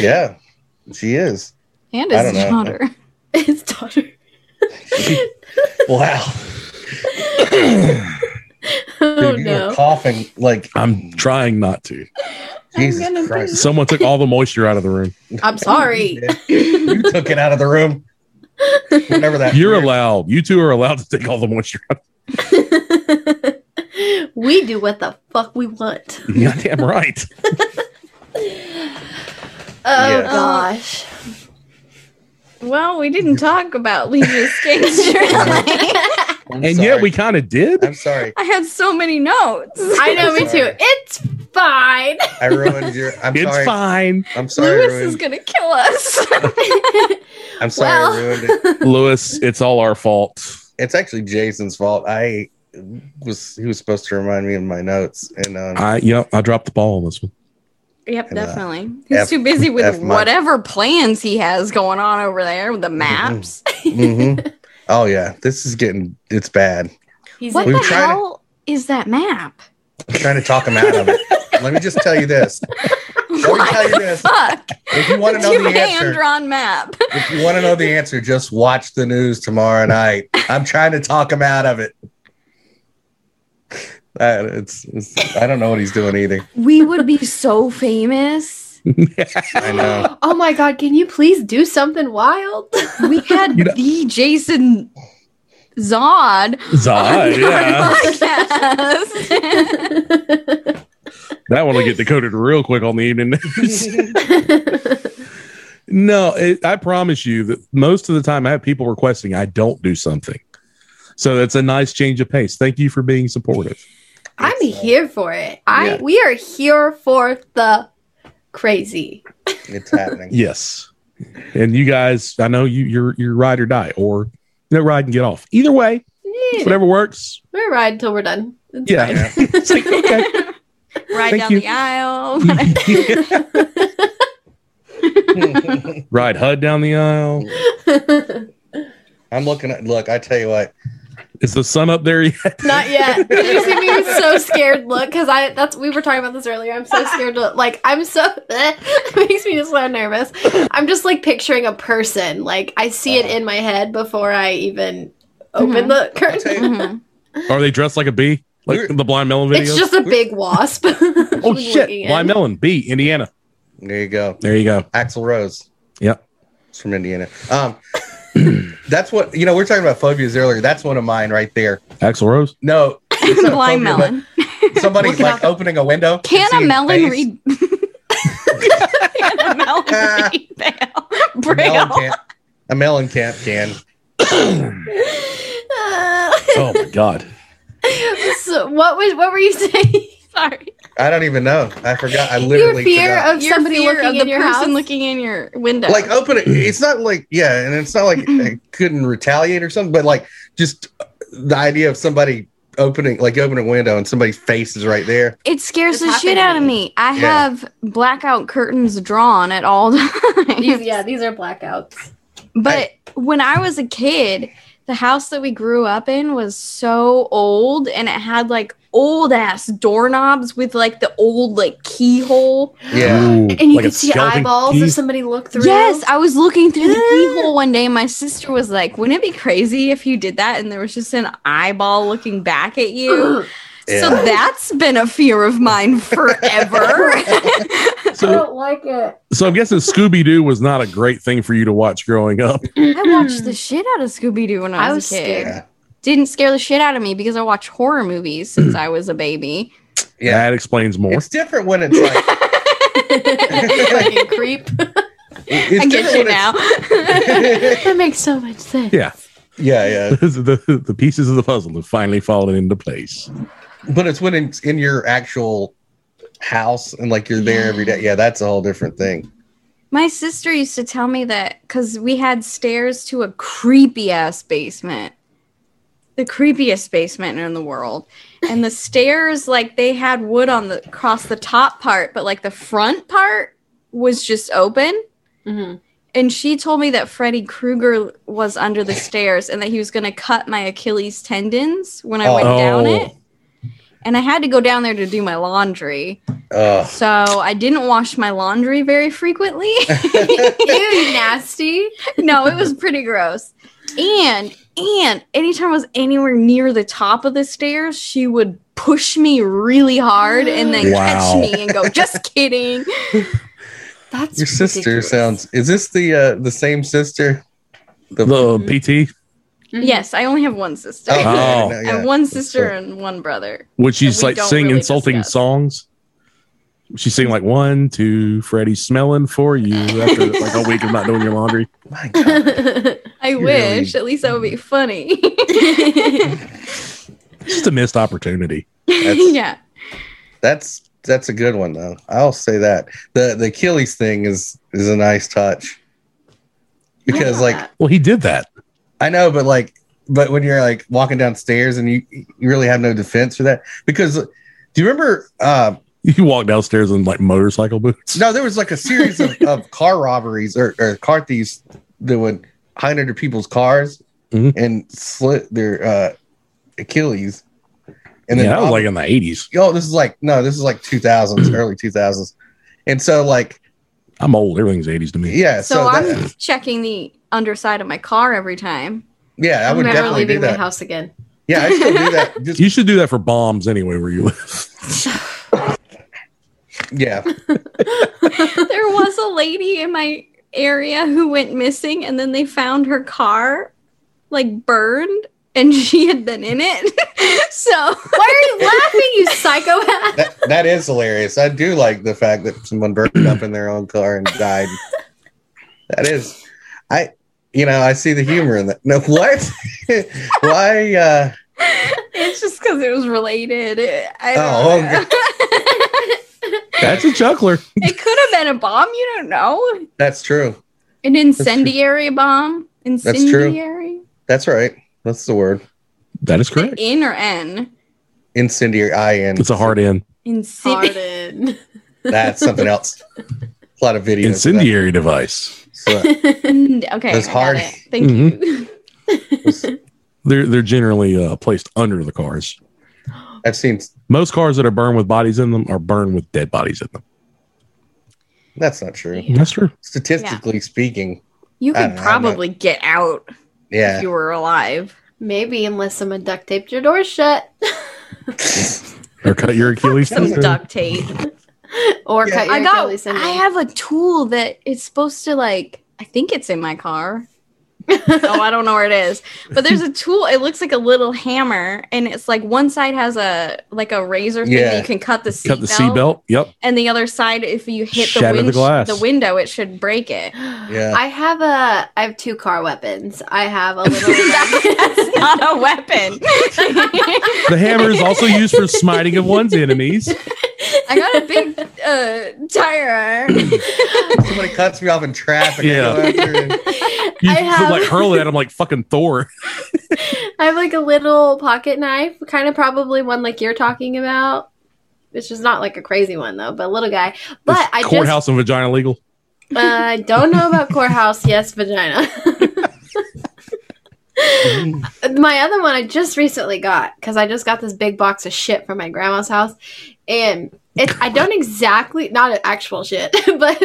G: yeah, she is.
C: and
G: I don't
C: his
G: know.
C: daughter.
B: it's daughter
G: Wow.
B: oh
G: Dude, you were
B: no
G: coughing like
F: I'm trying not to.
G: Jesus
C: gonna
G: Christ.
F: Someone took all the moisture out of the room.
B: i'm sorry
G: you took it out of the room. Whenever that
F: You're allowed. You two are allowed to take all the moisture out.
B: we do what the fuck we want
F: You're damn right.
B: oh
G: Yeah.
B: gosh
C: Well, we didn't talk about Legion of Skanks. really.
G: I'm
F: and
G: sorry.
F: yet we kind of did.
G: I'm sorry.
C: I had so many notes.
B: I know, me
G: Sorry.
B: too. It's fine.
G: I ruined your. I'm
F: it's
G: sorry.
F: fine,
G: I'm sorry. I
C: Lewis is
G: ruined,
C: gonna kill us.
G: I'm sorry. I
B: Well.
G: ruined it.
F: Lewis. It's all our fault.
G: It's actually Jason's fault. I was. He was supposed to remind me of my notes, and um,
F: I yep. I dropped the ball on this one.
C: yep,
G: And, uh,
C: definitely. He's
G: F-
C: too busy with
G: F my-
C: whatever plans he has going on over there with the
G: Mm-hmm.
C: maps.
G: mhm. oh yeah, this is getting. It's bad.
B: He's
C: what
B: a-
G: We've
C: the
G: tried to-
C: hell is that map?
G: I'm trying to talk him out of it. Let me just tell you this. Let me tell
C: What
G: you this.
C: the fuck?
G: If you want to know
C: Your
G: the
C: hand
G: answer,
C: drawn map.
G: if you want to know the answer, just watch the news tomorrow night. I'm trying to talk him out of it. Uh, it's, it's, I don't know what he's doing either.
C: We would be so famous.
G: I know.
B: oh my god, can you please do something wild?
C: We had
F: You know-
C: the Jason Zod on
F: Zod,
C: our
F: Ah, yeah.
C: podcast.
F: That one will get decoded real quick on the evening news. no, it, I promise you that most of the time I have people requesting I don't do something. So that's a nice change of pace. Thank you for being supportive.
B: I'm
G: It's, uh,
B: here for it. I
G: Yeah.
B: we are here for the crazy.
G: It's happening.
F: Yes. And you guys, I know you you're you're ride or die or no ride and get off. Either way,
B: Yeah.
F: whatever works.
B: We're ride till we're done. It's
F: Yeah.
B: fine.
F: it's like okay.
C: Right
F: Thank
C: down
F: you.
C: the aisle.
F: ride HUD down the aisle.
G: I'm looking at. Look, I tell you what.
F: Is the sun up there yet?
B: Not yet. Did you see me with so scared look? Because I that's we were talking about this earlier. I'm so scared to like I'm so it makes me just so nervous. I'm just like picturing a person. Like I see
G: Uh-huh.
B: it in my head before I even
C: Mhm.
B: open the
G: I'll tell
B: curtain.
G: you,
C: Mhm.
F: Are they dressed like a bee? Like
G: We're-
F: the blind melon video?
B: It's just a big wasp.
F: oh
B: Looking
F: shit.
B: in.
F: Blind melon, bee, Indiana.
G: there you go.
F: There you go.
G: Axel Rose.
F: Yep.
G: It's from Indiana. Um, that's what you know. We are talking about phobias earlier. That's one of mine right there.
F: Axel Rose.
G: No, it's not a
C: Blind
G: phobia,
C: melon.
G: but Somebody
B: Looking
G: like
B: out-
G: opening a window. and
C: Can a
G: seeing
C: melon
G: face.
C: read? Can a melon read Braille?
G: A melon
C: Braille?
G: can't. A melon can't can.
B: Uh,
F: Oh my god.
B: so what was what were you saying?
C: Sorry.
G: I don't even know. I forgot. I
B: Your
G: literally
B: fear
G: forgot.
B: of somebody looking in your house.
C: looking in your window.
G: like oh, open it. It's not like yeah, and it's not like I couldn't retaliate or something, but like just the idea of somebody opening like you open a window and somebody's face is right there.
C: it scares
B: This
C: the shit
B: happened to
C: out of me. I
G: Yeah.
C: have blackout curtains drawn at all
B: these,
C: times.
B: yeah, these are blackouts.
C: But when I was a kid, the house that we grew up in was so old and it had like old ass doorknobs with like the old like keyhole.
G: Yeah.
F: Ooh,
B: And you
F: like a
B: could see
F: skeleton
B: eyeballs
F: key?
B: if somebody looked through.
C: Yes, I was looking through the
B: Yeah.
C: keyhole one day. and My sister was like, "Wouldn't it be crazy if you did that?" And there was just an eyeball looking back at you. So
G: Yeah.
C: that's been a fear of mine forever.
B: I
F: So,
B: don't like it.
F: so I'm guessing Scooby Doo was not a great thing for you to watch growing up.
C: I watched the shit out of Scooby Doo when I was,
B: I
C: a
B: was
C: kid.
B: scared.
G: Yeah.
C: Didn't scare the shit out of me because I watched horror movies since I was a baby.
G: Yeah.
F: That explains more.
G: It's different when it's like
B: Fucking creep.
G: it's
C: I get
G: different
C: you
G: when it's-
C: now.
B: That makes so much sense.
F: Yeah.
G: Yeah, yeah.
F: the, the pieces of the puzzle have finally fallen into place.
G: But it's when it's in your actual house and like you're there
C: Yeah.
G: every day. Yeah, that's a whole different thing.
C: My sister used to tell me that because we had stairs to a creepy ass basement, the creepiest basement in the world. And the stairs, like they had wood on the across the top part, but like the front part was just open. Mm-hmm.
B: Mhm.
C: And she told me that Freddy Krueger was under the stairs and that he was going to cut my Achilles tendons when I went down
F: Oh.
C: it. And I had to go down there to do my laundry.
G: Ugh.
C: So I didn't wash my laundry very frequently.
B: Ew, you nasty.
C: no, it was pretty gross. And and anytime I was anywhere near the top of the stairs, she would push me really hard and then
F: Wow.
C: catch me and go, "Just kidding."
B: That's
G: Your sister
B: ridiculous.
G: sounds. Is this the uh, the same sister? The, Mm-hmm.
F: The PT,
B: Mhm.
C: yes, I only have one sister.
G: okay,
F: Oh.
G: no,
C: I have
G: yeah.
C: one sister
G: That's
C: and one brother.
F: would she's
C: we
F: like
C: don't
F: sing
C: really
F: insulting
C: discuss.
F: songs? She seemed like one, two, Freddie smelling for you after like a week of not doing your laundry.
G: My God.
C: I
G: really- Mm.
C: wish. At least that would be funny.
F: It's just a missed opportunity.
G: That's-
C: yeah.
G: That's that's a good one though. I'll say that. The the Achilles thing is is a nice touch. Because like
F: Well, he did that.
G: I know, but like, but when you're like walking downstairs and you you really have no defense for that because do you remember? Uh,
F: You walked downstairs in like motorcycle boots.
G: no, there was like a series of, of car robberies or, or car thieves that would hide under people's cars
F: Mhm.
G: and slit their uh, Achilles. And then
F: yeah, that was
G: rob-
F: like in the eighties.
G: oh, this is like no, this is like 2000s, early 2000s, and so like
F: I'm old. Everything's eighties to me.
G: yeah,
C: So,
G: so, that-
C: I'm checking the underside of my car every time.
G: yeah, I
B: I'm
G: would
B: never
G: definitely do
B: leaving my
G: that.
B: house again.
G: Yeah, I still do that. Just
F: You should do that for bombs anyway, where you live.
G: yeah,
C: there was a lady in my area who went missing and then they found her car like burned and she had been in it. so
B: Why are you laughing, you psychopath?
G: that, that is hilarious. I do like the fact that someone burned up in their own car and died. That is, I, you know, I see the humor in that. No, what? Why? Uh,
C: it's just because it was related. It- I don't
G: Oh,
C: know.
F: That's a chuckler.
C: it could have been a bomb. You don't know.
G: that's true.
C: An incendiary bomb.
G: true.
C: Incendiary.
G: That's right. That's the word.
F: That is
C: Is it
F: correct.
C: in or n?
G: Incendiary. I N.
F: It's a hard end.
C: Incendiary.
B: Harden.
G: That's something else. A lot of videos. of that.
F: Incendiary device.
G: So,
C: Okay.
G: That's
C: I got
G: hard.
C: it. Thank
F: Mhm.
G: Mm-hmm.
C: you.
G: uh,
F: They're they're generally uh, placed under the cars.
G: I've seen.
F: Most cars that are burned with bodies in them are burned with dead bodies in them.
G: That's not true.
F: That's true.
G: Statistically speaking,
C: You
G: I
C: could
G: don't know, I'm not-
C: probably get out
G: yeah.
C: if you were alive.
B: Maybe unless someone duct taped your door shut,
F: Or cut your Achilles.
C: Some
F: tendon.
C: duct tape.
B: or
G: Yeah.
B: cut your
C: I got.
B: Achilles
C: I have a tool that it's supposed to like. I think it's in my car. oh, I don't know where it is, but there's a tool. It looks like a little hammer, and it's like one side has a like a razor thing that
G: Yeah.
C: you can cut the seat
F: Cut the
C: belt,
F: seatbelt. Yep.
C: and the other side, if you hit the,
F: Shatter the
C: wind-
F: glass.
C: the window, it should break it.
G: Yeah.
B: I have a. I have two car weapons. I have a little.
C: That's not a weapon.
F: The hammer is also used for smiting of one's enemies.
C: I got a big uh, tire iron.
G: Somebody cuts me off in traffic. Oh, I
F: Yeah.
G: go after it.
F: You
B: I
F: could,
B: have-
F: like hurl it at him like fucking Thor.
B: I have like a little pocket knife, kind of probably one like you're talking about. It's just not like a crazy one though, but little guy. But
F: Is
B: I just
F: courthouse and vagina legal.
B: uh, I don't know about courthouse. Yes, vagina. my other one I just recently got because I just got this big box of shit from my grandma's house, and it's I don't exactly not actual shit, but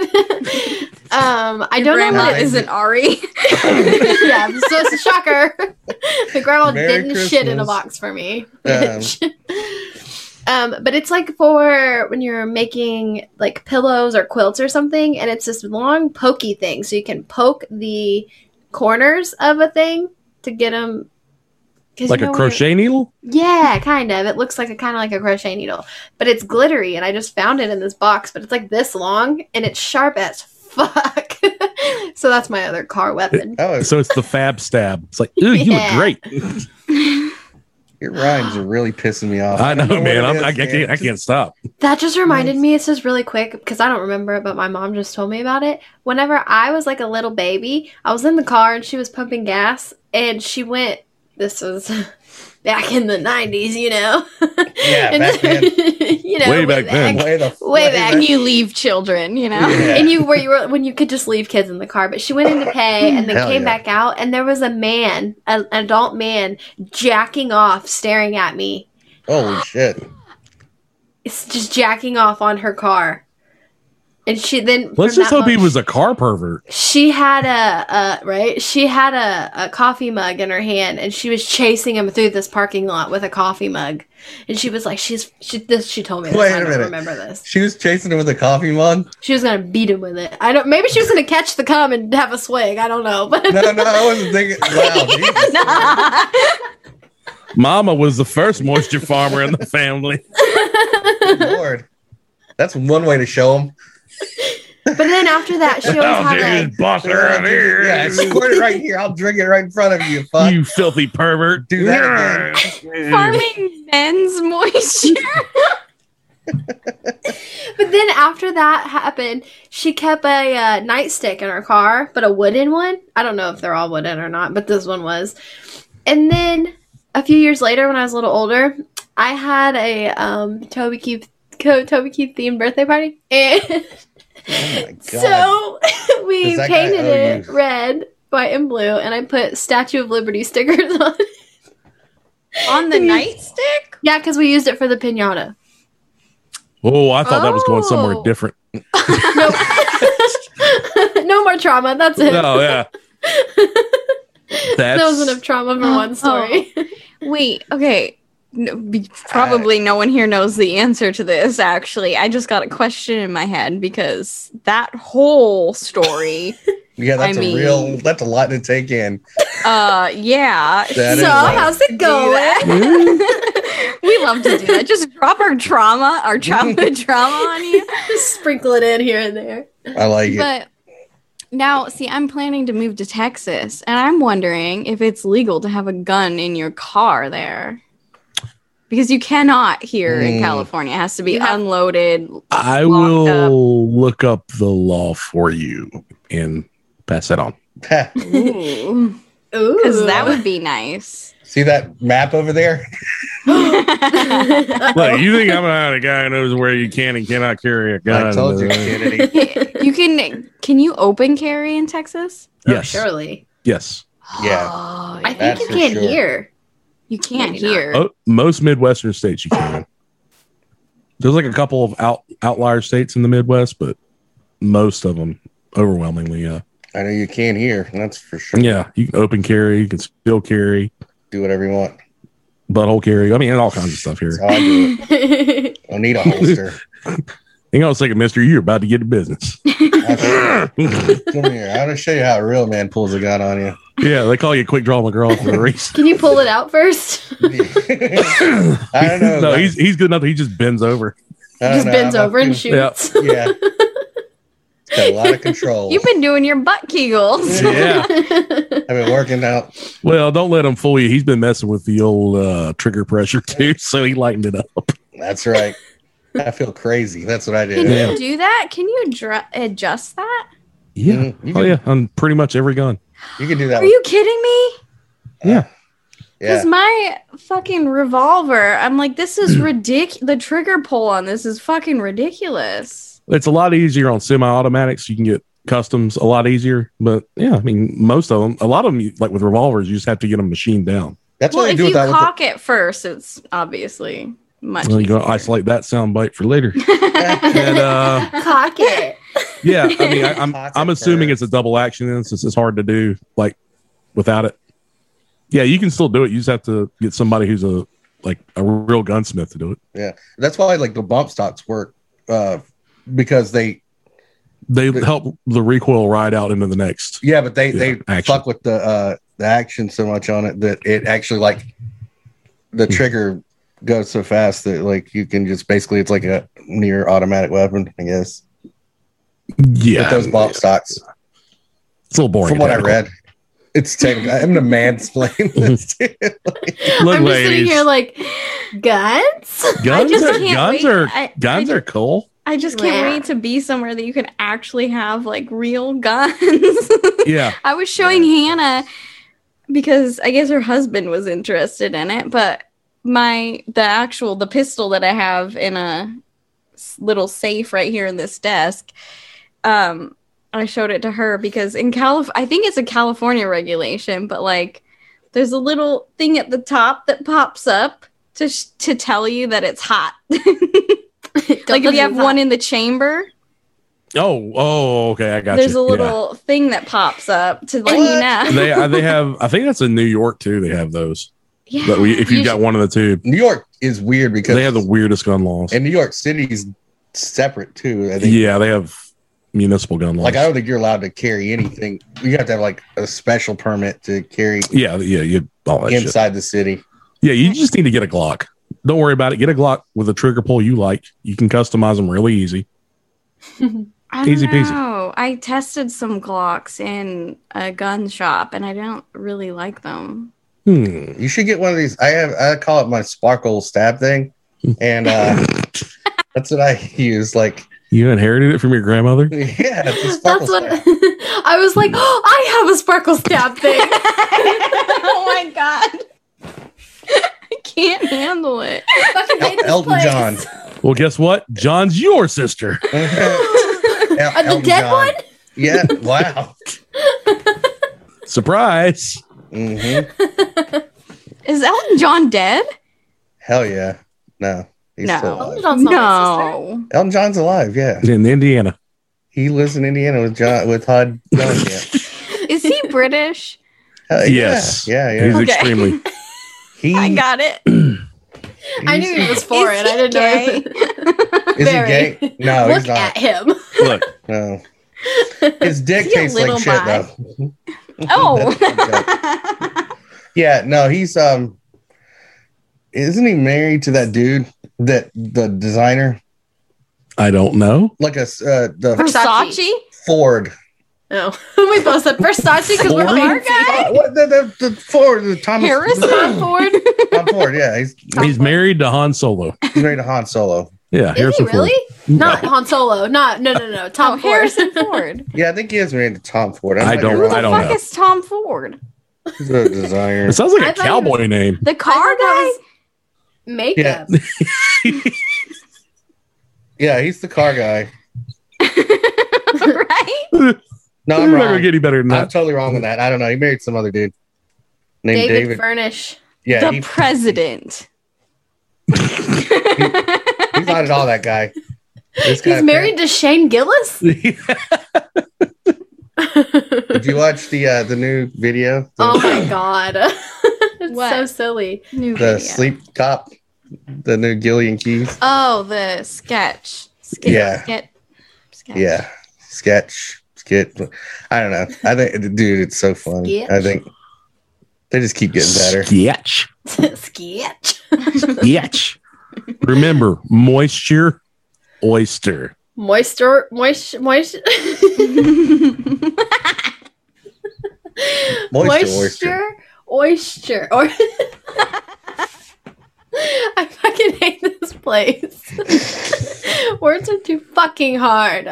B: um I
C: Your
B: don't know.
C: grandma
B: what it-
G: it-
C: isn't Ari.
B: yeah, so it's a shocker. The grandma
G: Merry
B: didn't shit in a
G: Christmas.
B: box for me.
G: Um,
B: Um, but it's like for when you're making like pillows or quilts or something, and it's this long pokey thing, so you can poke the corners of a thing to get them.
F: Like a crochet needle?
B: Yeah, kind of. It looks like a kind of like a crochet needle, but it's glittery, and I just found it in this box. But it's like this long, and it's sharp as fuck. so that's my other car weapon.
G: oh,
F: So it's the fab stab. It's like, ooh, you
B: Yeah.
F: look great.
G: your rhymes are really pissing me off.
F: I know,
G: what
F: man.
G: it
F: I'm,
G: is,
F: I, can't,
G: man.
F: I can't stop.
B: That just reminded me, this is really quick because I don't remember it, but my mom just told me about it. Whenever I was like a little baby, I was in the car and she was pumping gas and she went, this was back in the 90s, you know?
G: Yeah,
B: And-
G: back then.
B: you know,
F: Way back then.
G: Way, the,
B: Way back.
C: and you leave children, you know?
G: Yeah.
B: And you were you were when you could just leave kids in the car, but she went in to pay and then
G: Hell
B: came
G: yeah.
B: back out, and there was a man, a, an adult man, jacking off, staring at me,
G: Holy shit.
B: It's just jacking off on her car. And she then
F: Let's
B: from
F: just
B: that
F: hope he
B: moment-
F: was a car pervert.
B: She had a, a right. She had a, a coffee mug in her hand, and she was chasing him through this parking lot with a coffee mug. And she was like, "She's she this." She told me. This.
G: Wait
B: I
G: a
B: don't
G: minute.
B: remember this.
G: She was chasing him with a coffee mug.
B: She was gonna beat him with it. I don't. Maybe she was gonna catch the cum and have a swig. I don't know. But
G: No, no, I wasn't thinking. Wow, Jesus.
F: Mama was the first moisture farmer in the family.
G: Good Lord. That's one way to show them.
B: But then after that, she always
F: I'll
B: had
F: take
B: like,
F: this Oh, boss around here.
G: Yeah, squirt it right here. I'll drink it right in front of you. Fuck.
F: You filthy pervert.
G: Do that
C: Farming men's moisture.
B: But then after that happened, she kept a uh, nightstick in her car, but a wooden one. I don't know if they're all wooden or not, but this one was. And then a few years later, when I was a little older, I had a um, Toby Keith Co- Toby Keith themed birthday party, and
G: oh my god.
B: so we
G: Does that guy
B: painted
G: owe
B: it
G: you?
B: red, white, and blue, and I put Statue of Liberty stickers on. it.
C: On the nightstick?
B: yeah, because we used it for the pinata.
F: Oh, I thought that was going somewhere
C: Oh.
F: different.
B: Nope. no more trauma. That's it.
F: Oh yeah. That's
B: That was enough trauma for one story.
C: Wait, okay. No, be-
B: Uh,
C: probably no one here knows the answer to this, actually. I just got a question in my head because that whole story,
G: Yeah, that's
C: I
G: a
C: mean-
G: real. That's a lot to take in.
C: uh, yeah.
G: That
B: so,
G: is a-
B: how's it going?
F: Ooh,
C: we love to do that. Just drop our trauma, our childhood trauma on you.
B: Just sprinkle it in here and there.
G: I like it.
C: But now, see, I'm planning to move to Texas, and I'm wondering if it's legal to have a gun in your car there. Because you cannot here in
G: Mm.
C: California. It has to be
B: You have-
C: unloaded.
F: I
C: Locked
F: will look up the law for you and pass that on.
C: Because
B: Ooh,
C: that would be nice.
G: See that map over there?
F: Look, you think I'm not a guy who knows where you can and cannot carry a gun?
G: I told you, Kennedy.
C: you can can you open carry in Texas?
F: Yes.
B: surely.
F: Yes.
G: Yeah.
C: Oh,
B: I think
G: That's
B: you
G: for
B: can't
G: sure.
B: hear.
C: you can't
B: Maybe not.
C: hear.
F: Oh, most Midwestern states you can. There's like a couple of out, outlier states in the Midwest, but most of them overwhelmingly, yeah.
G: I know you can't hear. That's for sure.
F: Yeah, you can open carry, you can still carry,
G: Do whatever you want.
F: butthole carry. I mean, all kinds of stuff here.
G: That's how I do it.
B: That's
G: I don't need a holster.
F: Hang on a second, mister. You're about to get to business.
G: That's- Come here. I'm gonna show you how a real man pulls a gun on you.
F: yeah, they call you Quick Draw McGraw for a reason.
B: Can you pull it out first?
G: I don't know.
F: no, he's he's good enough. He just bends over.
G: I don't
B: Just
G: know.
B: bends
G: Oh, I'm not
B: over and
G: too-
B: shoots.
G: Yeah. It's got a lot of control.
C: You've been doing your butt kegels.
F: Yeah.
G: I've been working out.
F: Well, don't let him fool you. He's been messing with the old uh, trigger pressure too, so he lightened it up.
G: That's right. I feel crazy. That's what I do.
C: Can
F: Yeah.
C: you do that? Can you adru- adjust that?
F: Yeah.
G: Mhm. You,
F: Oh
G: can,
F: yeah, on pretty much every gun.
G: you can do that.
C: Are you kidding me?
G: yeah.
C: Because my fucking revolver, I'm like, this is ridiculous. The trigger pull on this is fucking ridiculous.
F: It's a lot easier on semi-automatics. You can get customs a lot easier, but yeah, I mean, most of them, a lot of them, you- like with revolvers, you just have to get them machined down.
G: That's
C: well,
G: what I
C: if
G: do
C: you
G: with that. with
C: cock it first, it's obviously much.
F: Well, you
C: easier.
F: go isolate that sound bite for later.
G: the-
F: And uh,
B: Cock it.
F: yeah, I mean, I, I'm
G: Pocket
F: I'm assuming
G: birds.
F: it's a double action then, since it's hard to do like without it. Yeah, you can still do it. You just have to get somebody who's a like a real gunsmith to do it.
G: That's why like the bump stocks work uh, because they
F: They
G: But-
F: help the recoil ride out into the next.
G: yeah, but they
F: Yeah,
G: they
F: action.
G: fuck with the uh, the action so much on it that it actually like the
F: Hmm.
G: trigger goes so fast that like you can just basically it's like a near automatic weapon I guess with
F: Yeah,
G: those bump stocks
F: it's a little boring.
G: from what I
F: technical.
G: read. It's technical. I'm gonna mansplain this. dude.
F: Look,
B: I'm just sitting
F: ladies.
B: here like, guns?
F: guns
C: just
F: are
C: can't
F: guns
C: wait.
F: are
C: I-
F: guns
C: I-
F: are cool.
C: I just can't
B: Yeah.
C: wait to be somewhere that you can actually have like real guns.
F: Yeah,
C: I was showing Hannah because I guess her husband was interested in it, but my the actual the pistol that I have in a s- little safe right here in this desk um I showed it to her because in Calif I think it's a California regulation, but like there's a little thing at the top that pops up to sh- to tell you that it's hot. like if you have one in the chamber,
F: Oh, oh, okay, I got
C: there's
F: you.
C: a
F: Yeah.
C: little thing that pops up to let
G: What?
C: you know.
F: they uh, they have. I think that's in New York too. They have those.
C: Yeah.
F: But we, if you've
C: You
F: got
C: should-
F: one of the two,
G: New York is weird because
F: they have the weirdest gun laws.
G: and New York City's separate too. I think.
F: Yeah, they have municipal gun laws.
G: Like I don't think you're allowed to carry anything. You have to have like a special permit to carry
F: yeah, yeah, you all that shit.
G: inside the city.
F: Yeah, you just need to get a Glock. Don't worry about it. Get a Glock with a trigger pull you like. You can customize them really easy.
C: I don't
F: Easy peasy.
C: know. I tested some Glocks in a gun shop, and I don't really like them.
F: Hmm.
G: You should get one of these. I have I call it my sparkle stab thing, and uh, that's what I use. Like,
F: You inherited it from your grandmother?
G: yeah, it's a sparkle
B: That's what
G: stab.
B: I was like. Oh, I have a sparkle stab thing.
C: oh my god, I can't handle it.
B: Fucking hate this
G: Elton
B: place.
G: John.
F: Well, guess what? John's your sister.
G: El-
B: Uh, the
G: Elton
B: dead
G: John.
B: one.
G: Yeah. Wow.
F: Surprise.
G: hmm
C: Is Elton John dead?
G: Hell yeah. No, he's
C: No.
G: still
B: Elton
G: alive.
B: John's not my sister.
C: no.
G: Elton John's alive. Yeah,
F: In Indiana.
G: he lives in Indiana with John with Hud. Bellingham.
C: Is he British?
G: Hell yeah.
F: Yes.
G: Yeah. Yeah.
F: He's
C: Okay.
F: extremely.
G: He,
C: I got it.
B: I knew
G: he's-
B: he was foreign. I didn't know.
G: Is he
B: Very.
G: gay? No,
B: Look
G: he's not.
B: at him.
F: Look,
G: No. His dick
C: Is he a
G: tastes like
C: little
G: shit
C: bi?
G: though.
C: Oh.
G: Yeah, no, he's um isn't he married to that dude that the designer
F: I don't know.
G: like a s- uh, the
B: Versace.
C: Versace?
G: Ford
B: Oh, we both said Versace because we're
F: Ford?
B: fancy.
G: Uh, what the, the, the Ford the Thomas
C: Harris Ford?
G: Tom Ford yeah he's
F: He's married to Han Solo.
G: he's married to Han Solo
F: Yeah,
B: Is he
F: Harrison Ford.
B: really? Not Han Solo. Not no no no. Tom
C: Oh,
B: Ford.
C: Harrison Ford.
G: yeah I think he is married to Tom Ford
F: I
G: might be
F: don't-
C: Who
G: wrong.
C: the
F: don't
C: fuck
F: know.
C: is Tom Ford?
G: he's a designer
F: It sounds like
B: I
F: a
B: thought he
F: cowboy name.
C: The
B: I
C: car
B: thought that
C: guy?
B: was makeup.
G: yeah he's the car guy
C: right?
G: no
F: I'm
G: I'm
F: not gonna
G: wrong
F: get any better than
G: I'm
F: that.
G: totally wrong on that I don't know he married some other dude named
B: David,
G: David,
B: Furnish.
G: yeah
C: the
G: he,
C: president.
G: he's not at all that guy This guy
B: He's married to Shane Gillis.
G: Did you watch the uh, the new video? The,
B: Oh my god. it's
C: What?
B: so silly.
C: New video.
G: the sleep cop, the new Gillian Keys.
C: Oh, the sketch. Sketch.
G: Yeah.
C: Sketch. sketch.
G: Yeah, sketch skit. I don't know. I think, dude, it's so funny.
B: Sketch.
G: I think they just keep getting better.
F: Sketch.
B: Sketch.
F: Sketch. Remember, moisture, oyster.
B: Moisture moist moist
G: Moisture,
B: Oyster.
G: oyster.
B: Or I fucking hate this place. Words are too fucking hard.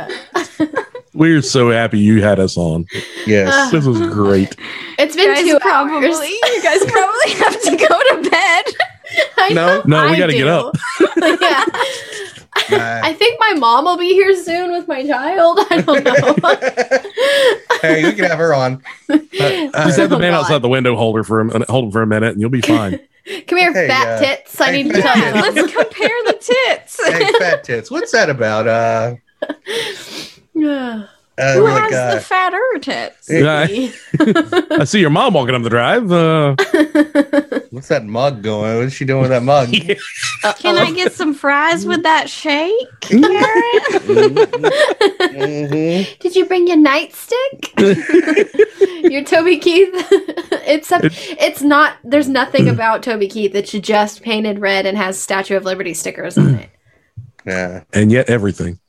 F: We're so happy you had us on.
G: Yes.
F: This was great.
B: It's been
C: You guys
B: two
C: probably,
B: hours.
C: you guys probably have to go to bed.
B: I
G: No.
F: No, we
B: I
F: gotta get
B: do.
F: up.
B: yeah. I think my mom will be here soon with my child. I don't know.
G: hey, we can have her on. Uh, uh,
F: Just have the
B: Oh,
F: man
B: God.
F: outside the window hold her for a, min- hold him for a minute, and you'll be fine.
B: Come here,
G: Hey,
B: fat
G: uh,
B: tits. I
G: hey,
B: need to
G: fat
B: tell you.
G: tits.
B: something.
C: Let's compare the tits.
G: hey, fat tits. What's that about? Uh,
B: Yeah.
G: uh,
C: Who
G: like,
C: has
G: uh,
C: the fatter tits?
G: Hey.
F: I, I see your mom walking up the drive. Uh,
G: what's that mug going? What's she doing with that mug?
C: Can I get some fries with that shake, Karen? Mm-hmm.
G: Mhm.
B: Did you bring your nightstick? your Toby Keith? Except it's not. There's nothing about Toby Keith. It's just painted red and has Statue of Liberty stickers on it.
G: Yeah.
F: and yet, everything.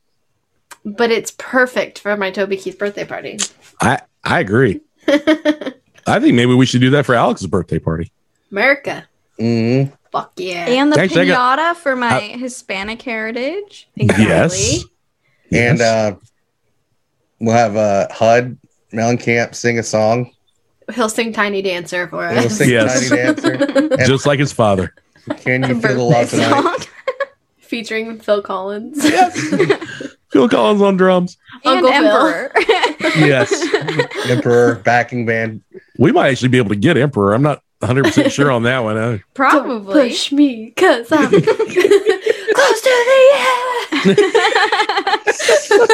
B: But it's perfect for my Toby Keith birthday party.
F: I I agree. I think maybe we should do that for Alex's birthday party.
B: America.
G: Mhm.
B: Fuck yeah.
C: and the
F: Actually, I
C: pinata
F: got- Uh,
C: for my Hispanic heritage.
F: Yes.
G: And
F: Yes.
G: uh, we'll have uh, Hud Mellencamp sing a song.
B: He'll sing Tiny Dancer for
G: We'll
B: us.
G: sing
F: Yes.
G: Tiny Dancer. And
F: just like his father.
G: Can you
C: The
G: feel the love
C: birthday
G: tonight?
C: song.
B: Featuring Phil Collins.
F: Phil Collins on drums.
B: Uncle
C: and
B: Phil.
C: Emperor.
F: Yes.
G: Emperor backing band.
F: We might actually be able to get Emperor. I'm not 100% sure on that one. Uh,
B: Don't
C: Probably.
B: push me, cause I'm close to the edge.
G: Yeah,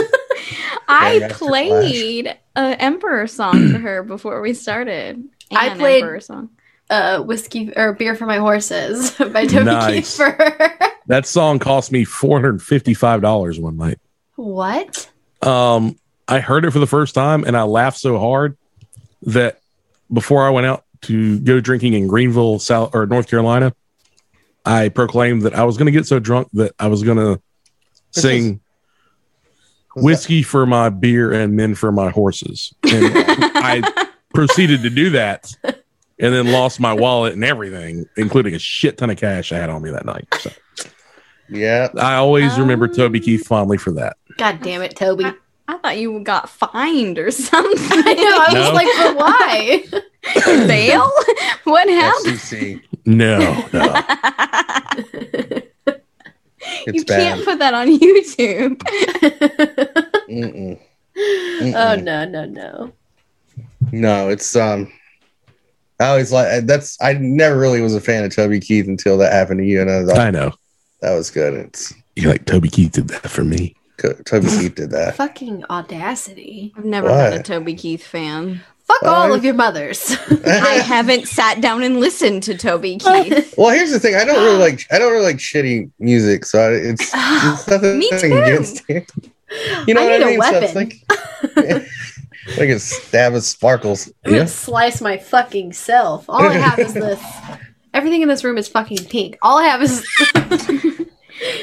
C: I
G: that's a
C: played a Emperor song for her before we started.
B: I
C: An
B: played-
C: Emperor song.
B: Uh, whiskey or beer for my horses by Toby
F: Nice.
B: Keefer.
F: that song cost me $455 one night.
B: what?
F: Um, I heard it for the first time and I laughed so hard that before I went out to go drinking in Greenville, South or North Carolina, I proclaimed that I was going to get so drunk that I was going to
G: This
F: sing
G: Was
F: whiskey for my beer and men for my horses. And I proceeded to do that and then lost my wallet and everything, including a shit ton of cash I had on me that night. So
G: that- yeah.
F: I always remember
C: Um.
F: Toby Keith fondly for that.
B: God damn it, Toby. I
C: I thought you got fined or something.
B: know. I was
F: No.
B: like, but why?
C: Bail? what happened?
G: FCC.
F: No, no.
G: It's
C: you
G: bad.
C: can't put that on YouTube.
G: Mm-mm.
B: oh no, no, no.
G: No, it's um. I always like that's. I never really was a fan of Toby Keith until that happened to you, and I was like,
F: I know.
G: that was good. It's
F: You're like, Toby Keith did that for me.
G: good. Toby Keith did that.
B: Fucking audacity.
C: I've never been a
G: What?
C: Toby Keith fan.
B: Fuck all
G: Why?
B: of your mothers.
C: I haven't sat down and listened to Toby Keith.
G: well, here's the thing. I
B: Ah.
G: don't really like. I don't really like shitty music, so I, it's, it's nothing
C: Me
G: nothing
C: too.
G: against you. You know
B: I
G: what
B: need
G: I
B: a
G: mean?
B: weapon.
G: like, like a stab of sparkles.
B: I'm
F: Yeah.
B: gonna slice my fucking self. All I have is this. Everything in this room is fucking pink. All I have is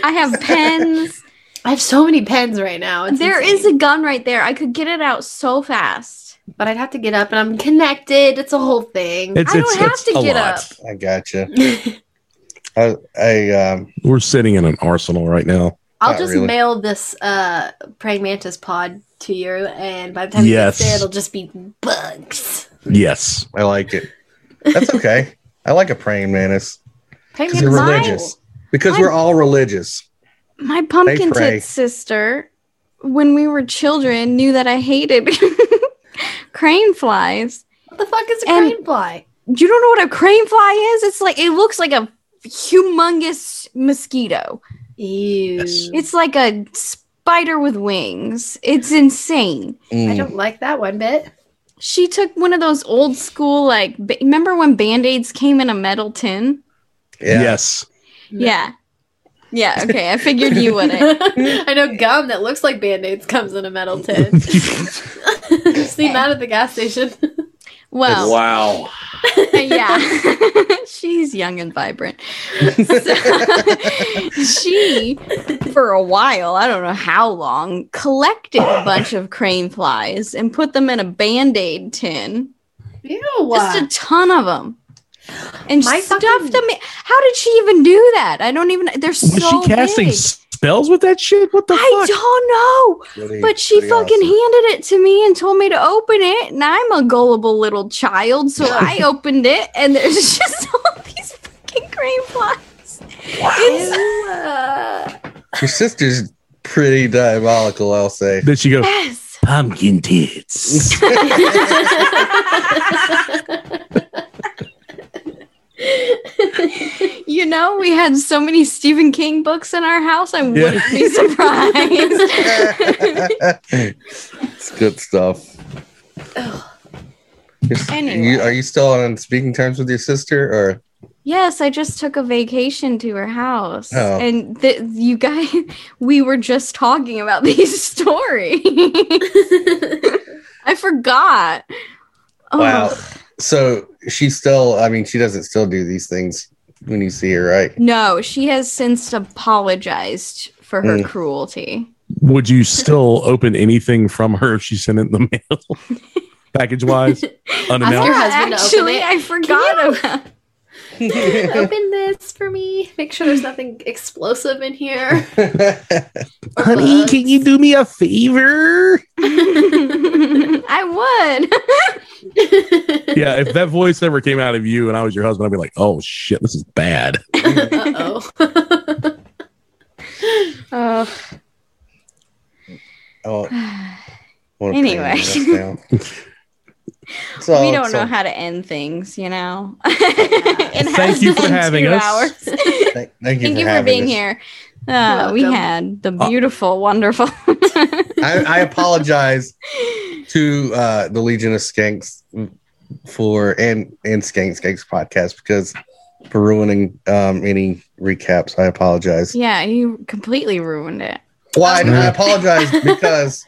C: I have pens.
B: I have so many pens right now. It's
C: There
B: insane.
C: is a gun right there. I could get it out so fast.
B: but I'd have to get up and I'm connected. It's a whole thing.
F: It's,
C: I don't
F: it's,
C: have
F: it's
C: to
F: a
C: get
F: lot.
C: up.
G: I gotcha. I, I um.
F: We're sitting in an arsenal right now.
B: I'll
G: Not
B: just
G: really.
B: mail this uh praying mantis pod to you, and by the time
F: Yes.
B: you get it, it'll just be bugs.
F: Yes.
G: I like it. That's okay. I like a praying mantis
B: Praying
G: because you're
B: mantis-
G: religious. Because we're all religious.
C: My pumpkin
G: pray.
C: tit sister, when we were children, knew that I hated crane flies.
B: What the fuck is a
C: And-
B: crane fly?
C: You don't know what a crane fly is? It's like it looks like a humongous mosquito.
B: Ew.
F: Yes.
C: It's like a spider with wings. It's insane.
B: I
G: Mm.
B: don't like that one bit.
C: She took one of those old school like ba- remember when band-aids came in a metal tin?
G: Yeah.
F: Yes.
C: Yeah. Yeah, okay. I figured you wouldn't.
B: I know gum that looks like band aids comes in a metal tin. Seen that at the gas station.
C: Well,
F: Wow.
C: yeah. She's young and vibrant. So, she, for a while, I don't know how long, collected a bunch of crane flies and put them in a band aid tin.
B: Ew.
C: Just a ton of them. And
B: My
C: stuffed
B: fucking-
C: them. in- How did she even do that? I don't even. They're so
F: Was she casting
C: big.
F: spells with that shit? What the
C: I
F: fuck?
C: don't know.
G: Pretty-
C: But she
G: pretty
C: fucking
G: awesome.
C: handed it to me and told me to open it, and I'm a gullible little child, so I opened it, and there's just all these fucking cream flies. It's- uh,
G: Your sister's pretty diabolical, I'll say.
F: Then she goes,
C: yes.
F: pumpkin tits.
C: You know, we had so many Stephen King books in our house, I
F: Yeah.
C: wouldn't be surprised.
G: it's good stuff. Your-
C: Anyway.
G: you- are you still on speaking terms with your sister, or
C: yes, I just took a vacation to her house,
G: Oh.
C: and th- you guys, we were just talking about these stories. I forgot. Oh,
G: wow?
C: Ugh.
G: So she still, I mean, she doesn't still do these things when you see her, right?
C: No, she has since apologized for her
G: Mm.
C: cruelty.
F: Would you still open anything from her if she sent it in the mail? Package wise,
B: Ask your
F: unannounced.
B: husband to open
C: actually,
B: it.
C: I forgot about.
B: Open this for me. Make sure there's nothing explosive in here. Or bugs.
F: do me a favor?
C: I
F: Yeah, if that voice ever came out of you and I was your husband, I'd be like, oh shit, this is bad.
B: Uh oh.
C: would. Ugh.
G: oh, I wanna
C: Anyway.
G: play this now. It's all-
C: we don't
G: it's
C: know
G: all-
C: how to end things, you know. it has
F: you for
C: been
F: having
C: two
F: us.
C: Hours. Thank,
G: Thank, thank you for,
C: you for
G: having
C: being
G: us.
C: here. Uh, we
B: welcome.
C: had the
F: Uh,
C: beautiful, wonderful.
G: I, I apologize to uh, the Legion of Skanks for and and Skank Skanks podcast because for ruining um, any recaps. I apologize.
C: yeah, you completely ruined it.
G: Well, I, I
F: Yeah.
G: apologize because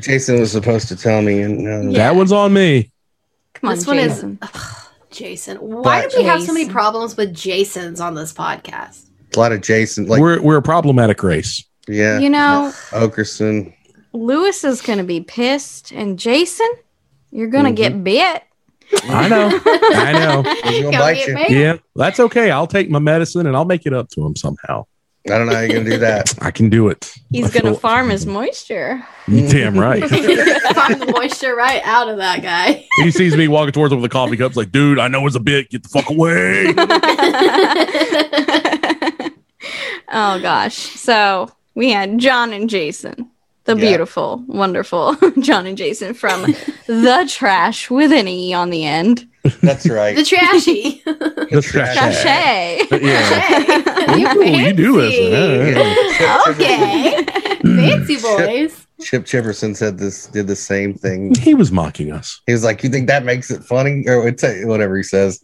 G: Jason was supposed to tell me, and uh,
C: Yeah.
F: That one's on me.
C: Come on,
B: this one
C: Jason.
B: is ugh, Jason. Why
G: But-
B: do we have so many
C: Jason.
B: problems with Jasons on this podcast?
G: A lot of Jason, like
F: we're we're a problematic race.
G: yeah,
C: You know,
G: Okerson.
C: Lewis is going to be pissed, and Jason, you're going to
G: Mm-hmm.
C: get bit.
F: I know. I know.
G: He's gonna
B: Gotta
G: bite
B: get
G: you.
B: mad.
F: Yeah, that's okay. I'll take my medicine and I'll make it up to him somehow.
G: I don't know how you're gonna do that.
F: I can do it.
C: He's
F: I
C: going to
F: feel-
C: farm his moisture.
F: You damn right.
B: Find the moisture right out of that guy.
F: he sees me walking towards him with a coffee cup. He's like, dude, I know it's a bit. Get the fuck away.
C: oh gosh. So we had John and Jason, the
G: Yeah.
C: beautiful, wonderful John and Jason from The Trash with an E on the end.
G: That's right.
B: The trashy.
F: The trash.
G: Trash.
C: Trashay.
F: Yeah.
B: Hey,
F: Ooh, you do listen.
G: Yeah. Chip Chiverson-
B: Okay. Fancy boys.
G: Chip Chiverson said this did the same thing.
F: He was mocking us.
G: He was like, "You think that makes it funny?" Or it's a, whatever he says.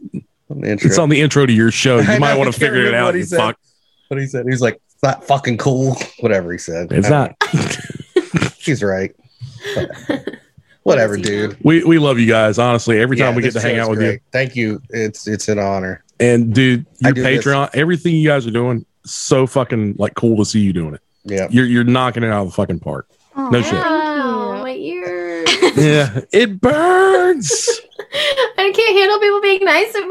G: On the intro.
F: It's on the intro to your show.
G: I
F: You
G: know,
F: might
G: I
F: want
G: can't
F: to figure it
G: remember
F: out.
G: what he
F: you
G: said.
F: fuck.
G: what he said. He was like, "It's not fucking cool." Whatever he said.
F: It's
G: I don't
F: not.
G: know. He's right. Whatever,
B: What does he know?
G: dude.
F: We we love you guys. Honestly, every time
G: Yeah,
F: we get to
G: this
F: hang
G: show's
F: out with you.
G: great. Thank you. It's it's an honor.
F: And dude,
G: I
F: your
G: do this.
F: Patreon, everything you guys are doing, so fucking like cool to see you doing it.
G: Yeah.
F: You're you're knocking it out of the fucking park.
C: Oh,
F: No shit.
B: Wow,
C: Thank
B: my ears.
F: Yeah, it burns.
B: I can't handle people being nice to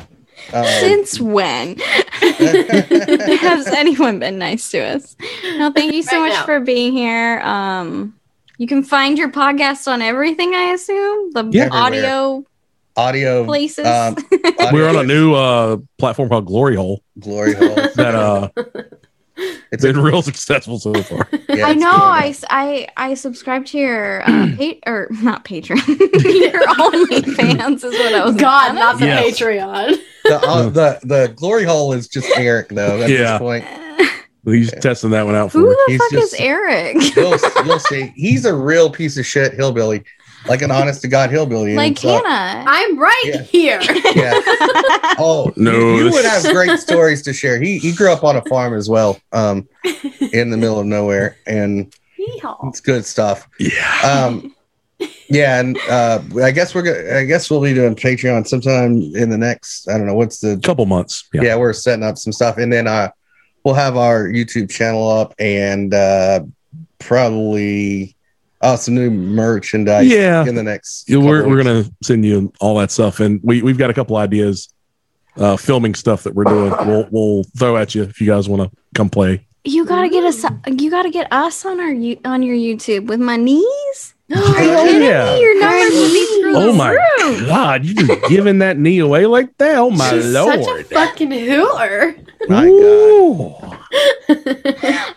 B: me.
G: Um,
C: Since when has anyone been nice to us? No, thank you so
B: Right
C: much
B: now.
C: for being here. Um, you can find your podcast on everything, I assume. The
G: Yeah.
C: audio
G: audio
C: places.
G: Um, audio
F: We're on a new uh platform called Glory Hole
G: glory hole.
F: that uh
G: It's
F: been real successful so far.
G: yeah,
C: I
G: it's
C: know.
G: good.
C: I, s- I I subscribe to your uh, pa- or not Patreon. your OnlyFans is what I was.
B: God, not the
F: Yes.
B: Patreon.
G: the, uh, the the glory hole is just Eric though. At
F: Yeah.
G: this point,
F: He's testing that one out
C: Who
F: for us.
C: the
G: He's
C: fuck
G: just-
C: is Eric?
G: you'll you'll see. He's a real piece of shit hillbilly, like an honest to god hillbilly. and
C: like
G: it's, uh,
C: Hannah.
B: I'm right
G: Yeah.
B: here.
G: Yeah. Oh
F: No,
G: You, you
F: this-
G: would have great stories to share. He he grew up on a farm as well, um, in the middle of nowhere, and
B: Yeehaw.
G: it's good stuff.
F: Yeah.
G: Um, yeah, and uh, I guess we're gonna. I guess we'll be doing Patreon sometime in the next. I don't know what's the
F: Couple months. Yeah.
G: yeah, we're setting up some stuff and then uh we'll have our youtube channel up and uh probably uh some new merchandise
F: Yeah.
G: in the next
F: Yeah, We're
G: couple
F: we're
G: weeks.
F: gonna send you all that stuff. And we we've got a couple ideas uh filming stuff that we're doing. We'll we'll throw at you if you guys wanna come play.
C: you gotta get us. You gotta get us on our you on your YouTube with my knees.
F: Oh
B: Are
G: you
F: kidding Yeah. me?
B: Your numbers will be through
F: Oh
B: the
F: my
B: roof.
F: God, you just giving that knee away like that? Oh my
B: She's such a
F: lord!
B: fucking hooer.
G: My
F: Ooh.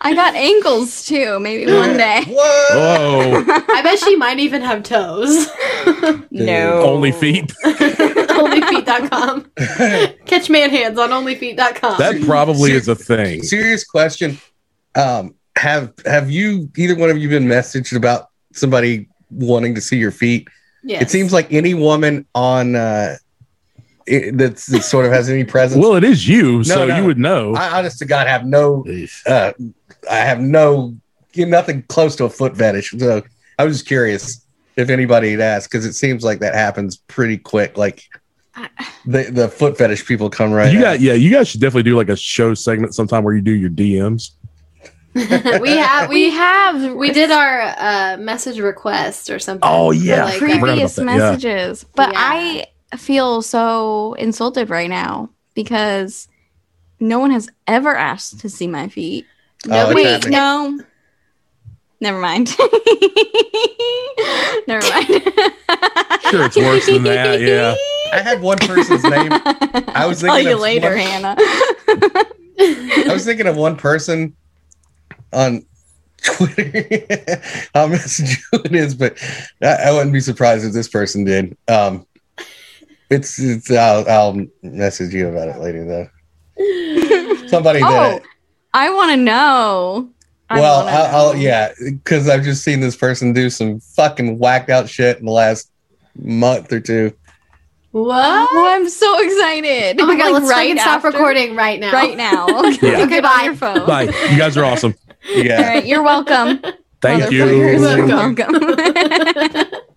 C: I got ankles too. Maybe one day.
G: What?
F: Whoa!
B: I bet she might even have toes.
G: No.
F: Only feet.
B: Onlyfeet.com. Catch man hands on onlyfeet.com.
F: That probably is a thing.
G: serious question um have have you either one of you been messaged about somebody wanting to see your feet
B: yes.
G: it seems like any woman on uh it, that's that sort of has any presence
F: Well, it is you, so
G: no.
F: you would know.
G: I honest to God have no uh, I have no nothing close to a foot fetish. So I was just curious if anybody had asked because it seems like that happens pretty quick. Like the the foot fetish people come right.
F: you
G: at
F: got yeah. You guys should definitely do like a show segment sometime where you do your DMs.
B: we have
C: We
B: we
C: have
B: we did our uh, message request or something.
F: Oh,
B: for,
F: yeah.
B: like,
F: Creepy.
B: our-
C: previous
F: that, yeah.
C: messages. But
B: Yeah.
C: I feel so insulted right now because no one has ever asked to see my feet.
G: Oh, it's
B: Nobody-
C: Wait,
G: happening.
C: no. Never mind. Never mind.
F: Sure, it's worse than that. Yeah,
G: I had one person's name.
C: I
G: was
C: I'll tell
G: thinking
C: you
G: of
C: later,
G: one-
C: Hannah.
G: I was thinking of one person on Twitter. I'll message you who it is, but I, I wouldn't be surprised if this person did. Um, it's it's I'll, I'll message you about it later though. Somebody did
C: Oh,
G: it.
C: I want to know. I
G: well,
C: wanna
G: I'll, I'll
C: know.
G: yeah, because I've just seen this person do some fucking whacked out shit in the last month or two.
B: What?
C: Oh, I'm so excited.
B: Oh my god,
C: Like,
B: let's
C: right
B: fucking stop
C: after-
B: recording right now.
C: Right now.
F: Yeah.
C: Get
B: Okay,
C: on
B: bye.
C: your phone.
F: bye. You guys are awesome.
C: All
G: Yeah,
C: right, you're welcome.
F: Thank
G: Motherfuckers.
F: you.
C: You're
B: welcome.
C: welcome.